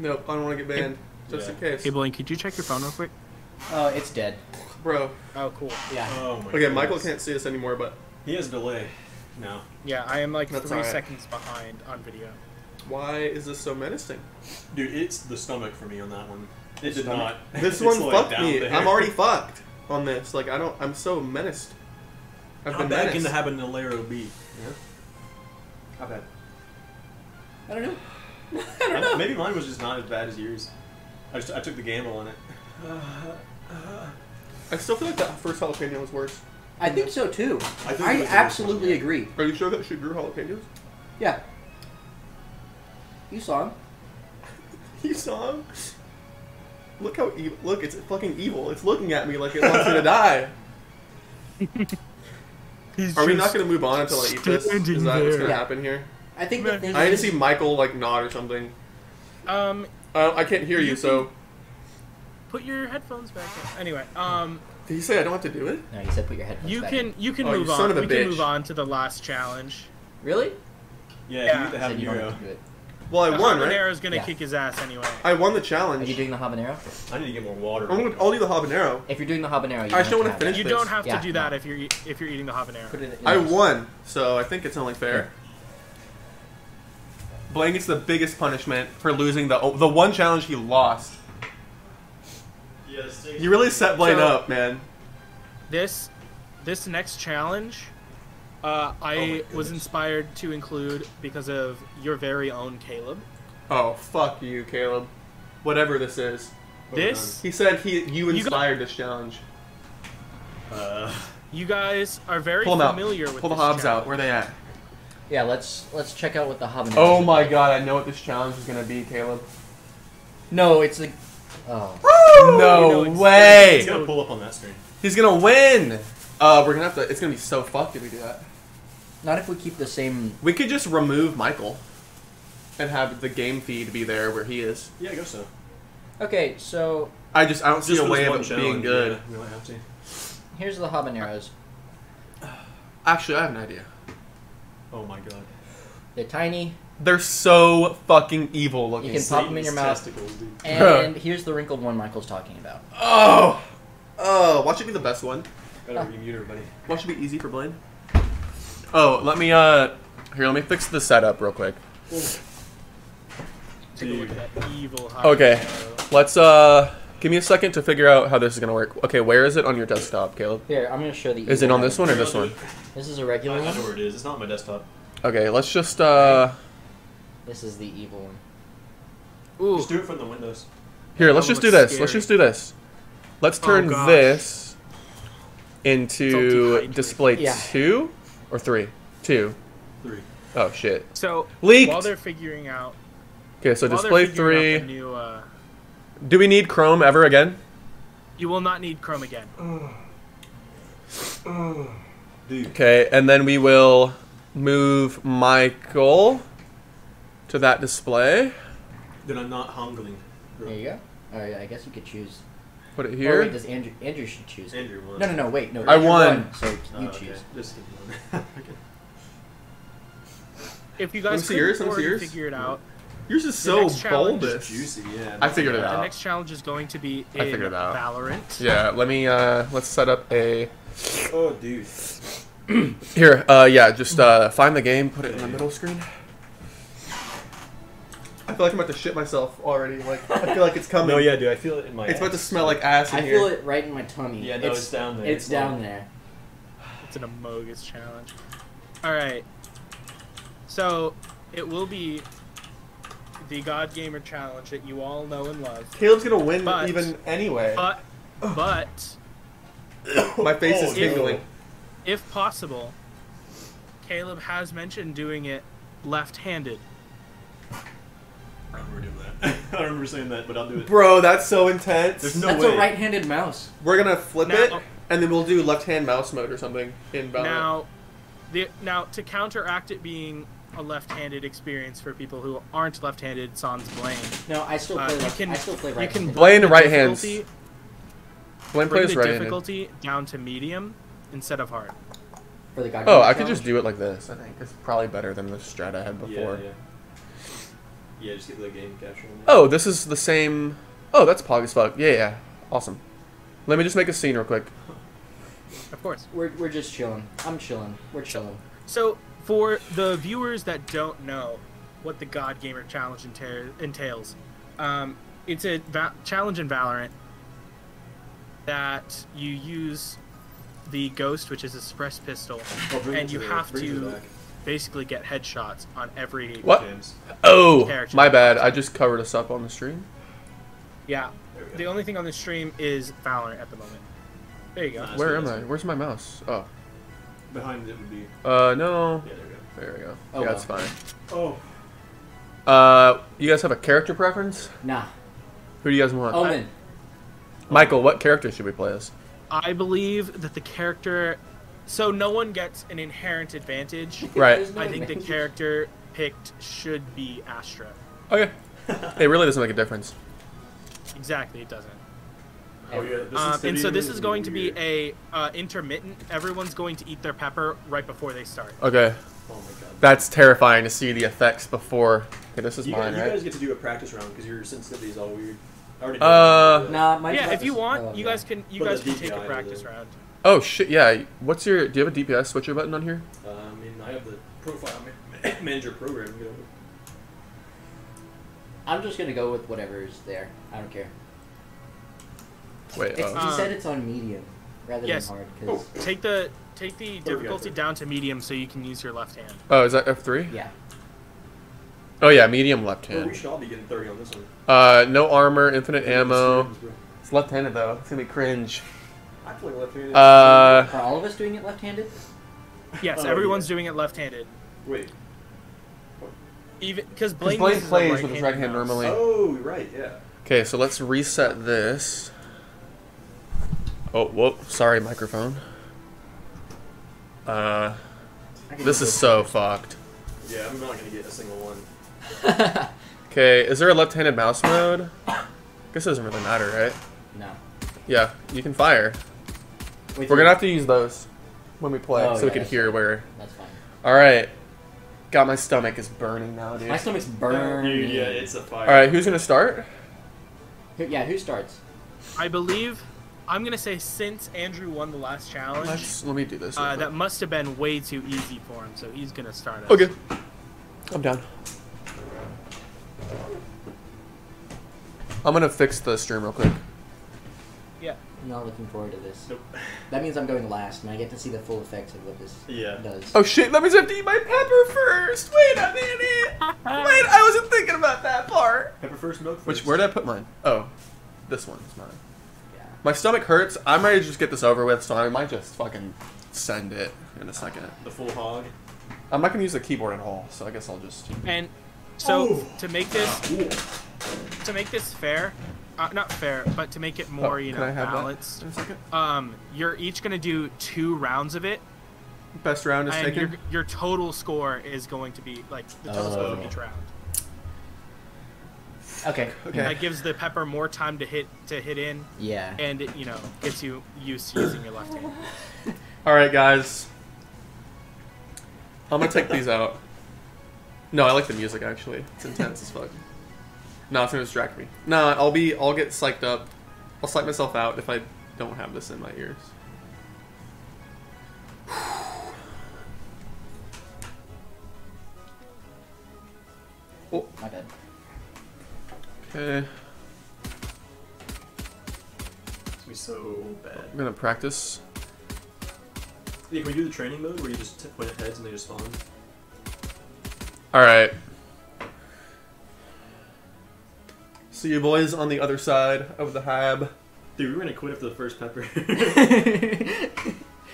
[SPEAKER 1] Nope, I don't want to get banned. Just in
[SPEAKER 2] Yeah.
[SPEAKER 1] case.
[SPEAKER 4] Hey, Blaine, could you check your phone real quick?
[SPEAKER 3] Oh, it's dead.
[SPEAKER 1] Bro.
[SPEAKER 4] Oh, cool.
[SPEAKER 3] Yeah.
[SPEAKER 2] Oh my
[SPEAKER 1] Okay, Michael
[SPEAKER 2] goodness.
[SPEAKER 1] can't see us anymore, but
[SPEAKER 2] He has delay. No.
[SPEAKER 4] Yeah, I am like
[SPEAKER 1] That's
[SPEAKER 4] three
[SPEAKER 1] alright.
[SPEAKER 4] seconds behind on video.
[SPEAKER 1] why is this so menacing?
[SPEAKER 2] Dude, it's the stomach for me on that one. It did
[SPEAKER 1] Stomach.
[SPEAKER 2] not.
[SPEAKER 1] This
[SPEAKER 2] it's
[SPEAKER 1] one
[SPEAKER 2] like
[SPEAKER 1] fucked
[SPEAKER 2] down
[SPEAKER 1] me.
[SPEAKER 2] there.
[SPEAKER 1] I'm already fucked on this. Like I don't. I'm so menaced. I've
[SPEAKER 2] I'm
[SPEAKER 1] been
[SPEAKER 2] back
[SPEAKER 1] menaced.
[SPEAKER 2] in the habanero B. Yeah. How bad?
[SPEAKER 3] I don't know.
[SPEAKER 2] I- Maybe mine was just not as bad as yours. I just I took the gamble on it.
[SPEAKER 1] I still feel like that first jalapeno was worse.
[SPEAKER 3] I think so too.
[SPEAKER 2] I
[SPEAKER 3] I,
[SPEAKER 2] think it was the
[SPEAKER 3] absolutely
[SPEAKER 2] worst
[SPEAKER 3] agree.
[SPEAKER 1] Are you sure that she grew jalapenos?
[SPEAKER 3] Yeah. You saw him.
[SPEAKER 1] You saw him. Look how evil. Look, it's fucking evil. It's looking at me like it wants me to die.
[SPEAKER 6] He's
[SPEAKER 1] Are we
[SPEAKER 6] just-
[SPEAKER 1] not gonna move on until I eat this? Is
[SPEAKER 6] standing
[SPEAKER 1] that what's
[SPEAKER 6] there.
[SPEAKER 1] gonna happen here?
[SPEAKER 3] I think the thing
[SPEAKER 1] I didn't
[SPEAKER 3] is,
[SPEAKER 1] see Michael like nod or something.
[SPEAKER 4] Um,
[SPEAKER 1] Uh, I can't hear you, so
[SPEAKER 4] put your headphones back. In. Anyway, um,
[SPEAKER 1] did he say I don't have to do it?
[SPEAKER 3] No, you said put your headphones
[SPEAKER 4] you
[SPEAKER 3] back
[SPEAKER 4] can
[SPEAKER 3] in.
[SPEAKER 4] you can
[SPEAKER 1] Oh, you
[SPEAKER 4] move
[SPEAKER 1] son
[SPEAKER 4] on.
[SPEAKER 1] of a
[SPEAKER 4] We
[SPEAKER 1] bitch.
[SPEAKER 4] can move on to the last challenge.
[SPEAKER 3] Really?
[SPEAKER 4] Yeah.
[SPEAKER 2] Yeah, you
[SPEAKER 3] I
[SPEAKER 2] need
[SPEAKER 3] said you
[SPEAKER 2] the
[SPEAKER 3] don't have
[SPEAKER 2] habanero.
[SPEAKER 3] to do it.
[SPEAKER 1] Well, I
[SPEAKER 4] The
[SPEAKER 1] won, right?
[SPEAKER 4] Habanero's gonna
[SPEAKER 3] Yeah.
[SPEAKER 4] kick his ass anyway.
[SPEAKER 1] I won the
[SPEAKER 3] Are you
[SPEAKER 1] challenge.
[SPEAKER 3] doing the habanero?
[SPEAKER 2] I need to get more water.
[SPEAKER 1] I'm gonna, I'll do the habanero.
[SPEAKER 3] If you're doing the habanero, you
[SPEAKER 1] I still
[SPEAKER 3] don't have
[SPEAKER 1] wanna
[SPEAKER 3] have
[SPEAKER 1] finish
[SPEAKER 4] You
[SPEAKER 1] this.
[SPEAKER 4] don't have
[SPEAKER 3] Yeah,
[SPEAKER 4] to do
[SPEAKER 3] no.
[SPEAKER 4] that if you're e- if you're eating the
[SPEAKER 3] that. Put
[SPEAKER 4] habanero.
[SPEAKER 3] it in
[SPEAKER 1] I
[SPEAKER 3] this.
[SPEAKER 1] won, so I think it's only fair. Blaine gets the biggest punishment for losing the the one challenge he lost.
[SPEAKER 2] Yes.
[SPEAKER 1] You really set Blaine
[SPEAKER 4] So-
[SPEAKER 1] up, man.
[SPEAKER 4] This this next challenge, uh, I
[SPEAKER 1] Oh my
[SPEAKER 4] was
[SPEAKER 1] goodness.
[SPEAKER 4] inspired to include because of your very own Caleb.
[SPEAKER 1] Oh fuck you, Caleb. Whatever this is,
[SPEAKER 4] This
[SPEAKER 1] he said he you
[SPEAKER 4] You got-
[SPEAKER 1] inspired this challenge.
[SPEAKER 2] Uh,
[SPEAKER 4] you guys are very
[SPEAKER 1] Pull them out.
[SPEAKER 4] familiar with.
[SPEAKER 1] Pull the
[SPEAKER 4] this
[SPEAKER 1] hobs out.
[SPEAKER 4] challenge.
[SPEAKER 1] Where they at?
[SPEAKER 3] Yeah, let's let's check out what the habanero.
[SPEAKER 1] Oh my god, I know what this challenge is gonna be, Caleb.
[SPEAKER 3] No, it's a. Oh.
[SPEAKER 1] No
[SPEAKER 4] You know
[SPEAKER 2] it's
[SPEAKER 1] way!
[SPEAKER 2] gonna pull up on that screen.
[SPEAKER 1] He's gonna win. Uh, we're gonna have to. It's gonna be so fucked if we do that.
[SPEAKER 3] Not if we keep the same.
[SPEAKER 1] We could just remove Michael, and have the game feed be there where he is.
[SPEAKER 2] Yeah, I guess so.
[SPEAKER 3] Okay, so
[SPEAKER 1] I just I don't see
[SPEAKER 2] Just
[SPEAKER 1] a
[SPEAKER 2] for
[SPEAKER 1] way
[SPEAKER 2] this
[SPEAKER 1] of
[SPEAKER 2] one
[SPEAKER 1] it being
[SPEAKER 2] challenge,
[SPEAKER 1] good.
[SPEAKER 2] yeah, we might have to.
[SPEAKER 3] here's the habaneros.
[SPEAKER 1] Actually, I have an idea.
[SPEAKER 2] Oh my god.
[SPEAKER 3] They're tiny,
[SPEAKER 1] They're so fucking evil looking.
[SPEAKER 3] You can pop them in
[SPEAKER 2] Satan's
[SPEAKER 3] your mouth.
[SPEAKER 2] Testicles, dude.
[SPEAKER 3] and here's the wrinkled one Michael's talking about.
[SPEAKER 1] oh, oh, watch it be the best one.
[SPEAKER 2] Better you mute everybody.
[SPEAKER 1] Watch it be easy for Blaine. Oh, let me uh, here, let me fix the setup real quick.
[SPEAKER 4] Take a look at that evil habanero.
[SPEAKER 1] Okay. Let's uh, give me a second to figure out how this is gonna work. Okay, where is it on your desktop, Caleb?
[SPEAKER 3] Here, I'm gonna show the.
[SPEAKER 1] Is it
[SPEAKER 3] evil
[SPEAKER 1] on this one or this one?
[SPEAKER 3] This is a
[SPEAKER 2] I
[SPEAKER 3] regular
[SPEAKER 2] I know where
[SPEAKER 3] one.
[SPEAKER 2] it is. It's not on my desktop.
[SPEAKER 1] Okay, let's just uh,
[SPEAKER 3] This is the evil one.
[SPEAKER 4] Ooh.
[SPEAKER 2] Just do it from the windows.
[SPEAKER 1] here,
[SPEAKER 4] That
[SPEAKER 1] let's
[SPEAKER 4] one
[SPEAKER 1] just do
[SPEAKER 4] looks
[SPEAKER 1] this.
[SPEAKER 4] scary.
[SPEAKER 1] Let's just do this. Let's
[SPEAKER 4] Oh,
[SPEAKER 1] turn
[SPEAKER 4] gosh.
[SPEAKER 1] this
[SPEAKER 4] It's all
[SPEAKER 1] into
[SPEAKER 4] dehydrated.
[SPEAKER 1] display
[SPEAKER 3] Yeah.
[SPEAKER 1] two or three. Two.
[SPEAKER 2] Three.
[SPEAKER 1] Oh shit.
[SPEAKER 4] So
[SPEAKER 1] Leaked.
[SPEAKER 4] while they're figuring out,
[SPEAKER 1] Okay, so
[SPEAKER 4] while they're
[SPEAKER 1] display
[SPEAKER 4] figuring
[SPEAKER 1] three.
[SPEAKER 4] out the new, uh,
[SPEAKER 1] Do we need Chrome ever again?
[SPEAKER 4] you will not need Chrome again.
[SPEAKER 2] Dude.
[SPEAKER 1] Okay, and then we will move Michael to that display.
[SPEAKER 2] Dude, I'm not hungling.
[SPEAKER 3] There you go. All right, I guess you could choose.
[SPEAKER 1] Put it
[SPEAKER 3] Or
[SPEAKER 1] here.
[SPEAKER 3] wait, does Andrew? Andrew should choose. No,
[SPEAKER 2] Andrew won.
[SPEAKER 3] no, no. Wait, no.
[SPEAKER 1] I
[SPEAKER 3] Andrew
[SPEAKER 1] won.
[SPEAKER 3] So you
[SPEAKER 2] Oh, okay.
[SPEAKER 3] choose.
[SPEAKER 2] Just keep going. Okay.
[SPEAKER 4] If you
[SPEAKER 1] me
[SPEAKER 4] guys
[SPEAKER 1] see yours, let
[SPEAKER 4] couldn't
[SPEAKER 1] me see
[SPEAKER 4] already
[SPEAKER 1] yours.
[SPEAKER 4] figure it out,
[SPEAKER 1] Yours is
[SPEAKER 4] The
[SPEAKER 1] so
[SPEAKER 4] next challenge is
[SPEAKER 1] bulbous.
[SPEAKER 2] Juicy, yeah.
[SPEAKER 1] I figured it
[SPEAKER 4] the
[SPEAKER 1] out.
[SPEAKER 4] next challenge is going to be
[SPEAKER 1] I
[SPEAKER 4] in
[SPEAKER 1] figured it out.
[SPEAKER 4] Valorant.
[SPEAKER 1] Yeah, let me uh let's set up a
[SPEAKER 2] Oh, dude.
[SPEAKER 1] here, uh yeah, just uh find the game, put it in the middle screen. I feel like I'm about to shit myself already. Like I feel like it's coming.
[SPEAKER 2] No, yeah, dude. I feel it in my.
[SPEAKER 1] It's about to
[SPEAKER 2] ass.
[SPEAKER 1] smell like ass in
[SPEAKER 3] I
[SPEAKER 1] here.
[SPEAKER 3] feel it right in my tummy.
[SPEAKER 2] Yeah, no, it's down there.
[SPEAKER 3] It's
[SPEAKER 2] It's long.
[SPEAKER 3] down there.
[SPEAKER 4] It's an Amogus challenge. All right. So it will be the God Gamer challenge that you all know and love,
[SPEAKER 1] Caleb's gonna win
[SPEAKER 4] But-
[SPEAKER 1] even anyway.
[SPEAKER 4] but but
[SPEAKER 1] My face
[SPEAKER 2] Oh,
[SPEAKER 1] is
[SPEAKER 2] no.
[SPEAKER 1] tingling.
[SPEAKER 4] if possible, Caleb has mentioned doing it left-handed.
[SPEAKER 2] I remember doing that. I remember saying that, but I'll do it.
[SPEAKER 1] Bro, that's so intense.
[SPEAKER 2] There's no
[SPEAKER 3] That's
[SPEAKER 2] way.
[SPEAKER 3] a right-handed mouse.
[SPEAKER 1] We're gonna flip
[SPEAKER 4] Now- oh.
[SPEAKER 1] it, and then we'll do left hand mouse mode or something in Valorant.
[SPEAKER 4] Now, the now to counteract it being a left-handed experience for people who aren't left-handed, sans Blaine.
[SPEAKER 3] No, I still
[SPEAKER 4] Uh,
[SPEAKER 3] play.
[SPEAKER 4] you
[SPEAKER 3] left-
[SPEAKER 4] can-
[SPEAKER 3] I still play
[SPEAKER 4] you
[SPEAKER 3] right.
[SPEAKER 4] can
[SPEAKER 1] Blaine
[SPEAKER 4] the
[SPEAKER 1] right hands.
[SPEAKER 4] difficulty-
[SPEAKER 1] Blaine
[SPEAKER 4] Bring
[SPEAKER 1] plays
[SPEAKER 4] the
[SPEAKER 1] right handed.
[SPEAKER 4] difficulty down to medium instead of hard.
[SPEAKER 3] for the God
[SPEAKER 1] Oh,
[SPEAKER 3] Gamer
[SPEAKER 1] I could
[SPEAKER 3] challenge.
[SPEAKER 1] just do it like this. I think it's probably better than the strat I had
[SPEAKER 2] Yeah,
[SPEAKER 1] before.
[SPEAKER 2] yeah. Yeah, just get the game capture. on there.
[SPEAKER 1] Oh, this is the same. Oh, that's pog as fuck. Yeah, yeah. Awesome. Let me just make a scene real quick.
[SPEAKER 4] Of course.
[SPEAKER 3] We're, we're just chilling. I'm chilling. We're chilling.
[SPEAKER 4] So, for the viewers that don't know what the God Gamer Challenge enta- entails, um, it's a va- challenge in Valorant that you use the Ghost, which is a suppress pistol,
[SPEAKER 2] I'll Oh, bring
[SPEAKER 4] and
[SPEAKER 2] it
[SPEAKER 4] you
[SPEAKER 2] the-
[SPEAKER 4] have
[SPEAKER 2] bring it
[SPEAKER 4] to
[SPEAKER 2] back,
[SPEAKER 4] basically get headshots on every.
[SPEAKER 1] What?
[SPEAKER 2] James.
[SPEAKER 1] Oh,
[SPEAKER 4] Character.
[SPEAKER 1] my bad. I just covered us up on the stream.
[SPEAKER 4] Yeah.
[SPEAKER 2] There we go.
[SPEAKER 4] The only thing on the stream is Valorant at the moment. There you go.
[SPEAKER 2] Nice.
[SPEAKER 1] Where am I? Where's my mouse? Oh.
[SPEAKER 2] Behind it would be. Yeah,
[SPEAKER 1] Uh, no.
[SPEAKER 2] there we go.
[SPEAKER 1] There we go.
[SPEAKER 3] Oh,
[SPEAKER 1] yeah, that's
[SPEAKER 3] well.
[SPEAKER 1] fine.
[SPEAKER 2] Oh,
[SPEAKER 1] Uh, you guys have a character preference?
[SPEAKER 3] Nah.
[SPEAKER 1] Who do you guys want?
[SPEAKER 3] Omen.
[SPEAKER 1] Michael, what character should we play as?
[SPEAKER 4] I believe that the character. So no one gets an inherent advantage.
[SPEAKER 1] Right.
[SPEAKER 3] There's no
[SPEAKER 4] I think the
[SPEAKER 3] advantage.
[SPEAKER 4] character picked should be Astra.
[SPEAKER 1] Okay. it really doesn't make a difference.
[SPEAKER 4] Exactly, it doesn't.
[SPEAKER 2] oh yeah. This
[SPEAKER 4] Um, and so
[SPEAKER 2] Sidian
[SPEAKER 4] this is going to be
[SPEAKER 2] weird.
[SPEAKER 4] a uh, intermittent. Everyone's going to eat their pepper right before they start.
[SPEAKER 1] Okay.
[SPEAKER 2] Oh my god.
[SPEAKER 1] That's terrifying to see the effects before. Okay, this is
[SPEAKER 2] You,
[SPEAKER 1] mine,
[SPEAKER 2] guys, you
[SPEAKER 1] right?
[SPEAKER 2] guys get to do a practice round because your sensitivity is all weird. I already did
[SPEAKER 1] Uh,
[SPEAKER 2] that.
[SPEAKER 3] Nah, my
[SPEAKER 4] yeah,
[SPEAKER 3] class
[SPEAKER 4] if you
[SPEAKER 3] is-
[SPEAKER 4] want,
[SPEAKER 3] oh,
[SPEAKER 4] you
[SPEAKER 3] yeah.
[SPEAKER 4] guys can you
[SPEAKER 2] Put a
[SPEAKER 4] guys can take a
[SPEAKER 2] DPI
[SPEAKER 4] practice
[SPEAKER 2] there.
[SPEAKER 4] round.
[SPEAKER 1] Oh shit! Yeah. What's your? Do you have a DPS switcher button on here?
[SPEAKER 2] Uh, I mean, I have the profile ma- manager program. You know.
[SPEAKER 3] I'm just gonna go with whatever's there. I don't care.
[SPEAKER 1] Wait.
[SPEAKER 3] It's,
[SPEAKER 1] Oh.
[SPEAKER 3] you
[SPEAKER 4] Uh,
[SPEAKER 3] said it's on medium rather
[SPEAKER 4] yes.
[SPEAKER 3] than hard. Cause,
[SPEAKER 4] Take the take the
[SPEAKER 2] go,
[SPEAKER 4] difficulty
[SPEAKER 2] sir.
[SPEAKER 4] down to medium so you can use your left hand.
[SPEAKER 1] Oh, is that F three?
[SPEAKER 3] yeah.
[SPEAKER 1] Oh yeah, medium left
[SPEAKER 2] Well, we
[SPEAKER 1] hand.
[SPEAKER 2] should all be getting 30 on this one.
[SPEAKER 1] Uh, no armor, infinite ammo.
[SPEAKER 2] Bro.
[SPEAKER 1] It's left handed though. It's gonna be cringe.
[SPEAKER 2] I play left-handed.
[SPEAKER 1] Uh,
[SPEAKER 3] Are all of us doing it left-handed?
[SPEAKER 4] Yes,
[SPEAKER 2] Oh,
[SPEAKER 4] everyone's
[SPEAKER 2] yeah.
[SPEAKER 4] doing it left-handed.
[SPEAKER 2] Wait.
[SPEAKER 4] Even because Blaine,
[SPEAKER 1] Blaine
[SPEAKER 4] uses a
[SPEAKER 1] plays with his right
[SPEAKER 4] right-handed
[SPEAKER 1] hand
[SPEAKER 4] mouse.
[SPEAKER 1] normally.
[SPEAKER 2] Oh, right. Yeah.
[SPEAKER 1] Okay, so let's reset this. Oh, whoa! Sorry, microphone. Uh, this is so fucked.
[SPEAKER 2] Yeah, I'm not gonna get a single one.
[SPEAKER 1] Okay, is there a left-handed mouse mode? Guess it doesn't really matter, right?
[SPEAKER 3] No.
[SPEAKER 1] Yeah, you can fire.
[SPEAKER 3] Wait,
[SPEAKER 1] We're gonna have to use those when we play,
[SPEAKER 3] Oh,
[SPEAKER 1] so we
[SPEAKER 3] yeah,
[SPEAKER 1] can
[SPEAKER 3] that's
[SPEAKER 1] hear
[SPEAKER 3] right.
[SPEAKER 1] where.
[SPEAKER 3] That's fine.
[SPEAKER 1] All right, God, my stomach is burning now, dude.
[SPEAKER 3] My stomach's burning.
[SPEAKER 2] Dude, Uh, yeah, it's a fire.
[SPEAKER 1] All right, who's gonna start?
[SPEAKER 3] Who- yeah, who starts?
[SPEAKER 4] I believe I'm gonna say since Andrew won the last challenge,
[SPEAKER 1] Let's, let me do this. real
[SPEAKER 4] uh,
[SPEAKER 1] quick.
[SPEAKER 4] that must have been way too easy for him, so he's gonna start us.
[SPEAKER 1] Okay, I'm down. I'm gonna fix the stream real quick.
[SPEAKER 4] Yeah.
[SPEAKER 3] I'm not looking forward to this.
[SPEAKER 2] Nope.
[SPEAKER 3] That means I'm going last, and I get to see the full effects of what this
[SPEAKER 2] Yeah.
[SPEAKER 3] does.
[SPEAKER 1] Oh shit, that means I have to eat my pepper first. Wait a minute. Wait, I wasn't thinking about that part.
[SPEAKER 2] Pepper first, milk first.
[SPEAKER 1] Which where did I put mine? Oh, this one's mine.
[SPEAKER 3] Yeah.
[SPEAKER 1] My stomach hurts. I'm ready to just get this over with, so I might just fucking send it in a second.
[SPEAKER 2] the full hog?
[SPEAKER 1] I'm not gonna use the keyboard at all, so I guess I'll just.
[SPEAKER 4] And so
[SPEAKER 2] Ooh.
[SPEAKER 4] to make this
[SPEAKER 2] Ooh.
[SPEAKER 4] to make this fair, uh, not fair, but to make it more
[SPEAKER 1] Oh,
[SPEAKER 4] you
[SPEAKER 1] can
[SPEAKER 4] know
[SPEAKER 1] I have that?
[SPEAKER 4] balanced,
[SPEAKER 1] In a second.
[SPEAKER 4] um, you're each gonna do two rounds of it,
[SPEAKER 1] Best round is
[SPEAKER 4] and your,
[SPEAKER 1] taken.
[SPEAKER 4] your total score is going to be like the total score of
[SPEAKER 3] Oh.
[SPEAKER 4] each round.
[SPEAKER 3] Okay.
[SPEAKER 1] Okay.
[SPEAKER 4] That gives the pepper more time to hit to hit in,
[SPEAKER 3] Yeah.
[SPEAKER 4] and it you know gets you used to using your left hand.
[SPEAKER 1] All right, guys. I'm gonna take these out. No, I like the music actually. It's intense as fuck. No, it's gonna distract me. Nah, I'll be. I'll get psyched up. I'll psych myself out if I don't have this in my ears. Oh,
[SPEAKER 3] My bad.
[SPEAKER 1] okay.
[SPEAKER 2] It's gonna be so bad.
[SPEAKER 1] I'm gonna practice.
[SPEAKER 2] Yeah, can we do the training mode where you just t- point at heads and they just spawn?
[SPEAKER 1] All right. See you boys on the other side of the hab.
[SPEAKER 2] Dude, we were gonna quit after the first pepper.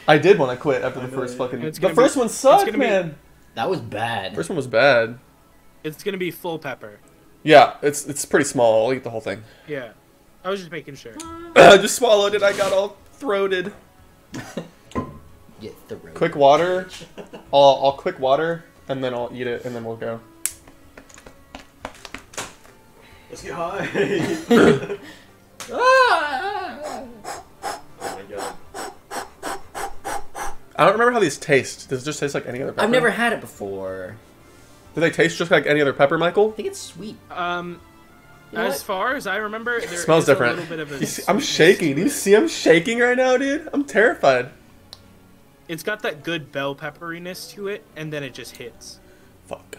[SPEAKER 1] I did want to quit after
[SPEAKER 2] I
[SPEAKER 1] the
[SPEAKER 2] know,
[SPEAKER 1] first
[SPEAKER 2] yeah.
[SPEAKER 1] fucking.
[SPEAKER 4] It's
[SPEAKER 1] The
[SPEAKER 4] gonna
[SPEAKER 1] first
[SPEAKER 4] be-
[SPEAKER 1] one
[SPEAKER 4] it's
[SPEAKER 1] sucked,
[SPEAKER 4] gonna be-
[SPEAKER 1] man.
[SPEAKER 3] that was bad.
[SPEAKER 1] First one was bad.
[SPEAKER 4] It's gonna be full pepper.
[SPEAKER 1] Yeah, it's it's pretty small. I'll eat the whole thing.
[SPEAKER 4] Yeah, I was just making sure.
[SPEAKER 1] I just swallowed it. I got all throated.
[SPEAKER 3] Get the road.
[SPEAKER 1] Quick water. I'll I'll quick water and then I'll eat it and then we'll go.
[SPEAKER 2] Let's get high. oh
[SPEAKER 3] Ah!
[SPEAKER 2] Oh my god.
[SPEAKER 1] I don't remember how these taste. Does it just taste like any other? Pepper?
[SPEAKER 3] I've never had it before.
[SPEAKER 1] Do they taste just like any other pepper, Michael?
[SPEAKER 3] I think it's sweet.
[SPEAKER 4] Um,
[SPEAKER 3] You know
[SPEAKER 4] as
[SPEAKER 3] what?
[SPEAKER 4] far as I remember, there
[SPEAKER 1] smells
[SPEAKER 4] is
[SPEAKER 1] different.
[SPEAKER 4] A little bit of a
[SPEAKER 1] You see- I'm
[SPEAKER 4] sweetness
[SPEAKER 1] shaking.
[SPEAKER 4] to
[SPEAKER 1] You
[SPEAKER 4] it.
[SPEAKER 1] see, I'm shaking right now, dude. I'm terrified.
[SPEAKER 4] It's got that good bell pepperiness to it, and then it just hits.
[SPEAKER 1] Fuck.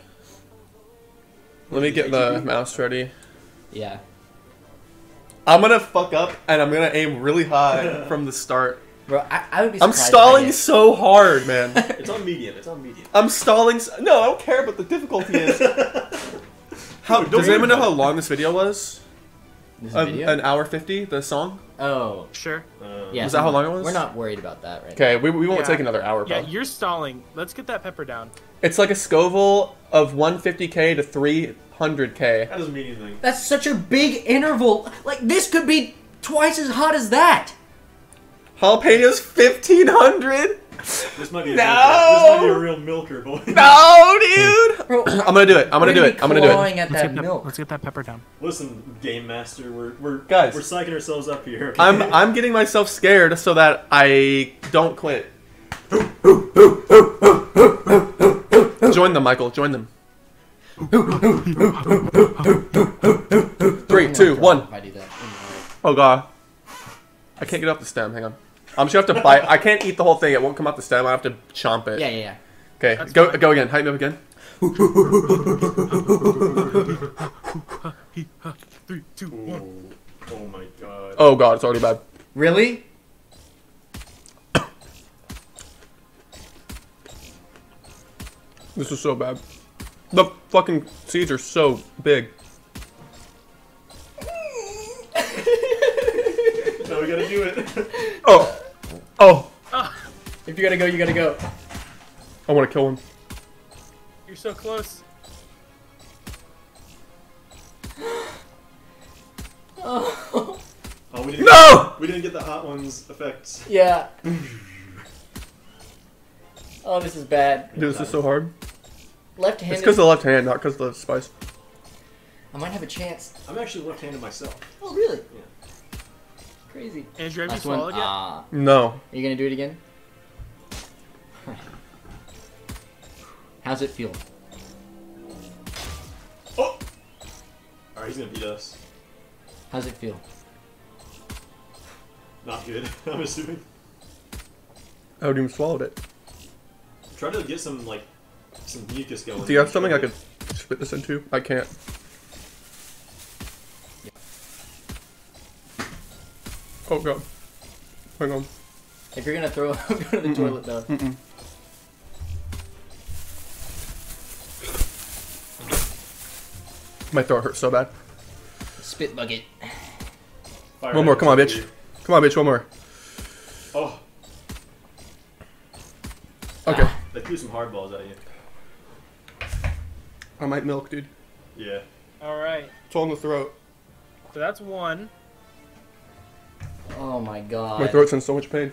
[SPEAKER 1] Let me get the mouse ready.
[SPEAKER 3] Yeah.
[SPEAKER 1] I'm gonna fuck up and I'm gonna aim really high from the start.
[SPEAKER 3] Bro, I, I would be
[SPEAKER 1] I'm
[SPEAKER 3] surprised. if I
[SPEAKER 1] stalling
[SPEAKER 3] did.
[SPEAKER 1] so hard, man.
[SPEAKER 2] It's on medium. It's on medium.
[SPEAKER 1] I'm stalling. s no, I don't care what the difficulty is. How
[SPEAKER 2] Dude, don't
[SPEAKER 1] does anyone know
[SPEAKER 2] worry
[SPEAKER 1] how
[SPEAKER 2] about
[SPEAKER 1] long this video was?
[SPEAKER 3] This
[SPEAKER 1] Um,
[SPEAKER 3] video?
[SPEAKER 1] an hour fifty. The song.
[SPEAKER 3] oh,
[SPEAKER 4] Sure.
[SPEAKER 2] Uh,
[SPEAKER 3] yeah.
[SPEAKER 1] Was that how long it was?
[SPEAKER 3] We're not worried about that right
[SPEAKER 1] Okay, we, we won't
[SPEAKER 4] Yeah.
[SPEAKER 1] take another hour, bro.
[SPEAKER 4] Yeah, you're stalling. Let's get that pepper down.
[SPEAKER 1] it's like a Scoville of 150k to 300k.
[SPEAKER 2] That doesn't mean anything.
[SPEAKER 3] That's such a big interval. Like this could be twice as hot as that.
[SPEAKER 1] Jalapenos 1500.
[SPEAKER 2] This might be a
[SPEAKER 1] No!
[SPEAKER 2] milker. This might be a real milker, boy.
[SPEAKER 1] No, dude.
[SPEAKER 3] Bro, I'm
[SPEAKER 1] I'm gonna do it. I'm gonna do it. I'm gonna do it.
[SPEAKER 3] Clawing at
[SPEAKER 4] Let's
[SPEAKER 3] that
[SPEAKER 4] get, that,
[SPEAKER 3] milk.
[SPEAKER 4] let's get that pepper down.
[SPEAKER 2] Listen, game master, we're we're
[SPEAKER 1] Guys.
[SPEAKER 2] we're psyching ourselves up here. okay?
[SPEAKER 1] I'm I'm getting myself scared so that I don't quit. Join them, Michael. Join them. Three, two, one.
[SPEAKER 3] If I do that.
[SPEAKER 1] Oh god. I can't get off the stem. Hang on. I'm just gonna have to bite. I can't eat the whole thing. It won't come out the stem. I have to chomp it.
[SPEAKER 3] Yeah, yeah, yeah.
[SPEAKER 1] Okay,
[SPEAKER 4] That's
[SPEAKER 1] go
[SPEAKER 4] fine.
[SPEAKER 1] go again. Heighten up again.
[SPEAKER 4] Three, two, one.
[SPEAKER 2] Oh, oh my god.
[SPEAKER 1] Oh god, it's already bad.
[SPEAKER 3] Really?
[SPEAKER 1] This is so bad. The fucking seeds are so big.
[SPEAKER 2] Now we gotta do it.
[SPEAKER 1] Oh, oh!
[SPEAKER 3] If you gotta go, you gotta go.
[SPEAKER 1] I want to kill him.
[SPEAKER 4] You're so close.
[SPEAKER 3] Oh,
[SPEAKER 2] Oh, we didn't
[SPEAKER 1] No!
[SPEAKER 2] We didn't get the hot ones effects.
[SPEAKER 3] yeah. Oh, this is bad.
[SPEAKER 1] Dude, this is so hard.
[SPEAKER 3] Left-handed.
[SPEAKER 1] It's because of the left hand, not because of the spice.
[SPEAKER 3] I might have a chance.
[SPEAKER 2] I'm actually left-handed myself.
[SPEAKER 3] Oh, really?
[SPEAKER 2] Yeah.
[SPEAKER 3] Crazy.
[SPEAKER 4] Andrew, have you
[SPEAKER 3] Last one.
[SPEAKER 4] swallowed yet?
[SPEAKER 3] Ah,
[SPEAKER 1] No.
[SPEAKER 3] are you gonna do it again? How's it feel?
[SPEAKER 2] Oh! Alright, he's gonna beat us.
[SPEAKER 3] How's it feel?
[SPEAKER 2] Not good, I'm assuming.
[SPEAKER 1] I would even swallowed it.
[SPEAKER 2] Try to get some, like, some mucus going.
[SPEAKER 1] Do you have something I could spit this into? I can't. Oh god. Hang on.
[SPEAKER 3] If you're gonna throw up, go to the
[SPEAKER 1] Mm-mm.
[SPEAKER 3] toilet though.
[SPEAKER 1] My throat hurts so bad.
[SPEAKER 3] Spit bucket.
[SPEAKER 2] Fire
[SPEAKER 1] One more,
[SPEAKER 2] that
[SPEAKER 1] come on,
[SPEAKER 2] into
[SPEAKER 1] bitch.
[SPEAKER 2] you.
[SPEAKER 1] Come on, bitch, one more.
[SPEAKER 2] Oh,
[SPEAKER 1] Okay.
[SPEAKER 3] Ah,
[SPEAKER 2] they threw some hard balls at you.
[SPEAKER 1] I might milk, dude.
[SPEAKER 2] Yeah.
[SPEAKER 4] All right.
[SPEAKER 1] It's all in the throat.
[SPEAKER 4] So that's one.
[SPEAKER 3] Oh my god.
[SPEAKER 1] My throat's in so much pain.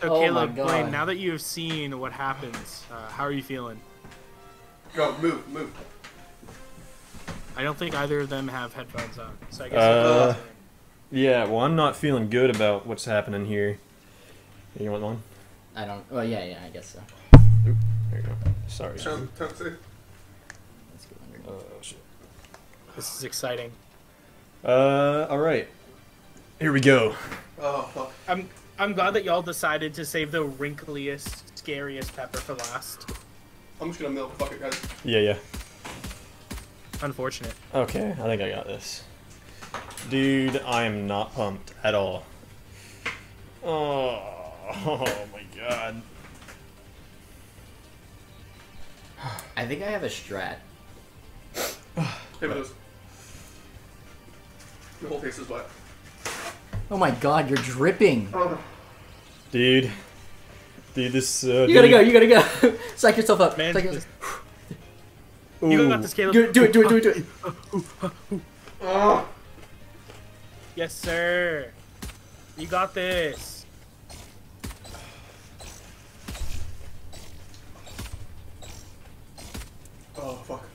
[SPEAKER 4] So
[SPEAKER 3] Oh my
[SPEAKER 4] Caleb,
[SPEAKER 3] God.
[SPEAKER 4] Blaine, now that you have seen what happens, uh, how are you feeling?
[SPEAKER 1] Go, move, move.
[SPEAKER 4] I don't think either of them have headphones on, so I guess.
[SPEAKER 5] Uh, Yeah, well, I'm not feeling good about what's happening here. You want one?
[SPEAKER 3] I don't. Oh yeah, yeah. I guess so.
[SPEAKER 5] There you go. Sorry.
[SPEAKER 3] Let's go
[SPEAKER 5] Oh,
[SPEAKER 3] under.
[SPEAKER 5] shit.
[SPEAKER 4] this is exciting.
[SPEAKER 5] Uh, all right. Here we go.
[SPEAKER 1] Oh, fuck.
[SPEAKER 4] I'm I'm glad that y'all decided to save the wrinkliest, scariest pepper for last.
[SPEAKER 1] I'm just gonna milk. Fuck it, guys.
[SPEAKER 5] Yeah, yeah.
[SPEAKER 4] Unfortunate.
[SPEAKER 5] Okay, I think I got this. Dude, I am not pumped at all. Oh, oh my god.
[SPEAKER 3] I think I have a strat.
[SPEAKER 1] Hey, those. Your whole face is wet.
[SPEAKER 3] Oh my god, you're dripping.
[SPEAKER 1] Oh,
[SPEAKER 5] Dude. Dude, this. Uh,
[SPEAKER 3] You gotta go. You gotta go. Psych yourself up.
[SPEAKER 4] Man,
[SPEAKER 3] Psych yourself.
[SPEAKER 5] go.
[SPEAKER 4] You got this, Caleb.
[SPEAKER 3] Do it. Do it. Do it. Do it. Do it.
[SPEAKER 4] Yes, sir. You got this.
[SPEAKER 1] Oh, fuck.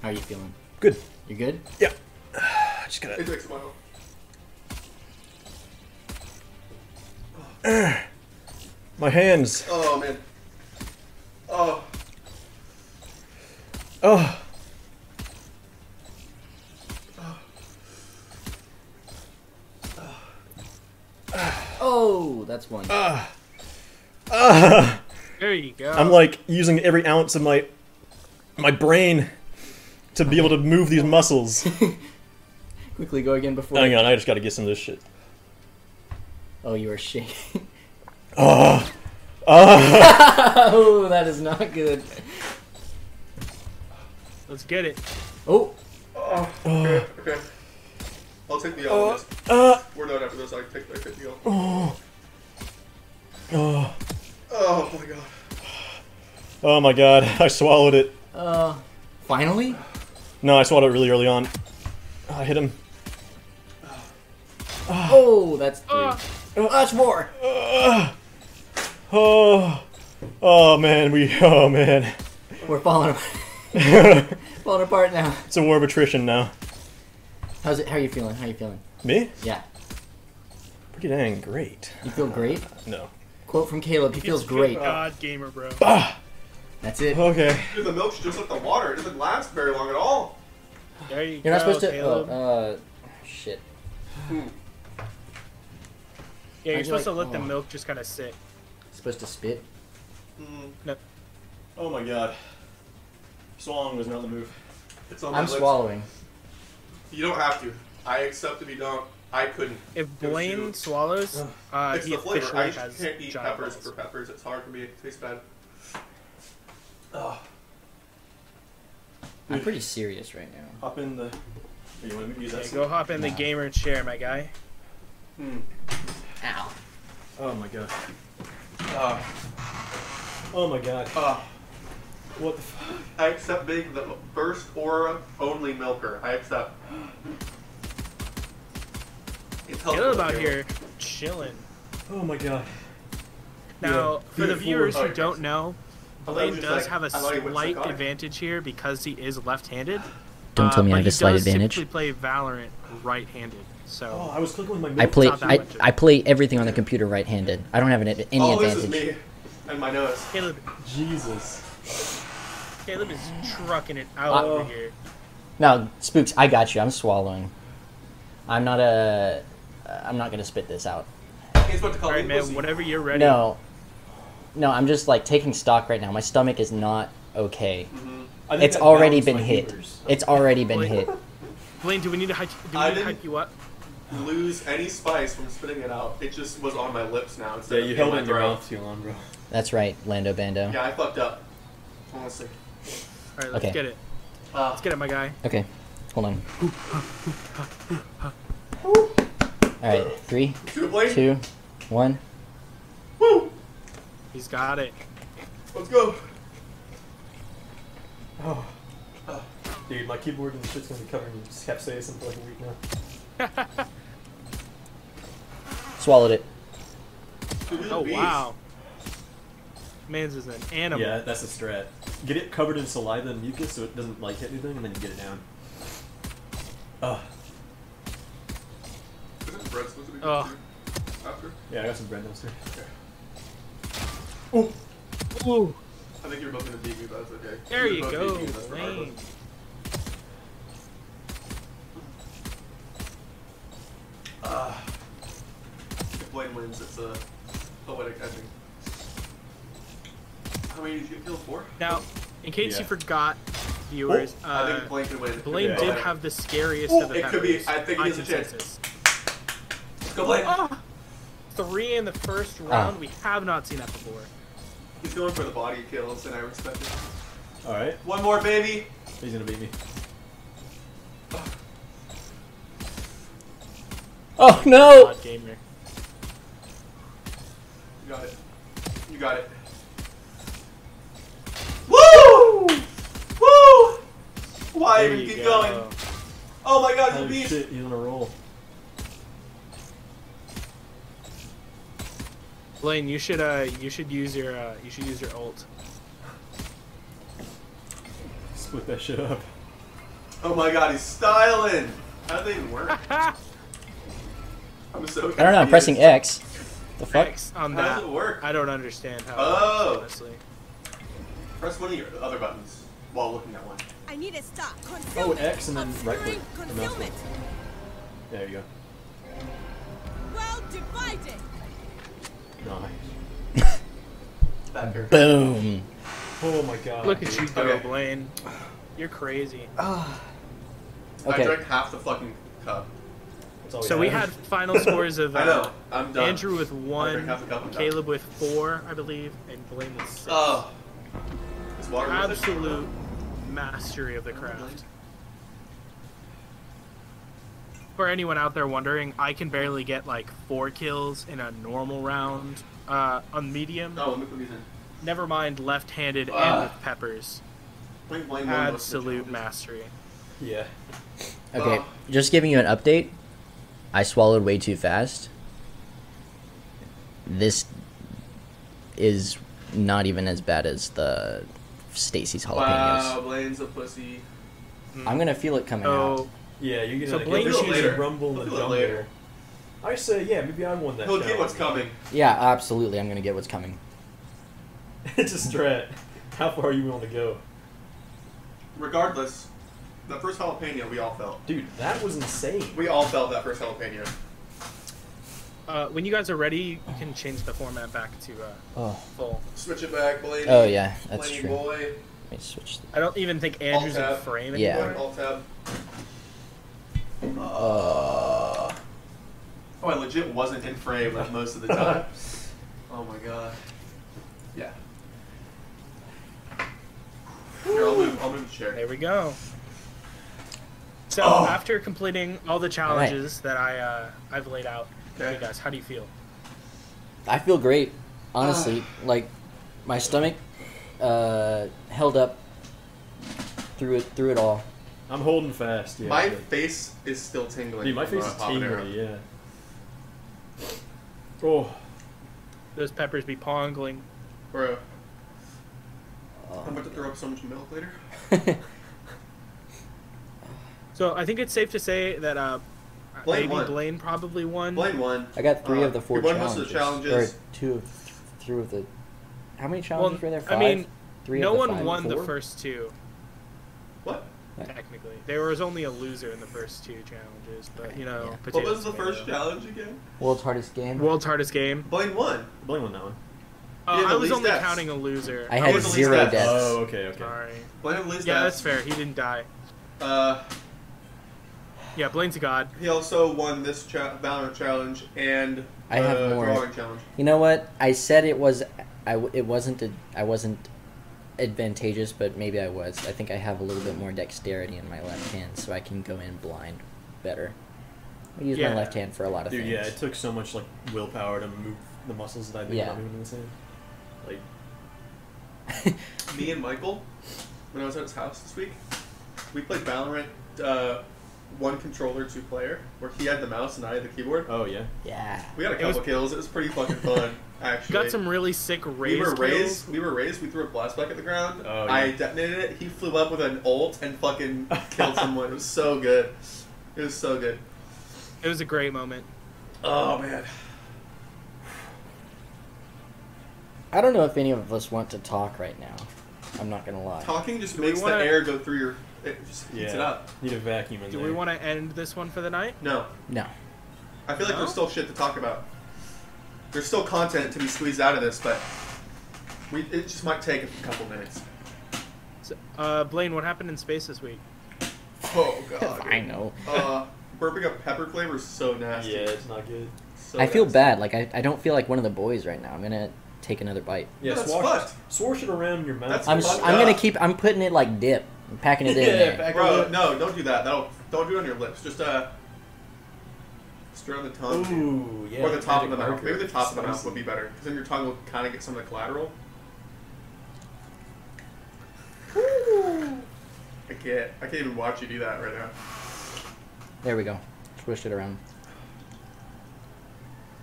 [SPEAKER 3] How are you feeling?
[SPEAKER 5] Good.
[SPEAKER 3] You good?
[SPEAKER 5] I just gotta.
[SPEAKER 1] takes a while.
[SPEAKER 2] My hands.
[SPEAKER 1] Oh man. Oh.
[SPEAKER 2] Oh.
[SPEAKER 3] Oh, that's one.
[SPEAKER 2] Ah.
[SPEAKER 4] There you go.
[SPEAKER 2] I'm like using every ounce of my my brain to be able to move these muscles.
[SPEAKER 3] Quickly go again before.
[SPEAKER 2] Hang on, I just got to get some of this shit.
[SPEAKER 3] Oh, you are shaking.
[SPEAKER 2] Oh. Oh.
[SPEAKER 3] oh, that is not good.
[SPEAKER 4] Let's get it.
[SPEAKER 3] Oh,
[SPEAKER 1] Oh. Okay. Okay. I'll take the yellow. on this.
[SPEAKER 2] Ah.
[SPEAKER 1] We're done after this. I take. I take the yellow.
[SPEAKER 2] Oh. Oh.
[SPEAKER 1] Oh my god.
[SPEAKER 2] Oh my god, I swallowed it.
[SPEAKER 3] uh, finally?
[SPEAKER 2] No, I swallowed it really early on. Oh, I hit him.
[SPEAKER 3] Oh, that's three. Oh, that's more.
[SPEAKER 2] Ah. Oh. Oh man, we. Oh man.
[SPEAKER 3] We're falling, falling apart now.
[SPEAKER 2] it's a war of attrition now.
[SPEAKER 3] How's it? How are you feeling? How are you feeling?
[SPEAKER 2] Me?
[SPEAKER 3] Yeah,
[SPEAKER 2] Pretty dang great.
[SPEAKER 3] you feel great.
[SPEAKER 2] No.
[SPEAKER 3] Quote from Caleb: He feels
[SPEAKER 4] Good
[SPEAKER 3] great.
[SPEAKER 4] God, gamer, bro.
[SPEAKER 2] Ah.
[SPEAKER 3] That's it.
[SPEAKER 2] Okay.
[SPEAKER 1] Dude, the milk's just like the water. It doesn't last very long at all.
[SPEAKER 4] There you
[SPEAKER 3] You're not
[SPEAKER 4] go,
[SPEAKER 3] supposed to.
[SPEAKER 4] Caleb.
[SPEAKER 3] Oh, uh, shit.
[SPEAKER 4] yeah,
[SPEAKER 3] I
[SPEAKER 4] you're
[SPEAKER 3] do
[SPEAKER 4] supposed
[SPEAKER 3] like-
[SPEAKER 4] to let the
[SPEAKER 3] oh.
[SPEAKER 4] milk just kind of sit.
[SPEAKER 3] Supposed to spit.
[SPEAKER 1] Mm,
[SPEAKER 2] Oh my god. Swallowing was not the move.
[SPEAKER 1] it's on my
[SPEAKER 3] I'm
[SPEAKER 1] lips.
[SPEAKER 3] swallowing.
[SPEAKER 1] You don't have to. I accept if you don't. I couldn't.
[SPEAKER 4] If
[SPEAKER 1] It was
[SPEAKER 4] Blaine
[SPEAKER 1] you.
[SPEAKER 4] swallows, uh,
[SPEAKER 1] it's
[SPEAKER 4] he
[SPEAKER 1] the flavor. I
[SPEAKER 4] officially
[SPEAKER 1] just
[SPEAKER 4] has
[SPEAKER 1] can't eat
[SPEAKER 4] giant
[SPEAKER 1] peppers
[SPEAKER 4] balls.
[SPEAKER 1] for peppers. It's hard for me. It tastes bad. Oh,
[SPEAKER 2] Ah,
[SPEAKER 3] I'm pretty serious right now.
[SPEAKER 2] Hop in the. You want to use
[SPEAKER 4] Yeah, go hop in the
[SPEAKER 3] Nah.
[SPEAKER 4] gamer chair, my guy.
[SPEAKER 1] hmm.
[SPEAKER 3] Ow.
[SPEAKER 2] Oh my god. Ah.
[SPEAKER 1] oh,
[SPEAKER 2] Oh my god.
[SPEAKER 1] oh.
[SPEAKER 2] What the fuck?
[SPEAKER 1] I accept being the first or only milker. I accept. It's helpful
[SPEAKER 3] Oh,
[SPEAKER 4] Caleb out
[SPEAKER 1] to
[SPEAKER 4] here chilling.
[SPEAKER 2] Oh my god.
[SPEAKER 4] Now,
[SPEAKER 2] Yeah,
[SPEAKER 4] for the
[SPEAKER 2] beautiful.
[SPEAKER 4] viewers who
[SPEAKER 1] Alright,
[SPEAKER 4] don't know,
[SPEAKER 1] I
[SPEAKER 4] Blaine
[SPEAKER 1] was just
[SPEAKER 4] does
[SPEAKER 1] like,
[SPEAKER 4] have a
[SPEAKER 1] I thought he went
[SPEAKER 4] slight
[SPEAKER 1] psychotic.
[SPEAKER 4] advantage here because he is left-handed.
[SPEAKER 3] Don't tell me
[SPEAKER 4] Uh, but
[SPEAKER 3] I have
[SPEAKER 4] he
[SPEAKER 3] a slight
[SPEAKER 4] does
[SPEAKER 3] advantage.
[SPEAKER 4] typically play Valorant right-handed,
[SPEAKER 2] Oh,
[SPEAKER 4] so
[SPEAKER 2] I was clicking with my.
[SPEAKER 3] I
[SPEAKER 2] milk-
[SPEAKER 3] play.
[SPEAKER 4] not that
[SPEAKER 3] I,
[SPEAKER 4] much.
[SPEAKER 3] I play everything on the computer right-handed. I don't have an, ad- any
[SPEAKER 1] Oh, this is me
[SPEAKER 3] advantage.
[SPEAKER 1] and my nose.
[SPEAKER 4] Caleb,
[SPEAKER 2] Jesus.
[SPEAKER 4] Caleb is trucking it out
[SPEAKER 3] Uh,
[SPEAKER 4] over here.
[SPEAKER 3] No, spooks. I got you. I'm swallowing. I'm not a. I'm not gonna spit this out.
[SPEAKER 1] It's what to call
[SPEAKER 4] All right,
[SPEAKER 1] me
[SPEAKER 4] man.
[SPEAKER 1] pussy.
[SPEAKER 4] Whenever you're ready.
[SPEAKER 3] No. No, I'm just like taking stock right now. My stomach is not okay.
[SPEAKER 2] I think
[SPEAKER 3] It's
[SPEAKER 2] that
[SPEAKER 3] already
[SPEAKER 2] balanced
[SPEAKER 3] been
[SPEAKER 2] my
[SPEAKER 3] hit.
[SPEAKER 2] humors.
[SPEAKER 3] It's already been
[SPEAKER 4] Wait.
[SPEAKER 3] hit.
[SPEAKER 4] Blaine, do we need to hype, do we
[SPEAKER 1] I
[SPEAKER 4] need to
[SPEAKER 1] didn't-
[SPEAKER 4] hype you up?
[SPEAKER 1] lose any spice from spitting it out. It just was on my lips now instead
[SPEAKER 2] Yeah,
[SPEAKER 1] of
[SPEAKER 2] you held
[SPEAKER 1] in
[SPEAKER 2] it
[SPEAKER 1] my
[SPEAKER 2] in your
[SPEAKER 1] throat.
[SPEAKER 2] mouth too long, bro.
[SPEAKER 3] That's right, Lando Bando.
[SPEAKER 1] Yeah, I fucked up. Honestly.
[SPEAKER 4] All right, let's
[SPEAKER 3] Okay.
[SPEAKER 4] get it.
[SPEAKER 1] Uh,
[SPEAKER 4] Let's get it, my guy.
[SPEAKER 3] Okay, hold on. All right, three,
[SPEAKER 1] to the plate.
[SPEAKER 3] two, one.
[SPEAKER 1] Woo!
[SPEAKER 4] He's got it.
[SPEAKER 1] Let's go.
[SPEAKER 2] Oh. Dude, my keyboard and shit's gonna be covered in capsaicin for like a week now.
[SPEAKER 3] Swallowed it.
[SPEAKER 1] To the
[SPEAKER 4] Oh
[SPEAKER 1] beast.
[SPEAKER 4] wow. Man's is an animal.
[SPEAKER 2] Yeah, that's the strat. Get it covered in saliva and mucus so it doesn't like hit anything, and then you get it down. Ugh.
[SPEAKER 1] Isn't bread supposed to be good
[SPEAKER 4] Ugh.
[SPEAKER 1] too? After?
[SPEAKER 2] Yeah, I got some bread downstairs.
[SPEAKER 4] Ooh.
[SPEAKER 1] I think you're both gonna beat me, but that's okay.
[SPEAKER 4] There
[SPEAKER 1] You're
[SPEAKER 4] you
[SPEAKER 1] both
[SPEAKER 4] go,
[SPEAKER 1] beat me, that's regardless.
[SPEAKER 4] Blaine.
[SPEAKER 1] Uh, if Blaine wins, it's a poetic ending. How many did you kill? Four?
[SPEAKER 4] Now, in case you
[SPEAKER 2] Yeah.
[SPEAKER 4] forgot, viewers,
[SPEAKER 1] Oh, I
[SPEAKER 4] uh,
[SPEAKER 1] think Blaine could win.
[SPEAKER 4] Blaine
[SPEAKER 2] Yeah.
[SPEAKER 4] did have the scariest
[SPEAKER 1] Ooh,
[SPEAKER 4] of the
[SPEAKER 1] it could be-
[SPEAKER 4] peppers,
[SPEAKER 1] I think it
[SPEAKER 4] by
[SPEAKER 1] is a chance.
[SPEAKER 4] consensus.
[SPEAKER 1] Let's go, Blaine.
[SPEAKER 4] Ah, three in the first round. We have not seen that before.
[SPEAKER 1] He's going for the body kills, and I respect it.
[SPEAKER 2] Alright,
[SPEAKER 1] One more, baby.
[SPEAKER 2] he's gonna beat me.
[SPEAKER 3] Oh no!
[SPEAKER 4] Odd gamer.
[SPEAKER 1] You got it. You got it. Woo! Woo! Why
[SPEAKER 4] There
[SPEAKER 1] even
[SPEAKER 4] you
[SPEAKER 1] keep
[SPEAKER 4] go.
[SPEAKER 1] going? Oh my god, it's a
[SPEAKER 2] Holy
[SPEAKER 1] beast!
[SPEAKER 2] shit, he's on a roll.
[SPEAKER 4] Blaine, you should uh, you should use your uh, you should use your ult.
[SPEAKER 2] Split that shit up.
[SPEAKER 1] Oh my god, he's styling! How did they even work? I'm so
[SPEAKER 3] I don't know. I'm pressing X.
[SPEAKER 5] The fuck?
[SPEAKER 4] X on
[SPEAKER 1] How
[SPEAKER 4] that.
[SPEAKER 1] does it work?
[SPEAKER 4] I don't understand how.
[SPEAKER 1] Oh.
[SPEAKER 4] It works, honestly.
[SPEAKER 1] Press one of your other buttons while looking at one.
[SPEAKER 7] I need to stop. Concealment.
[SPEAKER 5] Oh, X and then right click,
[SPEAKER 7] Obscuring
[SPEAKER 5] and mouse
[SPEAKER 7] Concealment.
[SPEAKER 5] There you
[SPEAKER 7] Well divided.
[SPEAKER 5] go. Nice.
[SPEAKER 1] That character.
[SPEAKER 3] Boom.
[SPEAKER 5] Oh my god.
[SPEAKER 4] Look at you go,
[SPEAKER 1] Okay. Oh,
[SPEAKER 4] Blaine. You're crazy.
[SPEAKER 1] I
[SPEAKER 3] Okay.
[SPEAKER 1] drank half the fucking cup.
[SPEAKER 5] That's all
[SPEAKER 4] So we had
[SPEAKER 5] have.
[SPEAKER 4] final scores of
[SPEAKER 1] I
[SPEAKER 4] uh,
[SPEAKER 1] know. I'm done.
[SPEAKER 4] Andrew with one,
[SPEAKER 1] half a cup, I'm done.
[SPEAKER 4] Caleb with four, I believe, and Blaine with six.
[SPEAKER 1] Oh. This water Oh, was-
[SPEAKER 4] Absolute mastery of the craft. For anyone out there wondering, I can barely get like four kills in a normal round uh, on medium.
[SPEAKER 1] Oh, let me put these in.
[SPEAKER 4] Never mind left-handed and
[SPEAKER 1] Ah.
[SPEAKER 4] with peppers.
[SPEAKER 1] Blame, blame one of us for
[SPEAKER 4] Absolute
[SPEAKER 1] challenges.
[SPEAKER 4] mastery.
[SPEAKER 5] Yeah.
[SPEAKER 3] Okay.
[SPEAKER 1] Uh,
[SPEAKER 3] Just giving you an update. I swallowed way too fast. This is not even as bad as the Stacy's jalapenos.
[SPEAKER 1] Wow, Blaine's a pussy.
[SPEAKER 3] I'm gonna feel it coming out.
[SPEAKER 4] So
[SPEAKER 5] Yeah, you're
[SPEAKER 4] So
[SPEAKER 5] gonna
[SPEAKER 4] Blaine-
[SPEAKER 5] get
[SPEAKER 4] We'll
[SPEAKER 5] the
[SPEAKER 4] do
[SPEAKER 1] it
[SPEAKER 5] chance to
[SPEAKER 1] later.
[SPEAKER 5] rumble
[SPEAKER 1] We'll
[SPEAKER 5] and
[SPEAKER 1] do it
[SPEAKER 5] jump
[SPEAKER 1] later.
[SPEAKER 5] there. I say, yeah, maybe I won that.
[SPEAKER 1] He'll get
[SPEAKER 5] challenge.
[SPEAKER 1] what's coming.
[SPEAKER 3] Yeah, absolutely. I'm gonna get what's coming.
[SPEAKER 5] it's a strat. How far are you willing to go?
[SPEAKER 1] Regardless, the first jalapeno we all felt.
[SPEAKER 5] Dude, that was insane.
[SPEAKER 1] We all felt that first jalapeno.
[SPEAKER 4] uh, when you guys are ready, you can change the format back to uh,
[SPEAKER 3] Oh.
[SPEAKER 4] full.
[SPEAKER 1] Switch it back, Blaine.
[SPEAKER 3] Oh yeah, that's
[SPEAKER 1] Blaine
[SPEAKER 3] true. Let
[SPEAKER 1] boy.
[SPEAKER 3] me switch. The-
[SPEAKER 4] I don't even think Andrew's in
[SPEAKER 1] Alt-tab.
[SPEAKER 4] frame
[SPEAKER 3] Yeah.
[SPEAKER 4] anymore.
[SPEAKER 1] Alt tab.
[SPEAKER 3] uh,
[SPEAKER 1] Oh, I legit wasn't in frame like most of the time. oh my god. Yeah. Here, I'll move. I'll move the chair.
[SPEAKER 4] There we go. So
[SPEAKER 1] Oh.
[SPEAKER 4] after completing all the challenges that I uh, I've laid out, for you
[SPEAKER 1] Okay.
[SPEAKER 4] guys, how do you feel?
[SPEAKER 3] I feel great, honestly. like my stomach uh, held up through it through it all.
[SPEAKER 5] I'm holding fast. Yeah.
[SPEAKER 1] My
[SPEAKER 5] dude.
[SPEAKER 1] face is still tingling.
[SPEAKER 5] Dude, my
[SPEAKER 1] from
[SPEAKER 5] face is
[SPEAKER 1] the habanero.
[SPEAKER 5] tingly. Yeah. Oh,
[SPEAKER 4] Those peppers be pongling.
[SPEAKER 1] Bro,
[SPEAKER 3] Oh.
[SPEAKER 1] I'm about to throw up so much milk later.
[SPEAKER 3] Um,
[SPEAKER 4] So I think it's safe to say that uh,
[SPEAKER 1] Blaine
[SPEAKER 4] maybe
[SPEAKER 1] won.
[SPEAKER 4] Blaine probably won.
[SPEAKER 1] Blaine won.
[SPEAKER 3] I got three
[SPEAKER 1] Uh,
[SPEAKER 3] of the four
[SPEAKER 1] you won
[SPEAKER 3] challenges.
[SPEAKER 1] most of the challenges.
[SPEAKER 3] Or two of three of the. How many challenges
[SPEAKER 4] Well,
[SPEAKER 3] were there?
[SPEAKER 4] I
[SPEAKER 3] Five.
[SPEAKER 4] mean,
[SPEAKER 3] three
[SPEAKER 4] no
[SPEAKER 3] of the
[SPEAKER 4] one
[SPEAKER 3] five?
[SPEAKER 4] won the
[SPEAKER 3] Four?
[SPEAKER 4] first two.
[SPEAKER 1] What?
[SPEAKER 4] Technically, there was only a loser in the first two challenges, but you know,
[SPEAKER 3] Yeah.
[SPEAKER 1] What
[SPEAKER 4] potato,
[SPEAKER 1] was the
[SPEAKER 4] tomato.
[SPEAKER 1] first challenge again?
[SPEAKER 3] World's hardest game.
[SPEAKER 4] World's hardest game.
[SPEAKER 1] Blaine won.
[SPEAKER 5] blame on that one.
[SPEAKER 4] Uh,
[SPEAKER 1] Yeah, the
[SPEAKER 4] I was
[SPEAKER 1] least
[SPEAKER 4] only
[SPEAKER 1] deaths.
[SPEAKER 4] counting a loser.
[SPEAKER 3] I
[SPEAKER 4] Oh,
[SPEAKER 3] had
[SPEAKER 1] was the least
[SPEAKER 3] zero
[SPEAKER 1] bad.
[SPEAKER 3] deaths.
[SPEAKER 5] Oh, okay, okay.
[SPEAKER 4] Sorry.
[SPEAKER 1] Blaine and Liz
[SPEAKER 4] Yeah,
[SPEAKER 1] died.
[SPEAKER 4] that's fair. He didn't die.
[SPEAKER 1] Uh,
[SPEAKER 4] Yeah, Blaine's a god.
[SPEAKER 1] he also won this cha- Valorant challenge and
[SPEAKER 3] I have
[SPEAKER 1] uh,
[SPEAKER 3] more.
[SPEAKER 1] drawing challenge.
[SPEAKER 3] You know what? I said it was. I w- it wasn't. A, I wasn't advantageous, but maybe I was. I think I have a little bit more dexterity in my left hand, so I can go in blind better. I use
[SPEAKER 4] Yeah.
[SPEAKER 3] my left hand for a lot of
[SPEAKER 5] Dude,
[SPEAKER 3] things.
[SPEAKER 5] yeah, it took so much like willpower to move the muscles that I think
[SPEAKER 3] Yeah.
[SPEAKER 5] I'm not moving in the same. Like,
[SPEAKER 1] Me and Michael, when I was at his house this week, we played Valorant. Uh, one controller, two player, where he had the mouse and I had the keyboard. Uh,
[SPEAKER 5] oh yeah.
[SPEAKER 3] yeah.
[SPEAKER 1] We had a
[SPEAKER 4] It
[SPEAKER 1] couple
[SPEAKER 4] was-
[SPEAKER 1] kills. It was pretty fucking fun, actually.
[SPEAKER 4] Got some really sick
[SPEAKER 1] We
[SPEAKER 4] raise.
[SPEAKER 1] were
[SPEAKER 4] kills.
[SPEAKER 1] raised. We were raised. We threw a blast back at the ground.
[SPEAKER 5] Oh, yeah.
[SPEAKER 1] I detonated it. He flew up with an ult and fucking killed someone. It was so good. It was so good.
[SPEAKER 4] It was a great moment.
[SPEAKER 1] Oh man.
[SPEAKER 3] I don't know if any of us want to talk right now. I'm not gonna lie.
[SPEAKER 1] Talking just
[SPEAKER 4] we
[SPEAKER 1] makes
[SPEAKER 4] wanna-
[SPEAKER 1] the air go through your. It just heats
[SPEAKER 5] Yeah.
[SPEAKER 1] it up.
[SPEAKER 5] Need a vacuum in
[SPEAKER 4] Do
[SPEAKER 5] there.
[SPEAKER 4] we want to end this one for the night?
[SPEAKER 1] No,
[SPEAKER 3] No.
[SPEAKER 1] I feel like
[SPEAKER 4] No?
[SPEAKER 1] there's still shit to talk about. There's still content to be squeezed out of this, but we it just might take a couple minutes.
[SPEAKER 4] So, uh, Blaine, what happened in space this week?
[SPEAKER 1] Oh god.
[SPEAKER 3] I know.
[SPEAKER 1] Uh, burping up pepper flavor is so nasty.
[SPEAKER 5] Yeah, it's not good.
[SPEAKER 1] So
[SPEAKER 3] I feel
[SPEAKER 1] nasty.
[SPEAKER 3] bad. Like I, I don't feel like one of the boys right now. I'm gonna take another bite.
[SPEAKER 5] Yeah,
[SPEAKER 1] That's
[SPEAKER 5] swash,
[SPEAKER 1] fucked.
[SPEAKER 5] swash it around your mouth.
[SPEAKER 1] That's
[SPEAKER 3] I'm
[SPEAKER 1] Fuck
[SPEAKER 3] s- I'm gonna
[SPEAKER 1] up.
[SPEAKER 3] keep. I'm putting it like dip. I'm packing it in
[SPEAKER 5] yeah,
[SPEAKER 3] there.
[SPEAKER 5] back
[SPEAKER 1] Bro,
[SPEAKER 5] up.
[SPEAKER 1] no, don't do that. That'll, don't do it on your lips. Just uh, stir on the tongue.
[SPEAKER 5] Ooh, yeah.
[SPEAKER 1] or the top of
[SPEAKER 5] magic
[SPEAKER 1] the mouth.
[SPEAKER 5] marker.
[SPEAKER 1] Maybe the top of the mouth
[SPEAKER 5] Spicy.
[SPEAKER 1] would be better, because then your tongue will kind of get some of the collateral. I can't. I can't even watch you do that right now.
[SPEAKER 3] There we go. Swish it around.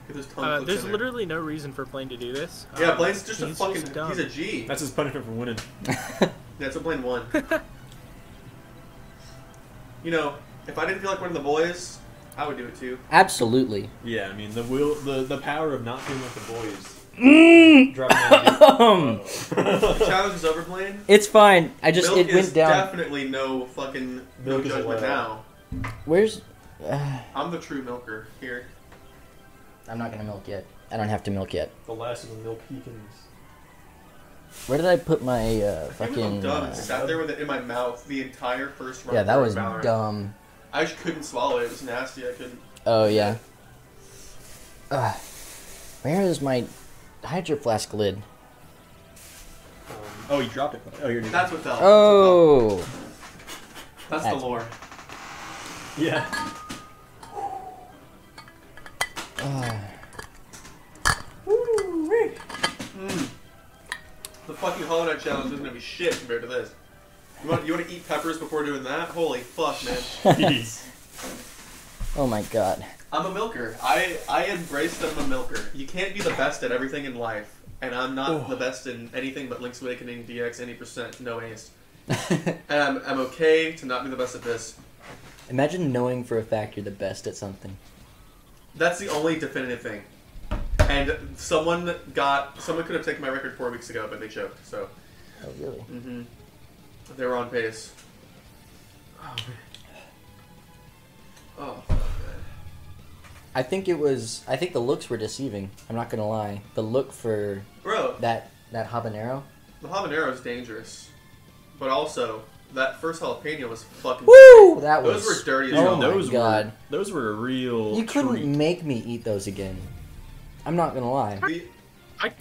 [SPEAKER 1] Get those tongue
[SPEAKER 4] Uh,
[SPEAKER 1] clips
[SPEAKER 4] there's
[SPEAKER 1] in there.
[SPEAKER 4] literally no reason for Blaine to do this.
[SPEAKER 1] Yeah,
[SPEAKER 4] Um,
[SPEAKER 1] Blaine's just a
[SPEAKER 4] he's
[SPEAKER 1] fucking.
[SPEAKER 4] dumb.
[SPEAKER 1] he's a G.
[SPEAKER 5] That's his punishment for winning.
[SPEAKER 1] That's a Blaine one. you know, if I didn't feel like one of the boys, I would do it too.
[SPEAKER 3] Absolutely.
[SPEAKER 2] Yeah, I mean the will, the the power of not being with the boys.
[SPEAKER 3] Mm.
[SPEAKER 2] Dropping out
[SPEAKER 3] Um,
[SPEAKER 2] of
[SPEAKER 1] The
[SPEAKER 2] the-
[SPEAKER 1] challenge is over, Blaine.
[SPEAKER 3] it's fine. I just
[SPEAKER 1] Milk
[SPEAKER 3] it went
[SPEAKER 1] is
[SPEAKER 3] down.
[SPEAKER 1] definitely no fucking no
[SPEAKER 2] Milk is
[SPEAKER 1] judgment
[SPEAKER 2] allowed.
[SPEAKER 1] now.
[SPEAKER 3] Where's? Uh,
[SPEAKER 1] I'm the true milker here.
[SPEAKER 3] I'm not gonna milk yet. I don't have to milk yet.
[SPEAKER 2] the last of the milk pecans.
[SPEAKER 3] Where did I put my uh,
[SPEAKER 1] I was
[SPEAKER 3] fucking?
[SPEAKER 1] dumb.
[SPEAKER 3] uh,
[SPEAKER 1] sat there with it in my mouth the entire first round.
[SPEAKER 3] yeah, that
[SPEAKER 1] of
[SPEAKER 3] was
[SPEAKER 1] Valorant.
[SPEAKER 3] dumb.
[SPEAKER 1] I just couldn't swallow it. It was nasty. I couldn't.
[SPEAKER 3] Oh yeah. Ugh. where is my hydro flask lid?
[SPEAKER 2] Um, oh, you dropped it. Oh, you're doing
[SPEAKER 1] That's what fell.
[SPEAKER 3] Oh.
[SPEAKER 1] that's,
[SPEAKER 3] That's-
[SPEAKER 1] the lore.
[SPEAKER 2] yeah.
[SPEAKER 3] Ugh.
[SPEAKER 1] The fucking Hollow Knight challenge isn't gonna be shit compared to this. You want you want to eat peppers before doing that? Holy fuck, man!
[SPEAKER 5] Jeez.
[SPEAKER 3] oh my god.
[SPEAKER 1] I'm a milker. I I embrace that I'm a milker. You can't be the best at everything in life, and I'm not the best in anything but Link's Awakening, DX, any percent, no ace. And I'm, I'm okay to not be the best at this.
[SPEAKER 3] Imagine knowing for a fact you're the best at something.
[SPEAKER 1] That's the only definitive thing. And someone got someone could have taken my record four weeks ago, but they choked. So
[SPEAKER 3] Oh really?
[SPEAKER 1] hmm they were on pace. Oh, fuck, man.
[SPEAKER 3] I think it was. I think the looks were deceiving. I'm not gonna lie. The look for
[SPEAKER 1] bro,
[SPEAKER 3] that that habanero.
[SPEAKER 1] the habanero is dangerous, but also that first jalapeno was fucking.
[SPEAKER 3] Woo! That was.
[SPEAKER 1] Those were dirty as
[SPEAKER 3] Oh
[SPEAKER 1] hell.
[SPEAKER 3] my
[SPEAKER 2] those
[SPEAKER 3] god.
[SPEAKER 2] were those were a real.
[SPEAKER 3] You couldn't
[SPEAKER 2] treat.
[SPEAKER 3] make me eat those again. I'm not gonna lie.
[SPEAKER 1] The,
[SPEAKER 4] I,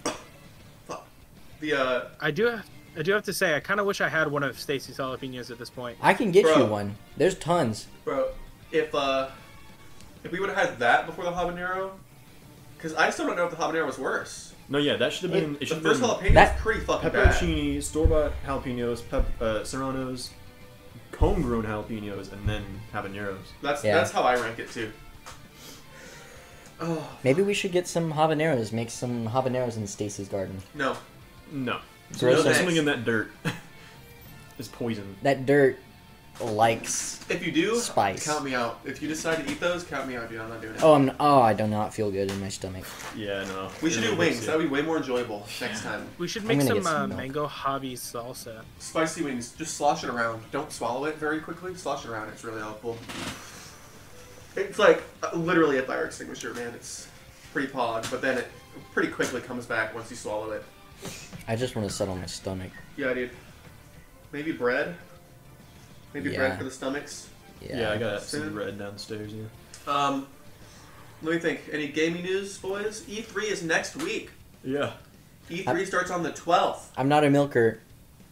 [SPEAKER 1] the uh,
[SPEAKER 4] I do have I do have to say I kind of wish I had one of Stacy's jalapenos at this point.
[SPEAKER 3] I can get you
[SPEAKER 1] Bro.
[SPEAKER 3] one. There's tons.
[SPEAKER 1] bro, if uh, if we would have had that before the habanero, because I still don't know if the habanero was worse.
[SPEAKER 2] No, yeah, that should have been. It,
[SPEAKER 1] The
[SPEAKER 2] should
[SPEAKER 1] first
[SPEAKER 2] have been
[SPEAKER 1] jalapeno
[SPEAKER 3] That-
[SPEAKER 1] was pretty fucking bad.
[SPEAKER 2] pepperoncini, store bought jalapenos, pep, uh, serranos, homegrown jalapenos, and then habaneros.
[SPEAKER 1] That's
[SPEAKER 3] Yeah.
[SPEAKER 1] that's how I rank it too. Oh
[SPEAKER 3] Maybe we should get some habaneros. Make some habaneros in Stacy's garden.
[SPEAKER 1] no,
[SPEAKER 2] No,
[SPEAKER 3] Gross.
[SPEAKER 2] There's
[SPEAKER 1] No
[SPEAKER 2] something
[SPEAKER 1] thanks.
[SPEAKER 2] in that dirt. is poison.
[SPEAKER 3] That dirt likes.
[SPEAKER 1] if you do,
[SPEAKER 3] Spice.
[SPEAKER 1] count me out. If you decide to eat those, count me out, dude. I'm not doing it.
[SPEAKER 3] Oh, I'm. Oh, I do not feel good in my stomach.
[SPEAKER 2] Yeah, no.
[SPEAKER 1] We should
[SPEAKER 2] It
[SPEAKER 1] do
[SPEAKER 2] really
[SPEAKER 1] wings.
[SPEAKER 2] hurts
[SPEAKER 1] That
[SPEAKER 2] you.
[SPEAKER 1] would be way more enjoyable next time.
[SPEAKER 4] We should
[SPEAKER 3] I'm
[SPEAKER 4] make
[SPEAKER 3] gonna
[SPEAKER 4] some,
[SPEAKER 3] get some
[SPEAKER 4] uh,
[SPEAKER 3] milk.
[SPEAKER 4] mango hobby salsa.
[SPEAKER 1] Spicy wings. Just slosh it around. Don't swallow it very quickly. Slosh it around. It's really helpful. It's like uh, literally a fire extinguisher, man. It's pretty pod, but then it pretty quickly comes back once you swallow it.
[SPEAKER 3] I just want to settle my stomach.
[SPEAKER 1] Yeah, dude. Maybe bread. Maybe
[SPEAKER 3] Yeah.
[SPEAKER 1] bread for the stomachs.
[SPEAKER 3] Yeah.
[SPEAKER 2] Yeah, I got some
[SPEAKER 1] Soon.
[SPEAKER 2] bread downstairs. Yeah.
[SPEAKER 1] Um, let me think. Any gaming news, boys? E3 is next week.
[SPEAKER 2] Yeah.
[SPEAKER 1] E3 starts on the 12th.
[SPEAKER 3] I'm not a milker,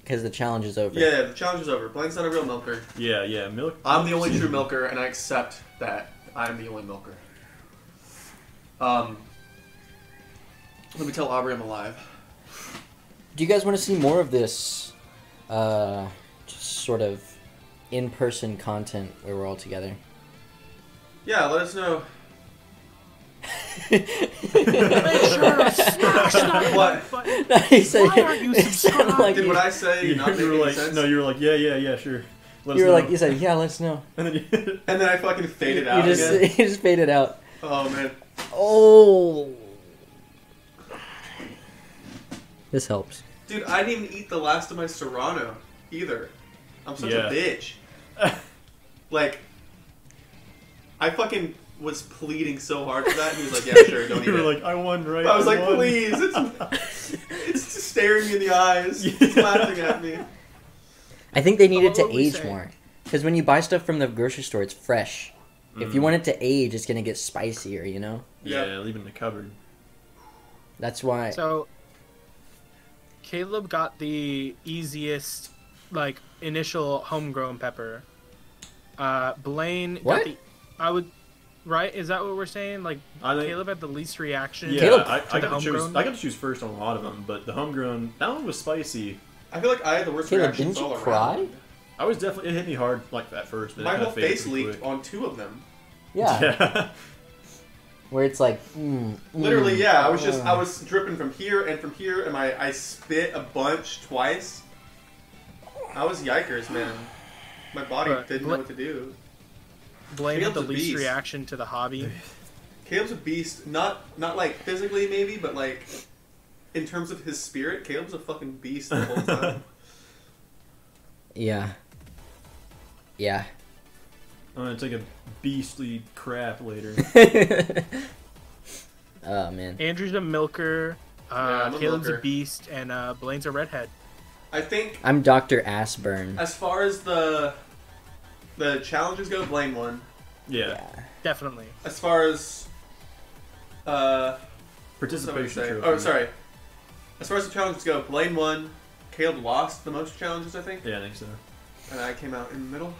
[SPEAKER 3] because the challenge is over.
[SPEAKER 1] Yeah, the challenge is over. Blaine's not a real milker.
[SPEAKER 2] Yeah, yeah. Milk.
[SPEAKER 1] I'm the only true milker, and I accept that I'm the only milker. Um, let me tell Aubrey I'm alive.
[SPEAKER 3] Do you guys want to see more of this, uh, just sort of in-person content where we're all together?
[SPEAKER 1] Yeah, let us know. What?
[SPEAKER 3] he said,
[SPEAKER 4] Why aren't you
[SPEAKER 3] it sounded like
[SPEAKER 1] Did
[SPEAKER 3] you,
[SPEAKER 1] what I say
[SPEAKER 2] You,
[SPEAKER 1] not make
[SPEAKER 2] you were
[SPEAKER 1] any
[SPEAKER 2] like,
[SPEAKER 1] sense?
[SPEAKER 2] no, you were like, yeah, yeah, yeah, sure. Let
[SPEAKER 3] you were
[SPEAKER 2] us know.
[SPEAKER 3] like, you said, yeah, let's know.
[SPEAKER 2] and then you,
[SPEAKER 1] and then I fucking faded
[SPEAKER 3] you
[SPEAKER 1] out
[SPEAKER 3] just,
[SPEAKER 1] again.
[SPEAKER 3] you just faded out.
[SPEAKER 1] Oh man,
[SPEAKER 3] Oh, this helps.
[SPEAKER 1] dude, I didn't even eat the last of my Serrano either. I'm such
[SPEAKER 2] Yeah.
[SPEAKER 1] a bitch. like, I fucking was pleading so hard for that. And he was like, "Yeah, sure, don't eat
[SPEAKER 2] you were
[SPEAKER 1] it."
[SPEAKER 2] like, I won, right?
[SPEAKER 1] I was like,
[SPEAKER 2] won."
[SPEAKER 1] please, it's, it's just staring me in the eyes, it's
[SPEAKER 2] Yeah.
[SPEAKER 1] laughing at me.
[SPEAKER 3] I think they needed
[SPEAKER 4] Oh, what
[SPEAKER 3] to
[SPEAKER 4] would we
[SPEAKER 3] age
[SPEAKER 4] say?
[SPEAKER 3] more because when you buy stuff from the grocery store, it's fresh. If
[SPEAKER 1] Mm.
[SPEAKER 3] you want it to age, it's gonna get spicier. You know,
[SPEAKER 1] Yeah.
[SPEAKER 2] Yeah, leave it in the cupboard.
[SPEAKER 3] that's why.
[SPEAKER 4] So Caleb got the easiest, like initial homegrown pepper. Uh, Blaine
[SPEAKER 3] What?
[SPEAKER 4] got the. I would. Right? Is that what we're saying? Like
[SPEAKER 2] I think.
[SPEAKER 4] Caleb had the least reaction.
[SPEAKER 2] yeah,
[SPEAKER 3] Caleb-
[SPEAKER 2] I, I,
[SPEAKER 4] To the
[SPEAKER 2] got to choose,
[SPEAKER 4] homegrown?
[SPEAKER 2] I got to choose first on a lot of them, but the homegrown that one was spicy.
[SPEAKER 1] I feel like I had the worst
[SPEAKER 3] Caleb,
[SPEAKER 1] reactions
[SPEAKER 3] didn't you
[SPEAKER 1] all
[SPEAKER 3] cry?
[SPEAKER 1] around.
[SPEAKER 2] I was definitely it hit me hard like that first. But it
[SPEAKER 1] My
[SPEAKER 2] kinda
[SPEAKER 1] whole
[SPEAKER 2] faded
[SPEAKER 1] face
[SPEAKER 2] pretty
[SPEAKER 1] leaked
[SPEAKER 2] quick.
[SPEAKER 1] on two of them.
[SPEAKER 3] Yeah.
[SPEAKER 2] Yeah.
[SPEAKER 3] where it's like, mm,
[SPEAKER 1] Literally,
[SPEAKER 3] mm,
[SPEAKER 1] yeah. I was just
[SPEAKER 3] uh.
[SPEAKER 1] I was dripping from here and from here, and my I spit a bunch twice. I was yikers, man. My body
[SPEAKER 4] Right.
[SPEAKER 1] didn't know
[SPEAKER 4] Bla-
[SPEAKER 1] what to do.
[SPEAKER 4] Blaine had
[SPEAKER 1] Caleb's
[SPEAKER 4] the
[SPEAKER 1] a
[SPEAKER 4] least
[SPEAKER 1] beast.
[SPEAKER 4] reaction to the hobby.
[SPEAKER 1] Caleb's a beast. Not not like physically maybe, but like in terms of his spirit, Caleb's a fucking beast the whole time.
[SPEAKER 3] Yeah. Yeah.
[SPEAKER 2] I'm gonna take a beastly crap later.
[SPEAKER 3] Oh man.
[SPEAKER 4] Andrew's a milker.
[SPEAKER 1] Yeah,
[SPEAKER 4] Uh,
[SPEAKER 1] I'm a
[SPEAKER 4] Caleb's
[SPEAKER 1] milker.
[SPEAKER 4] a beast, and uh, Blaine's a redhead.
[SPEAKER 1] I think
[SPEAKER 3] I'm Dr. Asburn.
[SPEAKER 1] as far as the the challenges go, Blaine won.
[SPEAKER 2] Yeah.
[SPEAKER 4] Definitely.
[SPEAKER 1] As far as uh what did I
[SPEAKER 2] Participation
[SPEAKER 1] say?
[SPEAKER 2] trophy.
[SPEAKER 1] Oh sorry. As far as the challenges go, Blaine won. Caleb lost the most challenges, I think,
[SPEAKER 2] Yeah, I think so.
[SPEAKER 1] and I came out in the middle.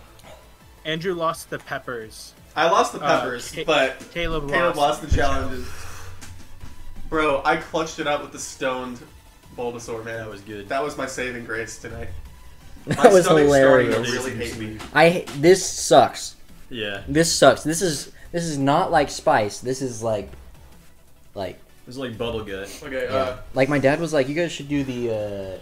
[SPEAKER 4] Andrew lost the peppers.
[SPEAKER 1] I lost the
[SPEAKER 4] Uh,
[SPEAKER 1] peppers,
[SPEAKER 4] Ca-
[SPEAKER 1] but
[SPEAKER 4] Caleb,
[SPEAKER 1] Caleb lost
[SPEAKER 4] lost.
[SPEAKER 1] the challenges. Bro, I clutched it out with the stoned Bulbasaur, man.
[SPEAKER 2] That was good.
[SPEAKER 1] That was my saving grace tonight.
[SPEAKER 3] That was
[SPEAKER 1] stomach's starting to
[SPEAKER 3] hilarious.
[SPEAKER 1] really hate me.
[SPEAKER 3] I this sucks.
[SPEAKER 2] Yeah.
[SPEAKER 3] This sucks. This is this is not like spice. This is like like
[SPEAKER 2] It's like bubble gut.
[SPEAKER 1] Okay,
[SPEAKER 3] yeah.
[SPEAKER 1] uh,
[SPEAKER 3] like my dad was like you guys should do the uh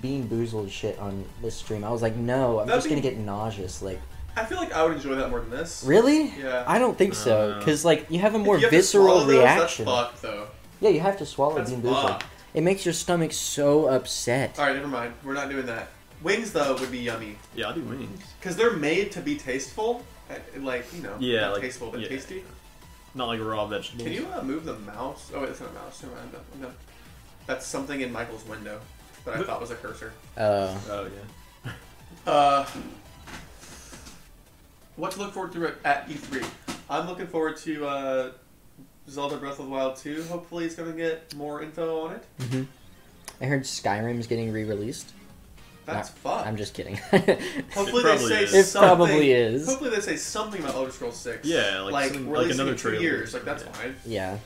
[SPEAKER 3] being boozled shit on this stream. I was like no, I'm
[SPEAKER 1] That'd
[SPEAKER 3] just going
[SPEAKER 1] be-
[SPEAKER 3] to get nauseous like
[SPEAKER 1] I feel like I would enjoy that more than this.
[SPEAKER 3] Really?
[SPEAKER 1] Yeah.
[SPEAKER 3] I don't think so,
[SPEAKER 2] Uh,
[SPEAKER 3] because like you have a more
[SPEAKER 1] If you have to
[SPEAKER 3] visceral
[SPEAKER 1] swallow those,
[SPEAKER 3] reaction.
[SPEAKER 1] That's fucked, though.
[SPEAKER 3] yeah, you have to swallow
[SPEAKER 1] That's
[SPEAKER 3] Bean Boozled.
[SPEAKER 1] fucked.
[SPEAKER 3] It makes your stomach so upset.
[SPEAKER 1] All right, never mind. We're not doing that. Wings though would be yummy
[SPEAKER 2] Yeah, I'll do wings.
[SPEAKER 1] because they're made to be tasteful, uh, like you know,
[SPEAKER 2] Yeah,
[SPEAKER 1] not
[SPEAKER 2] like-
[SPEAKER 1] tasteful but
[SPEAKER 2] yeah.
[SPEAKER 1] tasty.
[SPEAKER 2] Not like raw vegetables.
[SPEAKER 1] Can you uh, move the mouse? Oh, wait, it's not a mouse. Never mind. No, no. That's something in Michael's window that I thought was a cursor.
[SPEAKER 3] Oh,
[SPEAKER 2] Oh yeah.
[SPEAKER 1] Uh, what to look forward to at- at E3? I'm looking forward to uh, Zelda Breath of the Wild 2. Hopefully, it's going to get more info on it.
[SPEAKER 3] I heard Skyrim's getting re-released.
[SPEAKER 1] That's
[SPEAKER 3] Nah,
[SPEAKER 1] fuck.
[SPEAKER 3] I'm just kidding.
[SPEAKER 1] Hopefully
[SPEAKER 2] It
[SPEAKER 1] they
[SPEAKER 2] probably
[SPEAKER 1] say
[SPEAKER 2] is.
[SPEAKER 1] something.
[SPEAKER 3] It probably is.
[SPEAKER 1] Hopefully they say something about Elder Scrolls Six.
[SPEAKER 2] Yeah, like
[SPEAKER 1] like,
[SPEAKER 2] some- like
[SPEAKER 1] releasing
[SPEAKER 2] another
[SPEAKER 1] in two
[SPEAKER 2] trailer.
[SPEAKER 1] years. Like that's
[SPEAKER 2] Yeah.
[SPEAKER 1] fine.
[SPEAKER 3] yeah.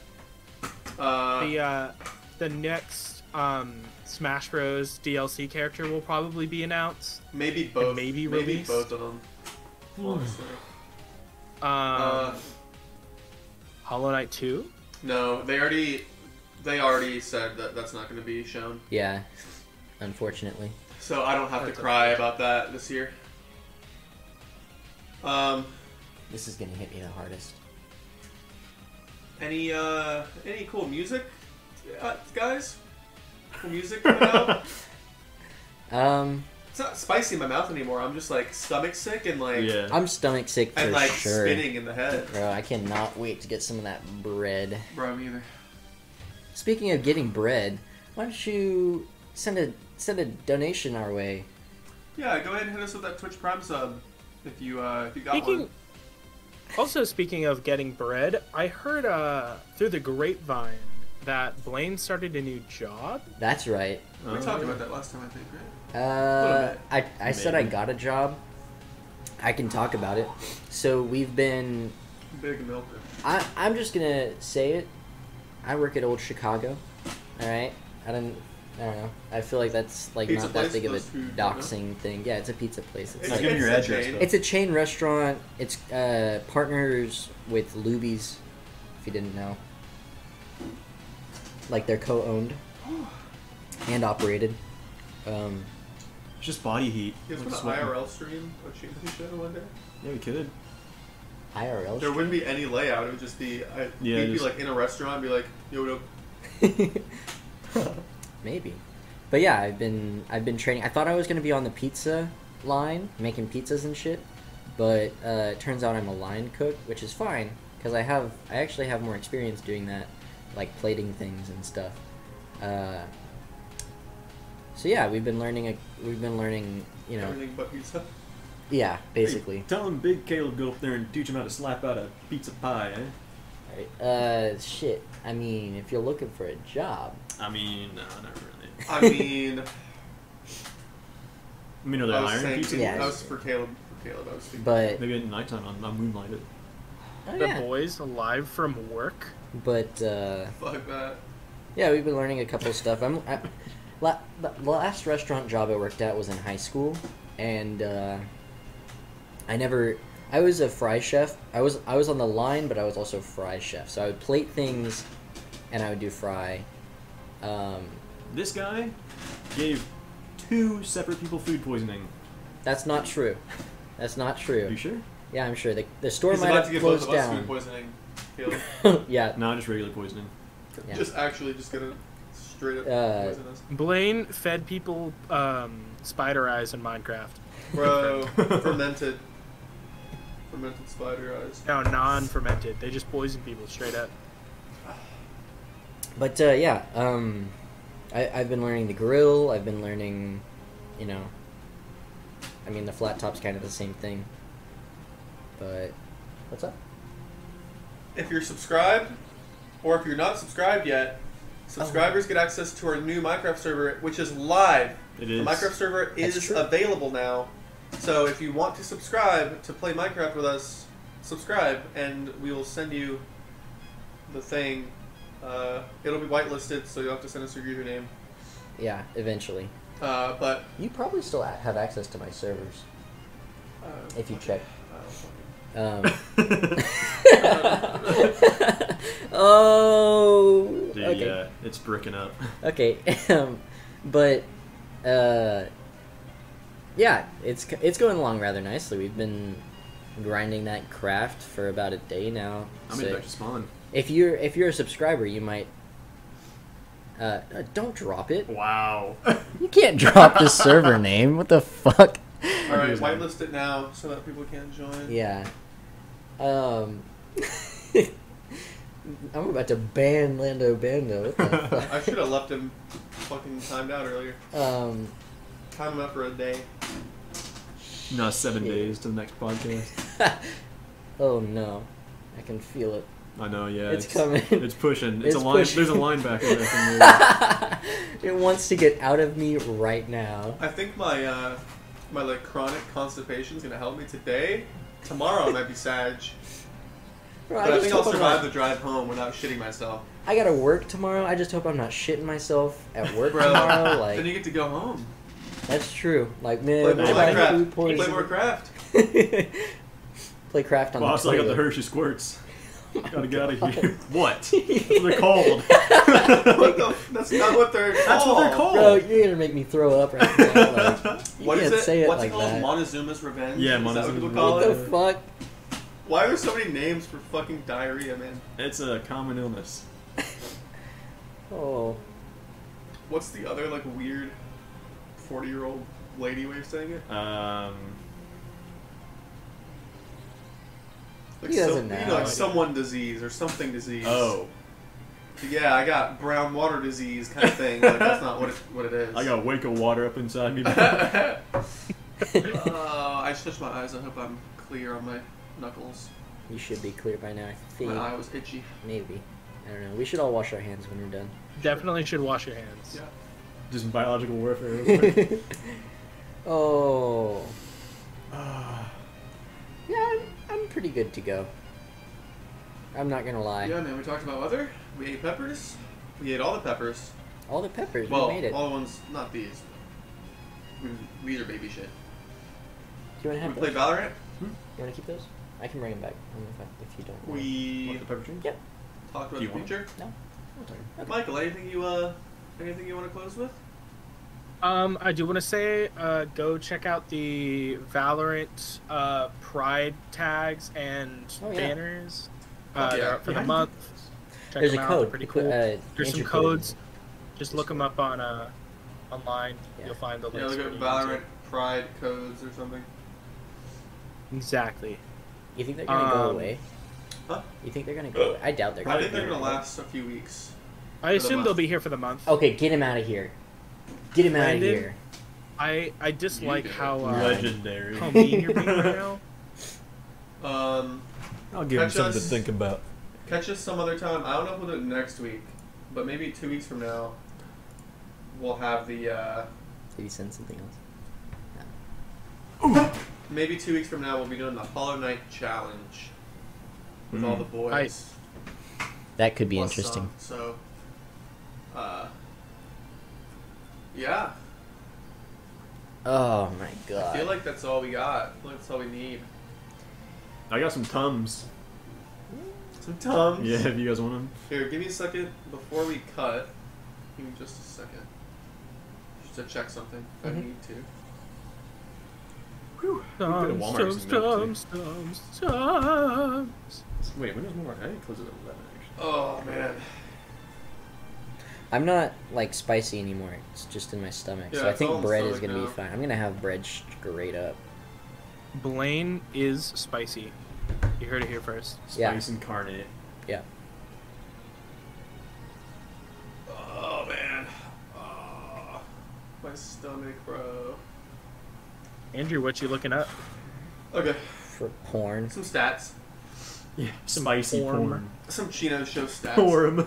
[SPEAKER 1] Uh,
[SPEAKER 4] The uh, the next um, Smash Bros. DLC character will probably be announced.
[SPEAKER 1] maybe both.
[SPEAKER 4] and
[SPEAKER 1] maybe
[SPEAKER 4] maybe release? Hmm.
[SPEAKER 1] both of them. Honestly.
[SPEAKER 4] Um,
[SPEAKER 1] Uh,
[SPEAKER 4] Hollow Knight Two.
[SPEAKER 1] no, they already they already said that that's not going to be shown.
[SPEAKER 3] Yeah. Unfortunately.
[SPEAKER 1] So I don't have to cry about that this year. Um,
[SPEAKER 3] This is gonna hit me the hardest.
[SPEAKER 1] any uh, any cool music, uh, guys? Cool music coming out.
[SPEAKER 3] Um,
[SPEAKER 1] It's not spicy in my mouth anymore. I'm just like stomach sick and like
[SPEAKER 2] yeah.
[SPEAKER 3] I'm stomach sick for
[SPEAKER 1] and like
[SPEAKER 3] sure.
[SPEAKER 1] spinning in the head.
[SPEAKER 3] Bro, I cannot wait to get some of that bread.
[SPEAKER 1] Bro, me either.
[SPEAKER 3] Speaking of getting bread, why don't you send a send a donation our way?
[SPEAKER 1] Yeah, go ahead and hit us with that Twitch Prime sub if you uh, if you got one.
[SPEAKER 4] Speaking. Also, speaking of getting bread, I heard uh, through the grapevine that Blaine started a new job.
[SPEAKER 3] That's right.
[SPEAKER 1] We
[SPEAKER 2] Uh,
[SPEAKER 1] talked about that last time, I think, right?
[SPEAKER 3] Uh,
[SPEAKER 1] bit.
[SPEAKER 3] I, I said I
[SPEAKER 2] Maybe.
[SPEAKER 3] got a job. I can talk about it. So we've been.
[SPEAKER 1] Big milker.
[SPEAKER 3] I, I'm just gonna say it. I work at Old Chicago. All right. I don't. I don't know. I feel like that's like
[SPEAKER 1] Pizza
[SPEAKER 3] not that
[SPEAKER 1] place,
[SPEAKER 3] big of a
[SPEAKER 1] fast food,
[SPEAKER 3] doxing thing. Yeah, it's a pizza place. It's,
[SPEAKER 1] It's
[SPEAKER 3] like
[SPEAKER 2] give me your
[SPEAKER 1] it's
[SPEAKER 2] address,
[SPEAKER 1] a chain.
[SPEAKER 2] though.
[SPEAKER 3] it's a chain restaurant. It's uh, partners with Luby's, if you didn't know. Like they're co-owned and operated. Um,
[SPEAKER 2] It's just body heat.
[SPEAKER 1] Yes,
[SPEAKER 2] Like
[SPEAKER 1] we're
[SPEAKER 2] sweating.
[SPEAKER 1] an IRL stream of Chimney Show one day.
[SPEAKER 2] Yeah, we could.
[SPEAKER 3] IRL.
[SPEAKER 1] There wouldn't be any layout. It would just be I,
[SPEAKER 2] Yeah,
[SPEAKER 1] we'd be
[SPEAKER 2] just-
[SPEAKER 1] like in a restaurant, be like, yo, what up?
[SPEAKER 3] Maybe. But yeah, I've been I've been training. I thought I was gonna be on the pizza line, making pizzas and shit, but uh, it turns out I'm a line cook, which is fine because I have I actually have more experience doing that, like plating things and stuff. Uh, so yeah, we've been learning. A, we've been learning. You know,
[SPEAKER 1] everything but pizza.
[SPEAKER 3] yeah, basically.
[SPEAKER 2] Hey, tell him Big Caleb go up there and teach him how to slap out a pizza pie. Eh?
[SPEAKER 3] Alright, Uh, shit. I mean, if you're looking for a job,
[SPEAKER 2] I mean, no, not really.
[SPEAKER 1] I mean,
[SPEAKER 2] I mean, are they
[SPEAKER 1] I was
[SPEAKER 2] iron
[SPEAKER 1] saying,
[SPEAKER 2] pizza?
[SPEAKER 3] Yeah.
[SPEAKER 1] I was for Caleb, for Caleb, I was thinking.
[SPEAKER 3] but
[SPEAKER 2] Maybe at nighttime on, on moonlight it.
[SPEAKER 3] oh,
[SPEAKER 4] The
[SPEAKER 3] yeah,
[SPEAKER 4] boys live from work.
[SPEAKER 3] but. Uh,
[SPEAKER 1] Fuck that.
[SPEAKER 3] Yeah, we've been learning a couple stuff. I'm, I, la, the last restaurant job I worked at was in high school, and uh, I never. I was a fry chef. I was I was on the line, but I was also fry chef. So I would plate things, and I would do fry. Um,
[SPEAKER 2] This guy gave two separate people food poisoning.
[SPEAKER 3] that's not true. That's not
[SPEAKER 2] Are you
[SPEAKER 3] true.
[SPEAKER 2] sure?
[SPEAKER 3] Yeah, I'm sure. The, the store
[SPEAKER 1] He's
[SPEAKER 3] might
[SPEAKER 1] about to
[SPEAKER 3] have
[SPEAKER 1] get both of
[SPEAKER 3] closed
[SPEAKER 1] us food
[SPEAKER 3] down.
[SPEAKER 1] poisoning. He'll
[SPEAKER 3] yeah.
[SPEAKER 2] No, just regular poisoning.
[SPEAKER 3] Yeah.
[SPEAKER 1] just actually just gonna straight up
[SPEAKER 3] Uh,
[SPEAKER 1] poison us.
[SPEAKER 4] Blaine fed people um, spider eyes in Minecraft.
[SPEAKER 1] Bro, fermented. Fermented spider eyes.
[SPEAKER 4] No, non-fermented. They just poison people straight up.
[SPEAKER 3] But uh, yeah, um, I, I've been learning the grill. I've been learning, you know. I mean, the flat top's kind of the same thing. But what's up?
[SPEAKER 1] If you're subscribed, or if you're not subscribed yet, subscribers get access to our new Minecraft server, which is live.
[SPEAKER 2] It
[SPEAKER 1] The
[SPEAKER 2] is.
[SPEAKER 1] Minecraft server
[SPEAKER 3] That's
[SPEAKER 1] is
[SPEAKER 3] true.
[SPEAKER 1] available now. So if you want to subscribe to play Minecraft with us, subscribe, and we will send you the thing. Uh, it'll be whitelisted, so you'll have to send us your username.
[SPEAKER 3] Yeah, eventually.
[SPEAKER 1] Uh, but
[SPEAKER 3] You probably still a- have access to my servers
[SPEAKER 1] uh,
[SPEAKER 3] if you check.
[SPEAKER 1] uh,
[SPEAKER 3] Um, oh.
[SPEAKER 2] Dude,
[SPEAKER 3] okay.
[SPEAKER 2] yeah, uh, it's bricking up.
[SPEAKER 3] Okay, um, but uh, yeah, it's it's going along rather nicely. We've been grinding that craft for about a day now.
[SPEAKER 2] I'm
[SPEAKER 3] so
[SPEAKER 2] gonna back to spawn.
[SPEAKER 3] if you're if you're a subscriber, you might. Uh, uh, don't drop it.
[SPEAKER 2] Wow.
[SPEAKER 3] You can't drop the server name. What the fuck?
[SPEAKER 1] all right,
[SPEAKER 2] Username.
[SPEAKER 1] whitelist it now so that people can join.
[SPEAKER 3] Yeah. Um. I'm about to ban Lando Bando. What the fuck?
[SPEAKER 1] I should have left him fucking timed out earlier.
[SPEAKER 3] Um.
[SPEAKER 1] Time him out for a day.
[SPEAKER 2] no, seven days to the next podcast.
[SPEAKER 3] oh no, I can feel it.
[SPEAKER 2] I know. Yeah,
[SPEAKER 3] It's coming.
[SPEAKER 2] It's pushing.
[SPEAKER 3] It's
[SPEAKER 2] It's, a line.
[SPEAKER 3] pushing.
[SPEAKER 2] There's a line back there. from there.
[SPEAKER 3] It wants to get out of me right now.
[SPEAKER 1] I think my uh, my like chronic constipation is gonna help me today. Tomorrow I might be sag,
[SPEAKER 3] Bro,
[SPEAKER 1] but I,
[SPEAKER 3] just
[SPEAKER 1] think I'll
[SPEAKER 3] hope I'm
[SPEAKER 1] survive
[SPEAKER 3] not-
[SPEAKER 1] the drive home without shitting myself.
[SPEAKER 3] I gotta work tomorrow. I just hope I'm not shitting myself at work
[SPEAKER 1] Bro,
[SPEAKER 3] tomorrow.
[SPEAKER 1] then you
[SPEAKER 3] Like
[SPEAKER 1] get to go home.
[SPEAKER 3] that's true. Like
[SPEAKER 1] Play
[SPEAKER 3] man,
[SPEAKER 1] more
[SPEAKER 3] I got
[SPEAKER 1] Minecraft.
[SPEAKER 3] food
[SPEAKER 1] Play more
[SPEAKER 3] poisoning.
[SPEAKER 1] craft.
[SPEAKER 3] Play Oh craft on
[SPEAKER 2] Wow,
[SPEAKER 3] the
[SPEAKER 2] it's like I got the
[SPEAKER 3] toilet.
[SPEAKER 2] Hershey squirts. Gotta get out of here. What? They're cold.
[SPEAKER 1] What the? That's not what they're.
[SPEAKER 2] That's what they're called.
[SPEAKER 3] Bro, you're gonna make me throw up right now. Like, you
[SPEAKER 1] What
[SPEAKER 3] can't
[SPEAKER 1] is it?
[SPEAKER 3] say it
[SPEAKER 1] What's
[SPEAKER 3] like
[SPEAKER 1] it called?
[SPEAKER 3] that.
[SPEAKER 1] Montezuma's revenge.
[SPEAKER 2] Yeah,
[SPEAKER 1] Is that
[SPEAKER 2] Montezuma's
[SPEAKER 1] what people
[SPEAKER 2] Revenge.
[SPEAKER 1] call
[SPEAKER 3] what the
[SPEAKER 1] it?
[SPEAKER 3] fuck?
[SPEAKER 1] Why are there so many names for fucking diarrhea, man?
[SPEAKER 2] it's a common illness.
[SPEAKER 3] Oh,
[SPEAKER 1] What's the other like weird forty-year-old lady way of saying it?
[SPEAKER 2] Um,
[SPEAKER 1] Like
[SPEAKER 3] He doesn't
[SPEAKER 1] You
[SPEAKER 3] know.
[SPEAKER 1] know, like someone disease or something disease.
[SPEAKER 2] oh,
[SPEAKER 1] Yeah, I got brown water disease kind of thing. Like that's not what it, what it is.
[SPEAKER 2] I got a wake of water up inside me.
[SPEAKER 1] oh, Uh, I shut my eyes. I hope I'm clear on my knuckles.
[SPEAKER 3] you should be clear by now. I think
[SPEAKER 1] My eye was itchy.
[SPEAKER 3] maybe. I don't know. We should all wash our hands when we're done.
[SPEAKER 4] Definitely should wash your hands.
[SPEAKER 1] Yeah.
[SPEAKER 2] Just biological warfare. real quick.
[SPEAKER 3] oh.
[SPEAKER 2] Ah,
[SPEAKER 3] Yeah, I'm, I'm pretty good to go. I'm not gonna lie.
[SPEAKER 1] Yeah, man. We talked about weather. We ate peppers. We ate all the peppers.
[SPEAKER 3] All the peppers,
[SPEAKER 1] Well,
[SPEAKER 3] we made it.
[SPEAKER 1] all the ones, not these. I mean, These are baby shit.
[SPEAKER 3] Do you wanna
[SPEAKER 1] We
[SPEAKER 3] have
[SPEAKER 1] played
[SPEAKER 3] those?
[SPEAKER 1] Valorant.
[SPEAKER 3] You wanna keep those? I can bring them back I don't know if, I, if you don't. want.
[SPEAKER 1] We
[SPEAKER 2] what, the pepper tree?
[SPEAKER 3] Yep.
[SPEAKER 1] talked about
[SPEAKER 2] Do
[SPEAKER 1] the
[SPEAKER 2] you want
[SPEAKER 1] future.
[SPEAKER 3] No. I'm sorry. Okay.
[SPEAKER 1] Michael, anything you uh, anything you want to close with?
[SPEAKER 4] Um, I do want to say, uh, go check out the Valorant uh, Pride tags and
[SPEAKER 3] Oh, yeah.
[SPEAKER 4] banners.
[SPEAKER 1] Fuck
[SPEAKER 4] Uh,
[SPEAKER 1] yeah.
[SPEAKER 4] They're out for
[SPEAKER 2] Yeah.
[SPEAKER 4] the month. Check
[SPEAKER 3] There's
[SPEAKER 4] them
[SPEAKER 3] a
[SPEAKER 4] out.
[SPEAKER 3] code.
[SPEAKER 4] They're pretty
[SPEAKER 3] You put,
[SPEAKER 4] cool.
[SPEAKER 3] uh,
[SPEAKER 4] There's some
[SPEAKER 3] entry code in
[SPEAKER 4] codes.
[SPEAKER 3] there.
[SPEAKER 4] Just look them up on uh, online.
[SPEAKER 3] Yeah.
[SPEAKER 4] You'll find the
[SPEAKER 1] Yeah,
[SPEAKER 4] links.
[SPEAKER 1] look
[SPEAKER 4] pretty
[SPEAKER 1] at
[SPEAKER 4] easy.
[SPEAKER 1] Valorant Pride codes or something.
[SPEAKER 4] Exactly.
[SPEAKER 3] You think they're gonna go
[SPEAKER 4] Um,
[SPEAKER 3] away?
[SPEAKER 1] Huh?
[SPEAKER 3] You think they're gonna go? away? I doubt they're.
[SPEAKER 1] I
[SPEAKER 3] Gonna
[SPEAKER 1] think they're
[SPEAKER 3] go
[SPEAKER 1] gonna
[SPEAKER 3] away.
[SPEAKER 1] last a few weeks.
[SPEAKER 4] I
[SPEAKER 1] For the
[SPEAKER 4] assume
[SPEAKER 1] month.
[SPEAKER 4] they'll be here for the month.
[SPEAKER 3] Okay, get him out of here. Get him out of
[SPEAKER 4] Landon?
[SPEAKER 3] here.
[SPEAKER 4] I I dislike
[SPEAKER 1] You do.
[SPEAKER 4] how uh,
[SPEAKER 2] Legendary.
[SPEAKER 4] how mean you're being right now.
[SPEAKER 1] Um,
[SPEAKER 5] I'll give him
[SPEAKER 1] Catch
[SPEAKER 5] something
[SPEAKER 1] us.
[SPEAKER 5] to think about.
[SPEAKER 1] catch us some other time. I don't know if we'll do it next week, but maybe two weeks from now, we'll have the. Uh,
[SPEAKER 3] Did he send something else?
[SPEAKER 1] maybe two weeks from now, we'll be doing the Hollow Knight challenge with all the boys.
[SPEAKER 4] Nice.
[SPEAKER 3] That could be
[SPEAKER 1] plus
[SPEAKER 3] interesting.
[SPEAKER 1] some. So, uh, yeah,
[SPEAKER 3] Oh my
[SPEAKER 1] I feel
[SPEAKER 3] god.
[SPEAKER 1] like that's all we got. I feel like that's all we need.
[SPEAKER 2] I got some tums.
[SPEAKER 1] Some tums.
[SPEAKER 2] Yeah, if you guys want them.
[SPEAKER 1] Here, give me a second before we cut. Give me just a
[SPEAKER 4] Mm-hmm.
[SPEAKER 1] second, just to check something if I need to.
[SPEAKER 2] We've been to Walmart
[SPEAKER 4] Stumps,
[SPEAKER 2] some milk,
[SPEAKER 4] stumps, stumps, stumps.
[SPEAKER 2] too. Wait, when does Walmart? I think it closes at eleven. Actually.
[SPEAKER 1] Oh man.
[SPEAKER 3] I'm not like spicy anymore. It's just in my stomach.
[SPEAKER 1] Yeah,
[SPEAKER 3] so I
[SPEAKER 1] it's all
[SPEAKER 3] think
[SPEAKER 1] in
[SPEAKER 3] bread is
[SPEAKER 1] stomach
[SPEAKER 3] gonna be
[SPEAKER 1] now.
[SPEAKER 3] fine. I'm gonna have bread straight up.
[SPEAKER 4] Blaine is spicy. You heard it here first.
[SPEAKER 3] Yeah.
[SPEAKER 2] Spice incarnate.
[SPEAKER 3] Yeah.
[SPEAKER 1] Oh man. Oh, my stomach, bro.
[SPEAKER 4] Andrew, what you looking up?
[SPEAKER 1] Okay,
[SPEAKER 3] For porn.
[SPEAKER 1] some stats.
[SPEAKER 2] Yeah. Spicy
[SPEAKER 4] form.
[SPEAKER 2] porn.
[SPEAKER 1] Some Chino show stats.
[SPEAKER 2] Form.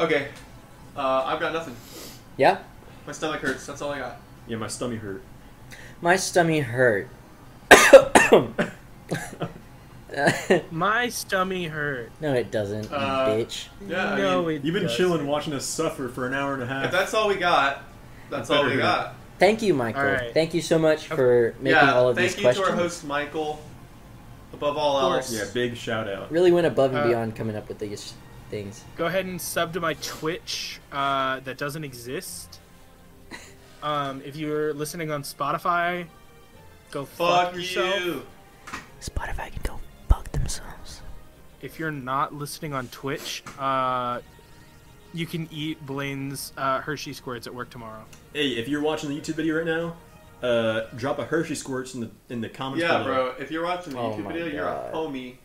[SPEAKER 1] Okay. Uh, I've got nothing.
[SPEAKER 3] Yeah.
[SPEAKER 1] My stomach hurts. That's all I got.
[SPEAKER 2] Yeah, my stomach hurt.
[SPEAKER 3] My stomach hurt.
[SPEAKER 4] My stomach hurt.
[SPEAKER 3] no, it doesn't, you
[SPEAKER 1] Uh,
[SPEAKER 3] bitch.
[SPEAKER 1] Yeah. I
[SPEAKER 4] no,
[SPEAKER 1] mean,
[SPEAKER 4] it
[SPEAKER 2] You've been
[SPEAKER 4] doesn't.
[SPEAKER 2] chilling, watching us suffer for an hour and a half.
[SPEAKER 1] if that's all we got, that's all
[SPEAKER 2] Better
[SPEAKER 1] we
[SPEAKER 2] hurt.
[SPEAKER 1] got.
[SPEAKER 3] Thank you, Michael.
[SPEAKER 4] All right.
[SPEAKER 3] Thank you so much
[SPEAKER 4] Okay.
[SPEAKER 3] for making
[SPEAKER 1] yeah.
[SPEAKER 3] all of
[SPEAKER 1] thank
[SPEAKER 3] these
[SPEAKER 1] you
[SPEAKER 3] questions.
[SPEAKER 1] to our host Michael. Above all
[SPEAKER 4] Of course.
[SPEAKER 1] else.
[SPEAKER 2] yeah, big shout out.
[SPEAKER 3] Really went above and
[SPEAKER 4] Uh,
[SPEAKER 3] beyond coming up with these things.
[SPEAKER 4] Go ahead and sub to my Twitch uh, that doesn't exist. Um, if you're listening on Spotify, go fuck,
[SPEAKER 1] Fuck,
[SPEAKER 4] yourself.
[SPEAKER 1] you.
[SPEAKER 3] Spotify can go fuck themselves.
[SPEAKER 4] If you're not listening on Twitch, uh, you can eat Blaine's uh, Hershey squirts at work tomorrow.
[SPEAKER 2] Hey, if you're watching the YouTube video right now, uh, drop a Hershey squirts in the in the comments
[SPEAKER 1] Yeah,
[SPEAKER 2] below.
[SPEAKER 1] bro. If you're watching the
[SPEAKER 3] Oh
[SPEAKER 1] YouTube
[SPEAKER 3] my
[SPEAKER 1] video, you're a
[SPEAKER 3] God.
[SPEAKER 1] homie.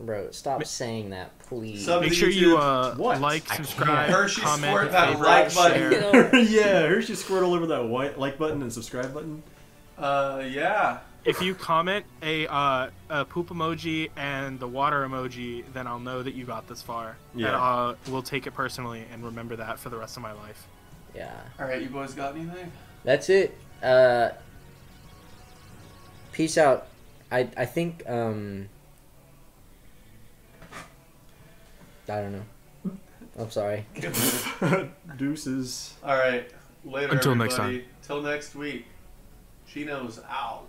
[SPEAKER 3] Bro, stop saying that, please.
[SPEAKER 1] Sub-
[SPEAKER 4] Make
[SPEAKER 1] the
[SPEAKER 4] sure you
[SPEAKER 1] YouTube-
[SPEAKER 4] uh,
[SPEAKER 2] What?
[SPEAKER 4] like,
[SPEAKER 2] I
[SPEAKER 4] subscribe,
[SPEAKER 1] can't. Hershey
[SPEAKER 4] comment,
[SPEAKER 1] squirt
[SPEAKER 4] and
[SPEAKER 1] that
[SPEAKER 4] favorite,
[SPEAKER 1] like button.
[SPEAKER 4] share.
[SPEAKER 3] Get over it.
[SPEAKER 2] yeah, Hershey squirt all over that white like button and subscribe button.
[SPEAKER 1] Uh, yeah.
[SPEAKER 4] If you comment a, uh, a poop emoji and the water emoji, then I'll know that you got this far. And
[SPEAKER 2] Yeah.
[SPEAKER 4] uh, we'll take it personally and remember that for the rest of my life.
[SPEAKER 3] yeah.
[SPEAKER 1] All right, you boys got anything?
[SPEAKER 3] That's it. Uh, peace out. I I think um. I don't know. I'm sorry.
[SPEAKER 2] Deuces.
[SPEAKER 1] All right. Later.
[SPEAKER 4] Until next
[SPEAKER 1] everybody. Till next week. Chino's out.